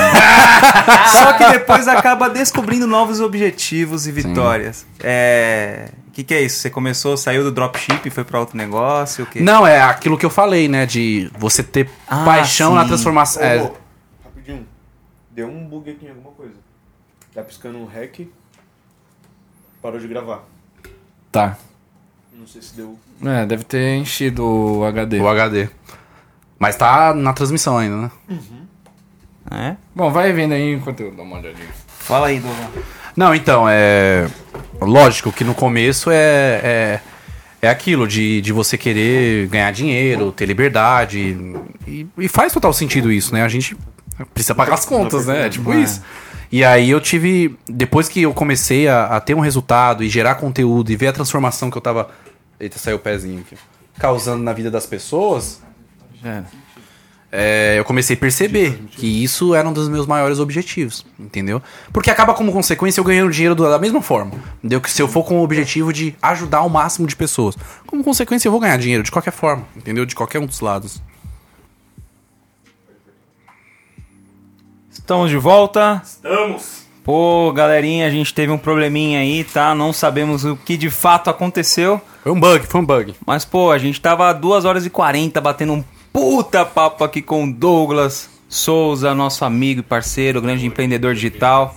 Só que depois acaba descobrindo novos objetivos e vitórias. É. O que, que é isso? Você começou, saiu do dropship, foi pra outro negócio? O quê?
Não, é aquilo que eu falei, né? De você ter
Ah,
paixão na
sim.
transformação. é,
Ô, rapidinho. Deu um bug aqui em alguma coisa. Tá piscando um hack. Parou de gravar.
Tá.
Não sei se deu.
É, deve ter enchido o HD.
o HD. Mas tá na transmissão ainda, né?
É?
Bom, vai vendo aí enquanto eu dou uma olhadinha.
Fala aí, Douglas.
Não, então, é. Lógico que no começo é. É, é aquilo de, de você querer ganhar dinheiro, ter liberdade. E, e faz total sentido isso, né? A gente precisa pagar as contas, né? É tipo isso. E aí eu tive. Depois que eu comecei a, a ter um resultado e gerar conteúdo e ver a transformação que eu tava. Eita, saiu o pezinho aqui. Causando na vida das pessoas. É, eu comecei a perceber que isso era um dos meus maiores objetivos, entendeu? Porque acaba como consequência eu ganhando dinheiro do- da mesma forma. Entendeu? Que se eu for com o objetivo de ajudar o máximo de pessoas, como consequência eu vou ganhar dinheiro de qualquer forma, entendeu? De qualquer um dos lados.
Estamos de volta.
Estamos!
Pô, galerinha, a gente teve um probleminha aí, tá? Não sabemos o que de fato aconteceu.
Foi um bug, foi um bug.
Mas, pô, a gente tava 2 horas e 40 batendo um puta papo aqui com o Douglas Souza, nosso amigo e parceiro, grande empreendedor digital.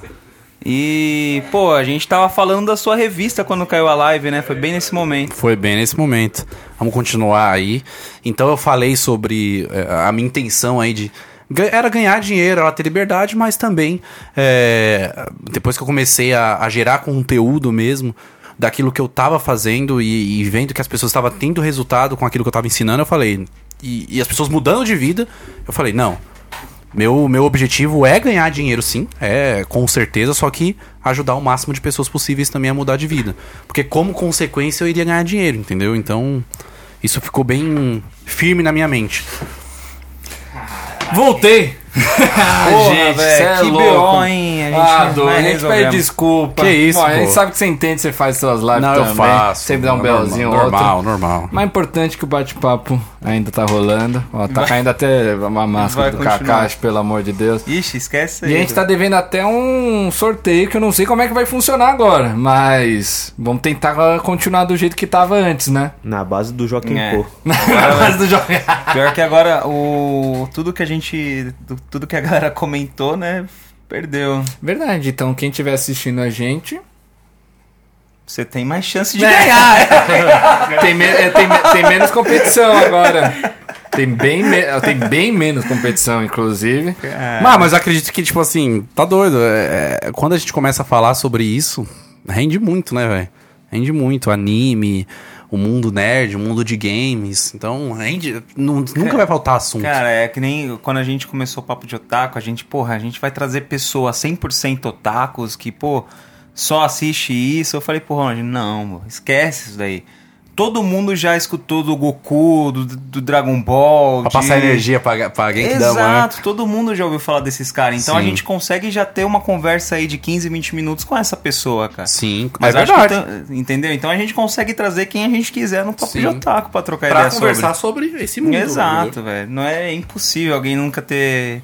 E, pô, a gente tava falando da sua revista quando caiu a live, né? Foi bem nesse momento.
Foi bem nesse momento. Vamos continuar aí. Então eu falei sobre eh, a minha intenção aí de ga- era ganhar dinheiro, ela ter liberdade, mas também eh, depois que eu comecei a, a gerar conteúdo mesmo daquilo que eu tava fazendo e, e vendo que as pessoas estavam tendo resultado com aquilo que eu tava ensinando, eu falei e, e as pessoas mudando de vida, eu falei não, meu, meu objetivo é ganhar dinheiro, sim, é com certeza, só que ajudar o máximo de pessoas possíveis também a mudar de vida. Porque como consequência eu iria ganhar dinheiro, entendeu? Então, isso ficou bem firme na minha mente.
Voltei!
Porra,
gente,
velho,
cê é
que
louco.
BO, hein? A gente
ah,
vai
Doug, a gente
resolver.
pede desculpa.
Que isso,
Bom, a gente
pô.
sabe que você entende, você faz suas lives
Não, eu
também.
faço.
Sempre dá um
Normal,
belzinho ou
normal,
outro.
normal.
Mas é importante que o bate-papo ainda tá rolando. Ó, tá caindo até uma máscara
vai
do
continuar.
Kakashi, pelo amor de Deus.
Ixi, esquece aí.
E a gente tá devendo até um sorteio que eu não sei como é que vai funcionar agora, mas vamos tentar ah, continuar do jeito que tava antes, né?
Na base do Joaquim
É.
Pô.
Mas do jogo.
Pior que agora, o tudo que a gente. do- Tudo que a galera comentou, né? Perdeu.
Verdade, então quem estiver assistindo a gente.
Você tem mais chance de
É.
ganhar.
Tem, me- é, tem me- tem menos competição agora. Tem bem, me- tem bem menos competição, inclusive.
Ah, mas eu acredito que, tipo assim, tá doido. é- é- quando a gente começa a falar sobre isso, rende muito, né, velho? Rende muito. Anime, o mundo nerd, o mundo de games. Então, rende. nu- nunca vai faltar assunto.
Cara, é que nem quando a gente começou o papo de otaku, a gente, porra, a gente vai trazer pessoas 100% otakus que, pô, só assiste isso. Eu falei, porra, Ronald, não, mo, esquece isso daí. Todo mundo já escutou do Goku, do, do Dragon Ball.
Pra
de-
passar energia pra, pra alguém que dá mano. né?
Exato, todo mundo já ouviu falar desses caras. Então a
Sim.
gente consegue já ter uma conversa aí de 15, 20 minutos com essa pessoa, cara.
Sim,
Mas
mas é
acho que
verdade.
tam- entendeu? Então a gente consegue trazer quem a gente quiser no papo
Sim.
de otaku pra trocar
Pra
ideia
conversar é sobre... esse mundo. né?
sobre. Exato, velho. Não é impossível alguém nunca ter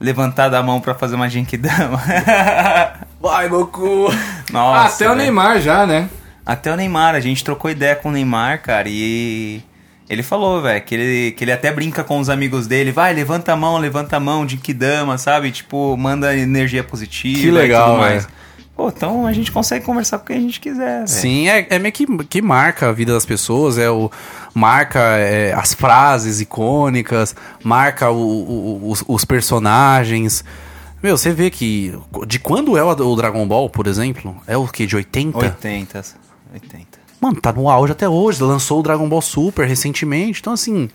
levantado a mão pra fazer uma Genkidama.
Vai, Goku.
Nossa.
Ah, Até o
velho.
Neymar já, né?
Até o Neymar, a gente trocou ideia com o Neymar, cara, e ele falou, velho, que ele, que ele até brinca com os amigos dele, vai, levanta a mão, levanta a mão, de que dama, sabe? Tipo, manda energia positiva.
Que
e
legal,
tudo mais.
velho.
Pô, então a gente consegue conversar com quem a gente quiser, velho.
Sim, é, é meio que, que marca a vida das pessoas, é o marca é, as frases icônicas, marca o- o- os, os personagens. Meu, você vê que de quando é o, o Dragon Ball, por exemplo, é o que de 80?
80. 80.
Mano, tá no auge até hoje. Lançou o Dragon Ball Super recentemente, então assim,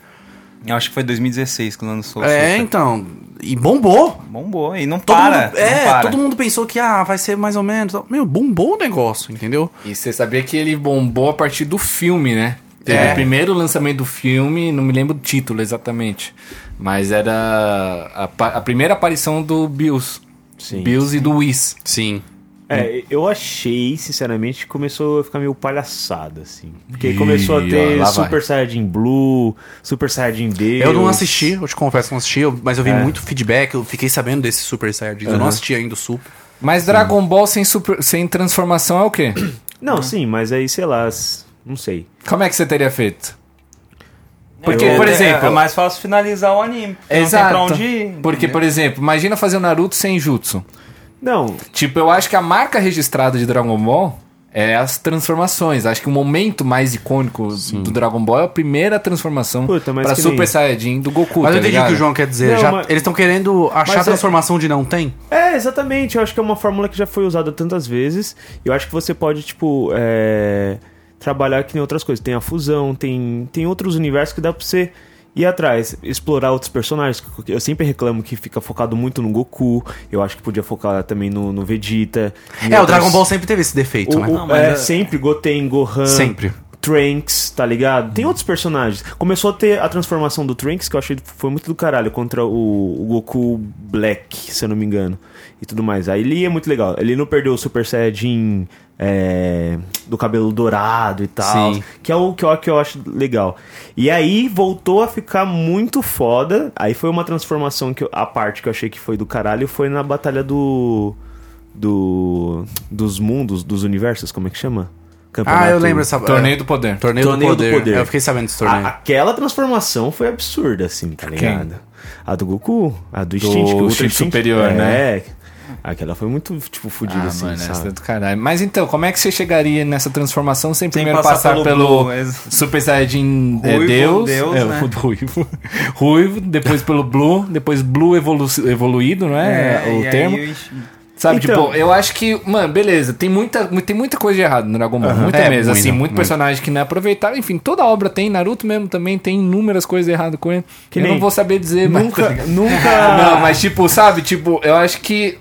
Eu acho que foi 2016 que lançou o
é,
Super.
então, e bombou.
Bombou, e não
Todo
para.
mundo,
não
é,
para.
todo mundo pensou que ah, vai ser mais ou menos, meu, bombou o negócio, entendeu?
E você sabia que ele bombou a partir do filme, né? Teve
É.
o primeiro lançamento do filme, não me lembro o título exatamente, mas era a, pa- a primeira aparição do Bills.
Sim.
Bills e do Whis.
Sim.
É, eu achei, sinceramente, que começou a ficar meio palhaçada, assim. Porque começou a
Ih,
ter
ó, lá vai.
Super Saiyajin Blue, Super Saiyajin Deus.
Eu não assisti, eu te confesso que não assisti, eu- mas eu vi muito feedback, eu fiquei sabendo desse Super Saiyajin. Eu não assisti ainda o Super.
Mas Dragon Ball sem, super- sem transformação é o quê?
Não, sim, mas aí, sei lá, s- não sei.
Como é que você teria feito? Porque,
Eu-
por
é-
exemplo-
É, mais fácil finalizar o anime. porque Não tem pra onde ir.
Porque,
entendeu?
por exemplo, imagina fazer o Naruto sem Jutsu.
Não,
Tipo, eu acho que a marca registrada de Dragon Ball é as transformações. Acho que o momento mais icônico do Dragon Ball é a primeira transformação
Puta, mas
pra
que
Super
nem-
Saiyajin do Goku.
mas
tá
eu entendi o
ligado?
que o João quer dizer.
Não,
já-
mas-
Eles estão querendo achar
Mas
a
é-
transformação de não tem?
É, exatamente. Eu acho que é uma fórmula que já foi usada tantas vezes. Eu acho que você pode, tipo, é, trabalhar que nem outras coisas. Tem a fusão, tem, tem outros universos que dá pra você ir atrás, explorar outros personagens. Eu sempre reclamo que fica focado muito no Goku. Eu acho que podia focar também no, no Vegeta. em
É, o
outros-
Dragon Ball sempre teve esse defeito,
o-
né?
o-
Não, mas
é,
é-
sempre Goten, Gohan.
Sempre.
Trunks, tá ligado? Tem outros personagens. Começou a ter a transformação do Trunks, que eu achei que foi muito do caralho, contra o, o Goku Black, se eu não me engano. E tudo mais. Aí ele é muito legal. Ele não perdeu o Super Saiyajin é, do cabelo dourado e tal.
Sim.
Que é o que eu, que eu acho legal. E aí voltou a ficar muito foda. Aí foi uma transformação que eu- a parte que eu achei que foi do caralho foi na batalha do. Do. Dos mundos, dos universos, como é que
Ah,
chama?
eu
Campeonato-
lembro essa.
Torneio
é,
do Poder.
torneio, do,
Torneio do
poder.
Poder.
É, Eu fiquei sabendo desse torneio.
A- aquela transformação foi absurda, assim, tá ligado? A do Goku, a do Instinct. que o
Instinto
Ultra Instinct-
Superior,
é,
né?
É. Aquela foi muito, tipo, fodida,
Ah,
assim,
mano, essa é
sabe?
do caralho. Mas então, como é que você chegaria nessa transformação sem,
Sem
primeiro
passar
passar,
pelo
pelo,
Blue, ex-
Super Saiyajin é,
Ruivo,
Deus,
Deus,
é,
né?
o Ruivo, Ruivo, depois pelo Blue, depois Blue evolu evoluído, não é,
É, e
o
aí
termo?
eu-
Sabe,
Então-
tipo, eu acho que, mano, beleza, tem muita, mu- tem muita coisa de errado no Dragon Ball, muita
É,
mesmo,
muito,
assim, muito,
muito.
personagem que não é aproveitado, enfim, toda obra tem, Naruto mesmo também tem inúmeras coisas erradas com ele, que
Que
eu
nem-
não vou saber dizer, mas-
Nunca, Ah.
Não,
nunca...
mas tipo, sabe, tipo, eu acho que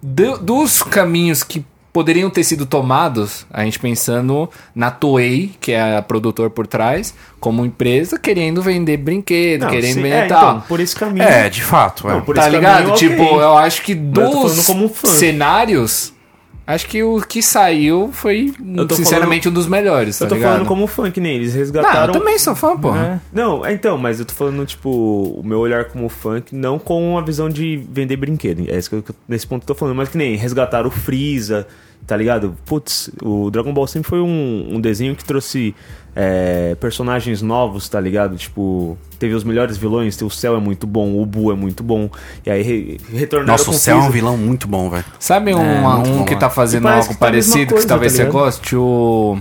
do- dos caminhos que poderiam ter sido tomados, a gente pensando na Toei, que é a produtora por trás, como empresa, querendo vender brinquedo,
Não,
querendo
sim,
vender
é,
tal
então, por esse caminho.
É, de fato. é.
Não, por
tá
esse
ligado?
caminho, ok.
Tipo, eu acho que
eu tô
dos
falando como um fã.
cenários, acho que o que saiu foi,
Eu tô
sinceramente, um dos melhores, tá
Eu tô
ligado?
falando como fã, que nem eles
Não, eu
resgataram...
também sou fã, pô.
Não, é, então, mas eu tô falando, tipo, o meu olhar como fã, que não com a visão de vender brinquedo. É isso que eu, que eu- nesse ponto eu tô falando, mas que nem resgatar o Freeza, tá ligado? Putz, o Dragon Ball sempre foi um, um desenho que trouxe é, personagens novos, tá ligado? Tipo, teve os melhores vilões, tem o Cell é muito bom, o Buu é muito bom, e aí re, retornaram
Nossa,
com
o Cell é um
Freeza.
vilão muito bom, velho.
Sabe um,
É,
um
muito bom,
que
né?
tá
E
fazendo
parece
algo
que tá a mesma
parecido que
coisa,
talvez
tá
você
ligado?
goste? O.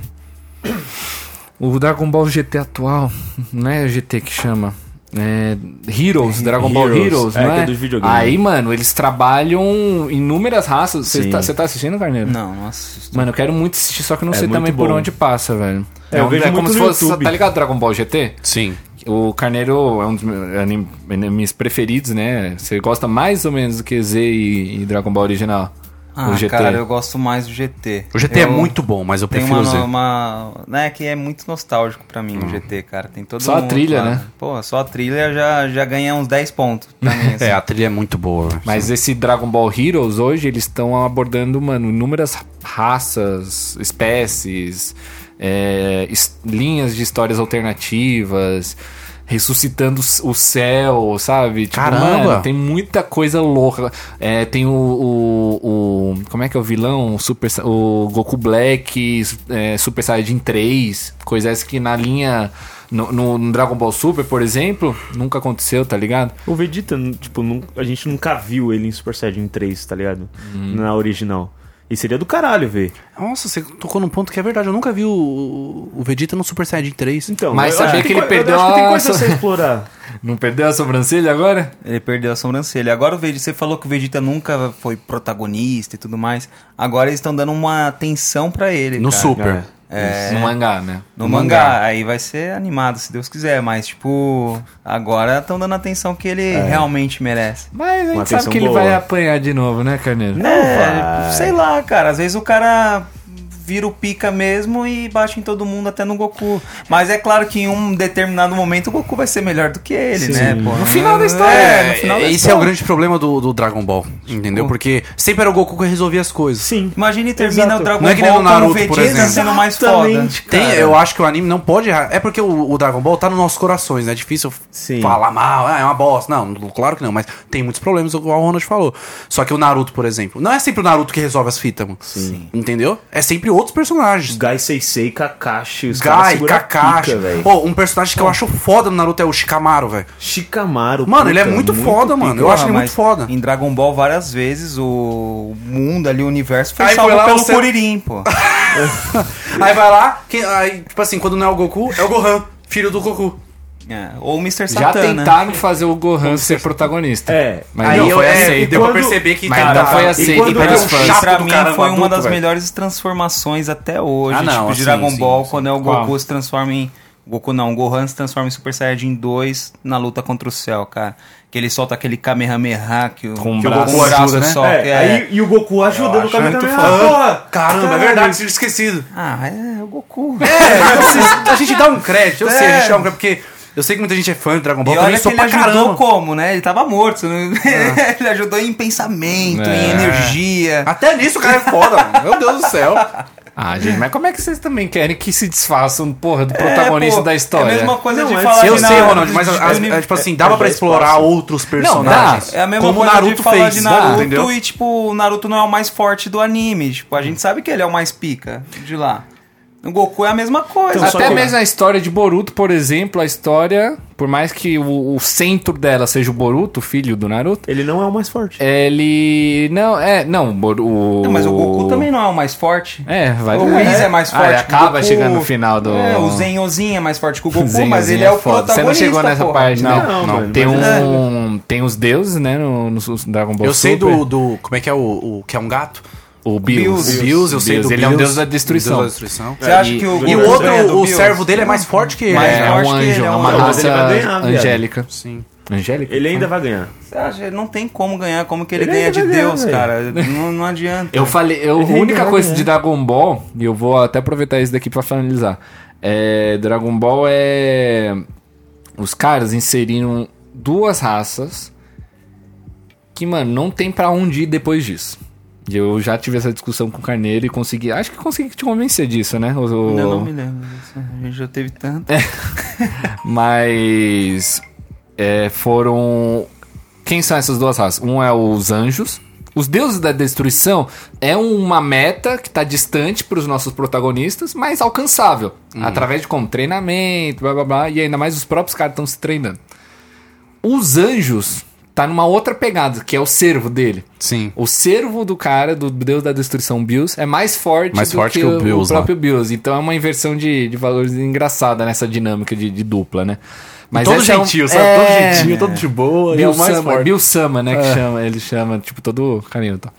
O Dragon Ball GT atual, não é GT que chama. É Heroes, Dragon Ball
Heroes,
Heroes,
é,
não
que
é?
é dos videogames.
Aí, mano, eles trabalham inúmeras raças. Você
Sim.
tá, você tá assistindo, Carneiro?
Não, não assisto.
Mano, eu quero muito assistir, só que eu não
É
sei
muito
também por
bom.
onde passa, velho.
É, eu vejo
um como
muito
se
no
fosse.
YouTube.
Tá ligado Dragon Ball GT?
Sim.
O Carneiro é um dos meus anim- animes preferidos, né? Você gosta mais ou menos do que Z e, e Dragon Ball original?
Ah,
o GT?
cara, eu gosto mais do GT.
O GT é
Eu-
muito bom, mas eu
Tem
prefiro
uma,
o Z.
uma. Né, que é muito nostálgico pra mim o GT, cara. Tem todo
Só a
um-
trilha, né?
Pô, só a trilha já, já ganha uns 10 pontos pra mim, assim.
É, a trilha é muito boa. velho.
Mas esse Dragon Ball Heroes hoje, eles estão abordando, mano, inúmeras raças, espécies, é, es- linhas de histórias alternativas, ressuscitando s- o céu, sabe? Tipo,
Caramba!
mano, tem muita coisa louca. É, tem o, o- o- Como é que é o vilão? O, Super, Sa- o Goku Black, é, Super Saiyajin 3, coisas que na linha. No, no- no Dragon Ball Super, por exemplo, nunca aconteceu, tá ligado?
O Vegeta, n- tipo, nun- a gente nunca viu ele em Super Saiyajin 3, tá ligado?
Uhum.
Na original. E seria do caralho ver.
Nossa, você tocou num ponto que é verdade. Eu nunca vi o, o Vegeta no Super Saiyajin 3.
Então,
Mas
eu
saber
acho
que ele
tem coi- eu
perdeu
acho que tem
a-
coisa a se explorar.
Não perdeu a sobrancelha agora?
Ele perdeu a sobrancelha. Agora o Vegeta, você falou que o Vegeta nunca foi protagonista e tudo mais. Agora eles estão dando uma atenção pra ele.
No
cara.
Super.
Isso, No mangá, né?
No mangá, aí vai ser animado, se Deus quiser, mas tipo, agora estão dando a atenção que ele realmente merece.
Mas a
Uma
gente sabe
atenção
que ele
boa.
vai apanhar de novo, né, Carneiro?
É, sei lá, cara, às vezes o cara vira o pica mesmo e bate em todo mundo, até no Goku. Mas é claro que em um determinado momento o Goku vai ser melhor do que ele, né? pô?
No final da história.
É, no final da
esse é o
história.
grande problema do, do Dragon Ball, entendeu? Porque sempre era o Goku que resolvia as coisas.
Sim.
Imagina e termina
Exato.
o Dragon
Não é que nem
Ball
o
com o
Naruto, por
Vegeta
exemplo.
sendo mais foda.
Exatamente,
Tem,
cara.
eu acho que o anime não pode errar. É porque o, o Dragon Ball tá nos nossos corações, né? É difícil
Sim.
falar mal, ah, é uma bosta. Não, claro que não, mas tem muitos problemas, igual o Ronald falou. Só que o Naruto, por exemplo, não é sempre o Naruto que resolve as fitas, mano. Sim. Entendeu? É sempre outros personagens.
Gai Seisei, Kakashi, os caras
Gai,
seguram a
Kakashi.
pica, velho.
Pô, um personagem que eu acho foda no Naruto é o Shikamaru, velho.
Shikamaru.
Mano, ele é
puta,
muito foda, mano. Eu
Porra,
acho
Ah,
ele muito
mas
foda.
Em Dragon Ball, várias vezes, o mundo ali, o universo foi
Aí
salvo
foi lá
pelo
o céu-
Kuririn, pô.
Aí vai lá, quem- aí, tipo assim, quando não é o Goku, é o Gohan, filho do Goku.
É, ou o
Já
Mr. Satan, né?
tentaram fazer o Gohan ser protagonista.
É.
Mas
aí
não foi
é,
aceito.
Deu pra
quando-
perceber que tá-
tá
Mas
cara,
não foi assim
e
aceito
quando
pelos
é um
fãs.
chato
pra
do
mim
caramba,
foi uma
adulto,
das
velho.
melhores transformações até hoje.
Ah, não,
tipo, de
assim,
Dragon
sim,
Ball,
sim.
quando é o
Qual?
Goku se transforma em. Goku não, o Gohan se transforma em Super Saiyajin 2 na luta contra o céu, cara. Que ele solta aquele Kamehameha que o,
Com
que o
braço.
Goku
Ajuda, né?
solta.
É,
é.
Aí, e o Goku ajudando o Kamehameha.
Muito
Ah,
foda.
porra!
Caramba, é
Caralho.
verdade, tinha esquecido.
Ah, é o Goku.
É, vocês- a gente dá um crédito, eu sei, a gente
É.
dá um crédito, porque eu sei que muita gente é fã do Dragon Ball,
E
eu também
olha que
sou
ele
pra
ajudou
caramba.
como, né? Ele tava morto. né? ele ajudou em pensamento, em
É.
energia.
Até nisso o cara é foda, mano. Meu Deus do céu.
Ah, gente, mas como é que vocês também querem que se desfaçam, porra, do
É,
protagonista
pô,
da história?
É a mesma coisa
Não,
de
é-
falar
eu
de
sei,
na-
Ronald, mas
de-
a-
de-
a- tipo assim, dava pra
é,
explorar
espaço.
outros personagens.
É a mesma
como o
coisa
Naruto
de falar
fez,
de Naruto
entendeu?
e, tipo, o Naruto não é o mais forte do anime. Tipo, a gente sabe que ele é o mais pica de lá. O Goku é a mesma coisa.
Então, só
Até
que-
mesmo a história de Boruto, por exemplo, a história, por mais que o, o centro dela seja o Boruto, filho do Naruto,
Ele não é o mais forte.
ele. Não, é. Não, o Boru- o.
Não, mas o Goku também não é o mais forte.
É, vai
o Whis é mais
Ah, ele
forte. que o
acaba
Goku.
chegando no final do.
É, o Zenyozinho é mais forte que o Goku, mas
Zenzinho
ele é o
foda.
protagonista.
Você não chegou nessa
porra.
parte, né?
Não, mano,
Tem,
mas
um, tem os deuses, né, no, no Dragon Ball
Eu sei
Super.
do, do. Como é que é o, o- que é um gato?
O Bills.
O Bills, eu sei do
Ele é um deus
Bills,
da destruição.
deus da destruição.
Você acha que o
E
Goku
o outro,
ganha É. do
o
Bills?
servo dele é mais forte que ele. né?
Mas
É,
eu
um
acho que ele
anjo,
é
é
um
uma
anjo.
Mas ele vai
raça
ganhar, viado.
angélica.
Sim.
Angélica?
Ele ainda vai ganhar.
Você acha? Não tem como ganhar. Como que ele,
Ele
ganha de
vai ganhar,
Deus,
velho.
cara? Não, não adianta.
Eu falei, eu, a
Ele
única
ganha,
coisa
né?
de Dragon Ball, e eu vou até aproveitar isso daqui pra finalizar. É, Dragon Ball é. Os caras inseriram duas raças que, mano, não tem pra onde ir depois disso. E Eu já tive essa discussão com o Carneiro e consegui. Acho que consegui te convencer disso, né? O- o-
Ainda não me lembro disso. A gente já teve tanto. É
Mas é, foram. Quem são essas duas raças? Um é os anjos. Os deuses da destruição é uma meta que tá distante para os nossos protagonistas, mas alcançável. Através de como? Treinamento, blá blá blá. E ainda mais os próprios caras estão se treinando. Os anjos tá numa outra pegada, que é o servo dele.
Sim.
O servo do cara, do deus da destruição, Bills, é mais forte
Mais
do
forte que o Bills, né?
próprio Bills. Então é uma inversão de, de valores engraçada nessa dinâmica de, de dupla, né? Mas
todo
essa é um-
gentil, sabe?
é,
Todo gentil, todo de boa. ele é
Bill
o mais
Sama,
forte. É.
Bill Sama, né? Que chama, ele chama, tipo, todo carinho e tal.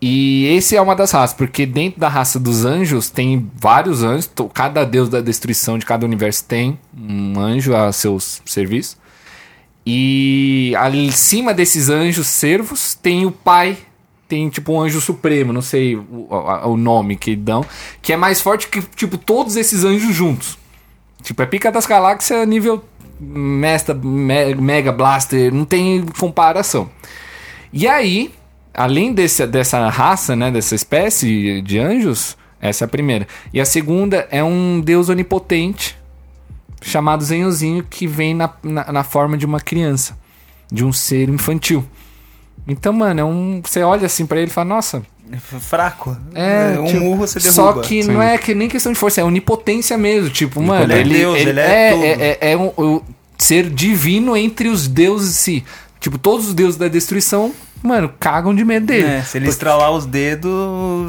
E esse é uma das raças, porque dentro da raça dos anjos tem vários anjos. to- Cada deus da destruição de cada universo tem um anjo a seu s- serviço. E ali em cima desses anjos servos tem o pai tem tipo um anjo supremo, não sei o, a- o nome que dão, que é mais forte que tipo todos esses anjos juntos. Tipo, é Pica das Galáxias nível Mesta, Me- Mega Blaster, não tem comparação. E aí, além desse, dessa raça, né, dessa espécie de anjos, essa é a primeira. E a segunda é um deus onipotente chamado Zenhozinho que vem na, na, na forma de uma criança, de um ser infantil. Então, mano, é um, você olha assim pra ele e fala, nossa,
Fraco.
é,
um
tipo,
murro você derruba.
Só que
Sim.
não é que nem questão de força, é onipotência mesmo. Tipo, mano,
é
ele,
Deus,
ele,
ele é
é,
tudo.
é, é- é um, um ser divino entre os deuses em si. Tipo, todos os deuses da destruição, mano, cagam de medo dele.
É, se ele estralar os dedos,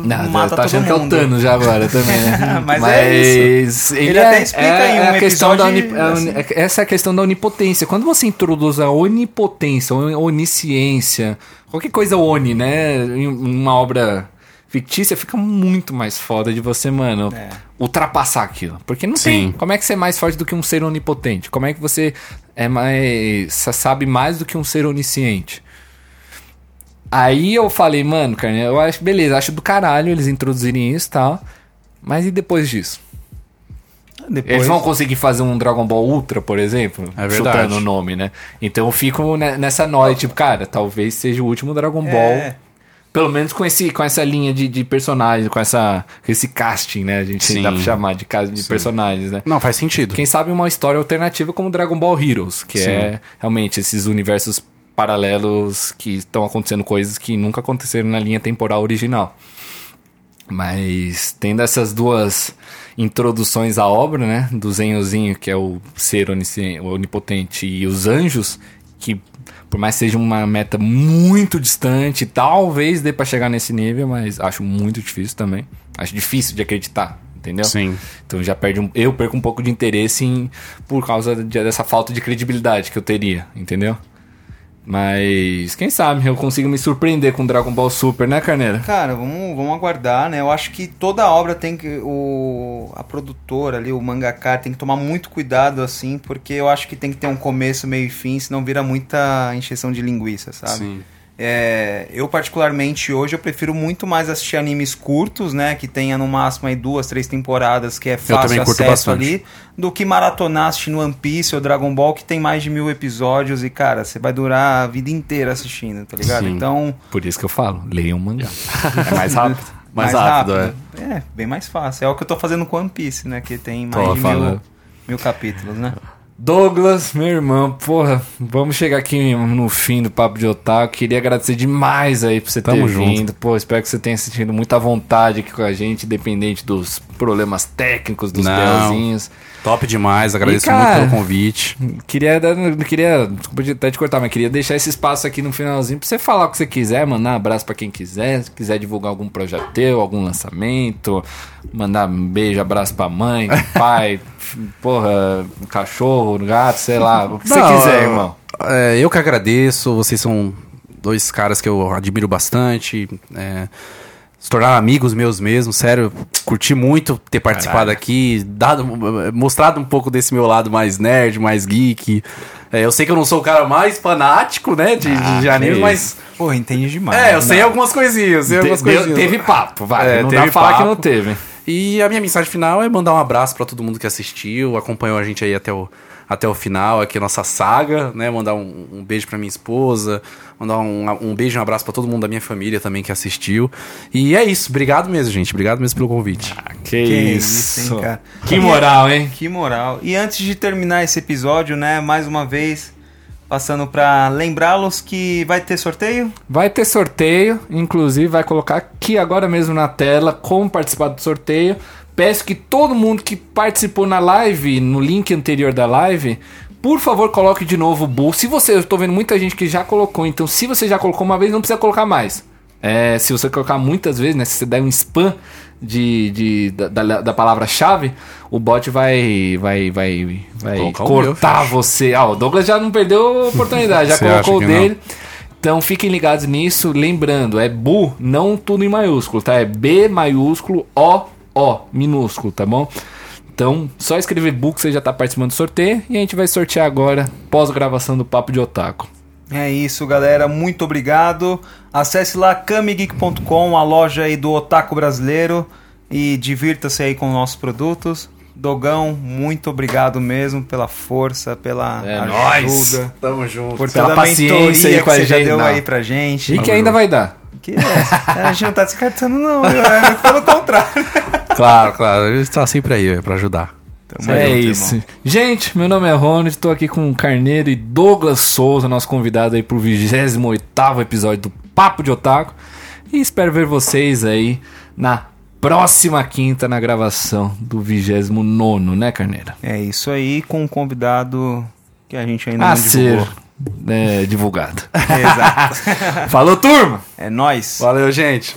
Não,
mata
tá achando
todo
que é o
mundo.
Thanos já agora também, né?
Mas é
isso.
Ele até explica em um
é a questão da
episódio, assim.
onip- a uni- Essa é a questão da onipotência. Quando você introduz a onipotência, on- onisciência, qualquer coisa oni, né? Em uma obra fictícia, fica muito mais foda de você, mano,
É.
ultrapassar aquilo. Porque não tem.
Sim.
Como é que você é mais forte do que um ser onipotente? Como é que você é mais. sabe mais do que um ser onisciente? Aí eu falei, mano, cara, eu acho, beleza, acho do caralho eles introduzirem isso e tal. Mas e depois disso?
Depois,
Eles vão conseguir fazer um Dragon Ball Ultra, por exemplo?
É verdade.
Chutando o nome, né? Então eu fico ne- nessa noia, tipo, cara, talvez seja o último Dragon
É.
Ball. Pelo menos com, esse, com essa linha de, de personagens, com essa, com esse casting, né? A gente
Sim.
dá pra chamar de, cas- de personagens, né?
Não, faz sentido.
Quem sabe uma história alternativa como Dragon Ball Heroes, que
Sim.
é realmente esses universos paralelos que estão acontecendo coisas que nunca aconteceram na linha temporal original. Mas tendo essas duas introduções à obra, né? Do Zenhozinho, que é o ser onisci- onipotente, e os anjos, que por mais que seja uma meta muito distante, talvez dê pra chegar nesse nível, mas acho muito difícil também. Acho difícil de acreditar, entendeu?
Sim.
Então já perde um, eu perco um pouco de interesse em, por causa de- dessa falta de credibilidade que eu teria, entendeu? Mas quem sabe eu consigo me surpreender com Dragon Ball Super, né, Carneira?
Cara, vamos, vamos aguardar, né? Eu acho que toda obra tem que. O, a produtora ali, o mangaka, tem que tomar muito cuidado, assim, porque eu acho que tem que ter um começo, meio e fim, senão vira muita encheção de linguiça, sabe?
Sim.
É, eu, particularmente, hoje, eu prefiro muito mais assistir animes curtos, né? Que tenha no máximo aí duas, três temporadas, que é
também
fácil
curto
acesso
bastante.
ali, do que maratonar assistindo One Piece ou Dragon Ball, que tem mais de mil episódios e, cara, você vai durar a vida inteira assistindo, tá ligado?
Sim.
Então.
Por isso que eu falo, leiam um mangá.
É mais rápido. Mais, rápido, é.
é. bem mais fácil. É o que eu tô fazendo com One Piece, né? Que tem mais
Tô
de mil,
falando.
mil capítulos, né?
Douglas, meu irmão, porra, vamos chegar aqui no fim do Papo de Otaku. Queria agradecer demais aí por você
Tamo
ter
junto.
vindo. Pô, espero que você tenha sentido muita vontade aqui com a gente, independente dos problemas técnicos, dos
Não.
belzinhos.
é. Top demais,
E,
agradeço
cara,
muito pelo convite.
Queria, dar- não queria, desculpa de- até te cortar, mas queria deixar esse espaço aqui no finalzinho pra você falar o que você quiser, mandar um abraço pra quem quiser, se quiser divulgar algum projeto teu, algum lançamento, mandar um beijo, abraço pra mãe, pai, porra, cachorro, gato, sei lá, o que você
Não,
quiser,
eu-
irmão.
é, eu que agradeço, vocês são dois caras que eu admiro bastante. é, se tornaram amigos meus mesmo, sério. Curti muito ter participado aqui, dado, mostrado um pouco desse meu lado mais nerd, mais geek. É, eu sei que eu não sou o cara mais fanático, né, de, de anime,
isso.
mas.
Pô, entende demais.
É, eu sei algumas coisinhas, eu sei algumas
Te- deu-
coisinhas.
teve papo, vai.
É,
não dá
teve
pra falar que
papo.
não teve.
E a minha mensagem final é mandar um abraço pra todo mundo que assistiu, acompanhou a gente aí até o, até o final, aqui a nossa saga, né? Mandar um, um beijo pra minha esposa, mandar um, um beijo e um abraço pra todo mundo da minha família também que assistiu. E é isso, obrigado mesmo, gente. Obrigado mesmo pelo convite.
Que,
isso,
isso.
hein, cara.
Que moral, hein?
Que moral. E antes de terminar esse episódio, né? Mais uma vez, passando pra lembrá-los que vai ter sorteio.
Vai ter sorteio, inclusive vai colocar aqui agora mesmo na tela como participar do sorteio. Peço que todo mundo que participou na live, no link anterior da live, por favor, coloque de novo o Bull. Se você, eu tô vendo muita gente que já colocou, então se você já colocou uma vez, não precisa colocar mais. É, se você colocar muitas vezes, né? Se você der um spam de, de- da, da- da palavra-chave, o bot vai vai vai, vai
Colocar o
cortar você. Ah, o Douglas já não perdeu a oportunidade, já
Você
colocou o
acha que não?
dele. Então fiquem ligados nisso, lembrando, é Bu, não tudo em maiúsculo, tá? É B maiúsculo O O minúsculo, tá bom? Então, só escrever Bu que você já tá participando do sorteio e a gente vai sortear agora, pós-gravação do Papo de Otaku.
É isso, galera. Muito obrigado. Acesse lá kamigeek.com, a loja aí do Otaku Brasileiro. E divirta-se aí com nossos produtos. Dogão, muito obrigado mesmo pela força, pela
É nóis.
ajuda.
Tamo junto.
Por
Pela
toda a
paciência aí
mentoria
com
que
a
você já
gente,
deu
não.
aí pra gente.
E que ainda vai dar.
Que é, a gente não tá descartando não, viu? É muito pelo contrário.
Claro, claro. Ele tá sempre aí é, pra ajudar.
é
junto,
isso. Gente, meu nome é Ronald, tô aqui com o Carneiro e Douglas Souza, nosso convidado aí pro 28º episódio do Papo de Otaku. E espero ver vocês aí na próxima quinta na gravação do 29º, né, Carneiro?
É isso aí, com um convidado que a gente ainda
A
não
ser
divulgou.
né, divulgado.
Exato.
Falou, turma!
É nóis.
Valeu, gente.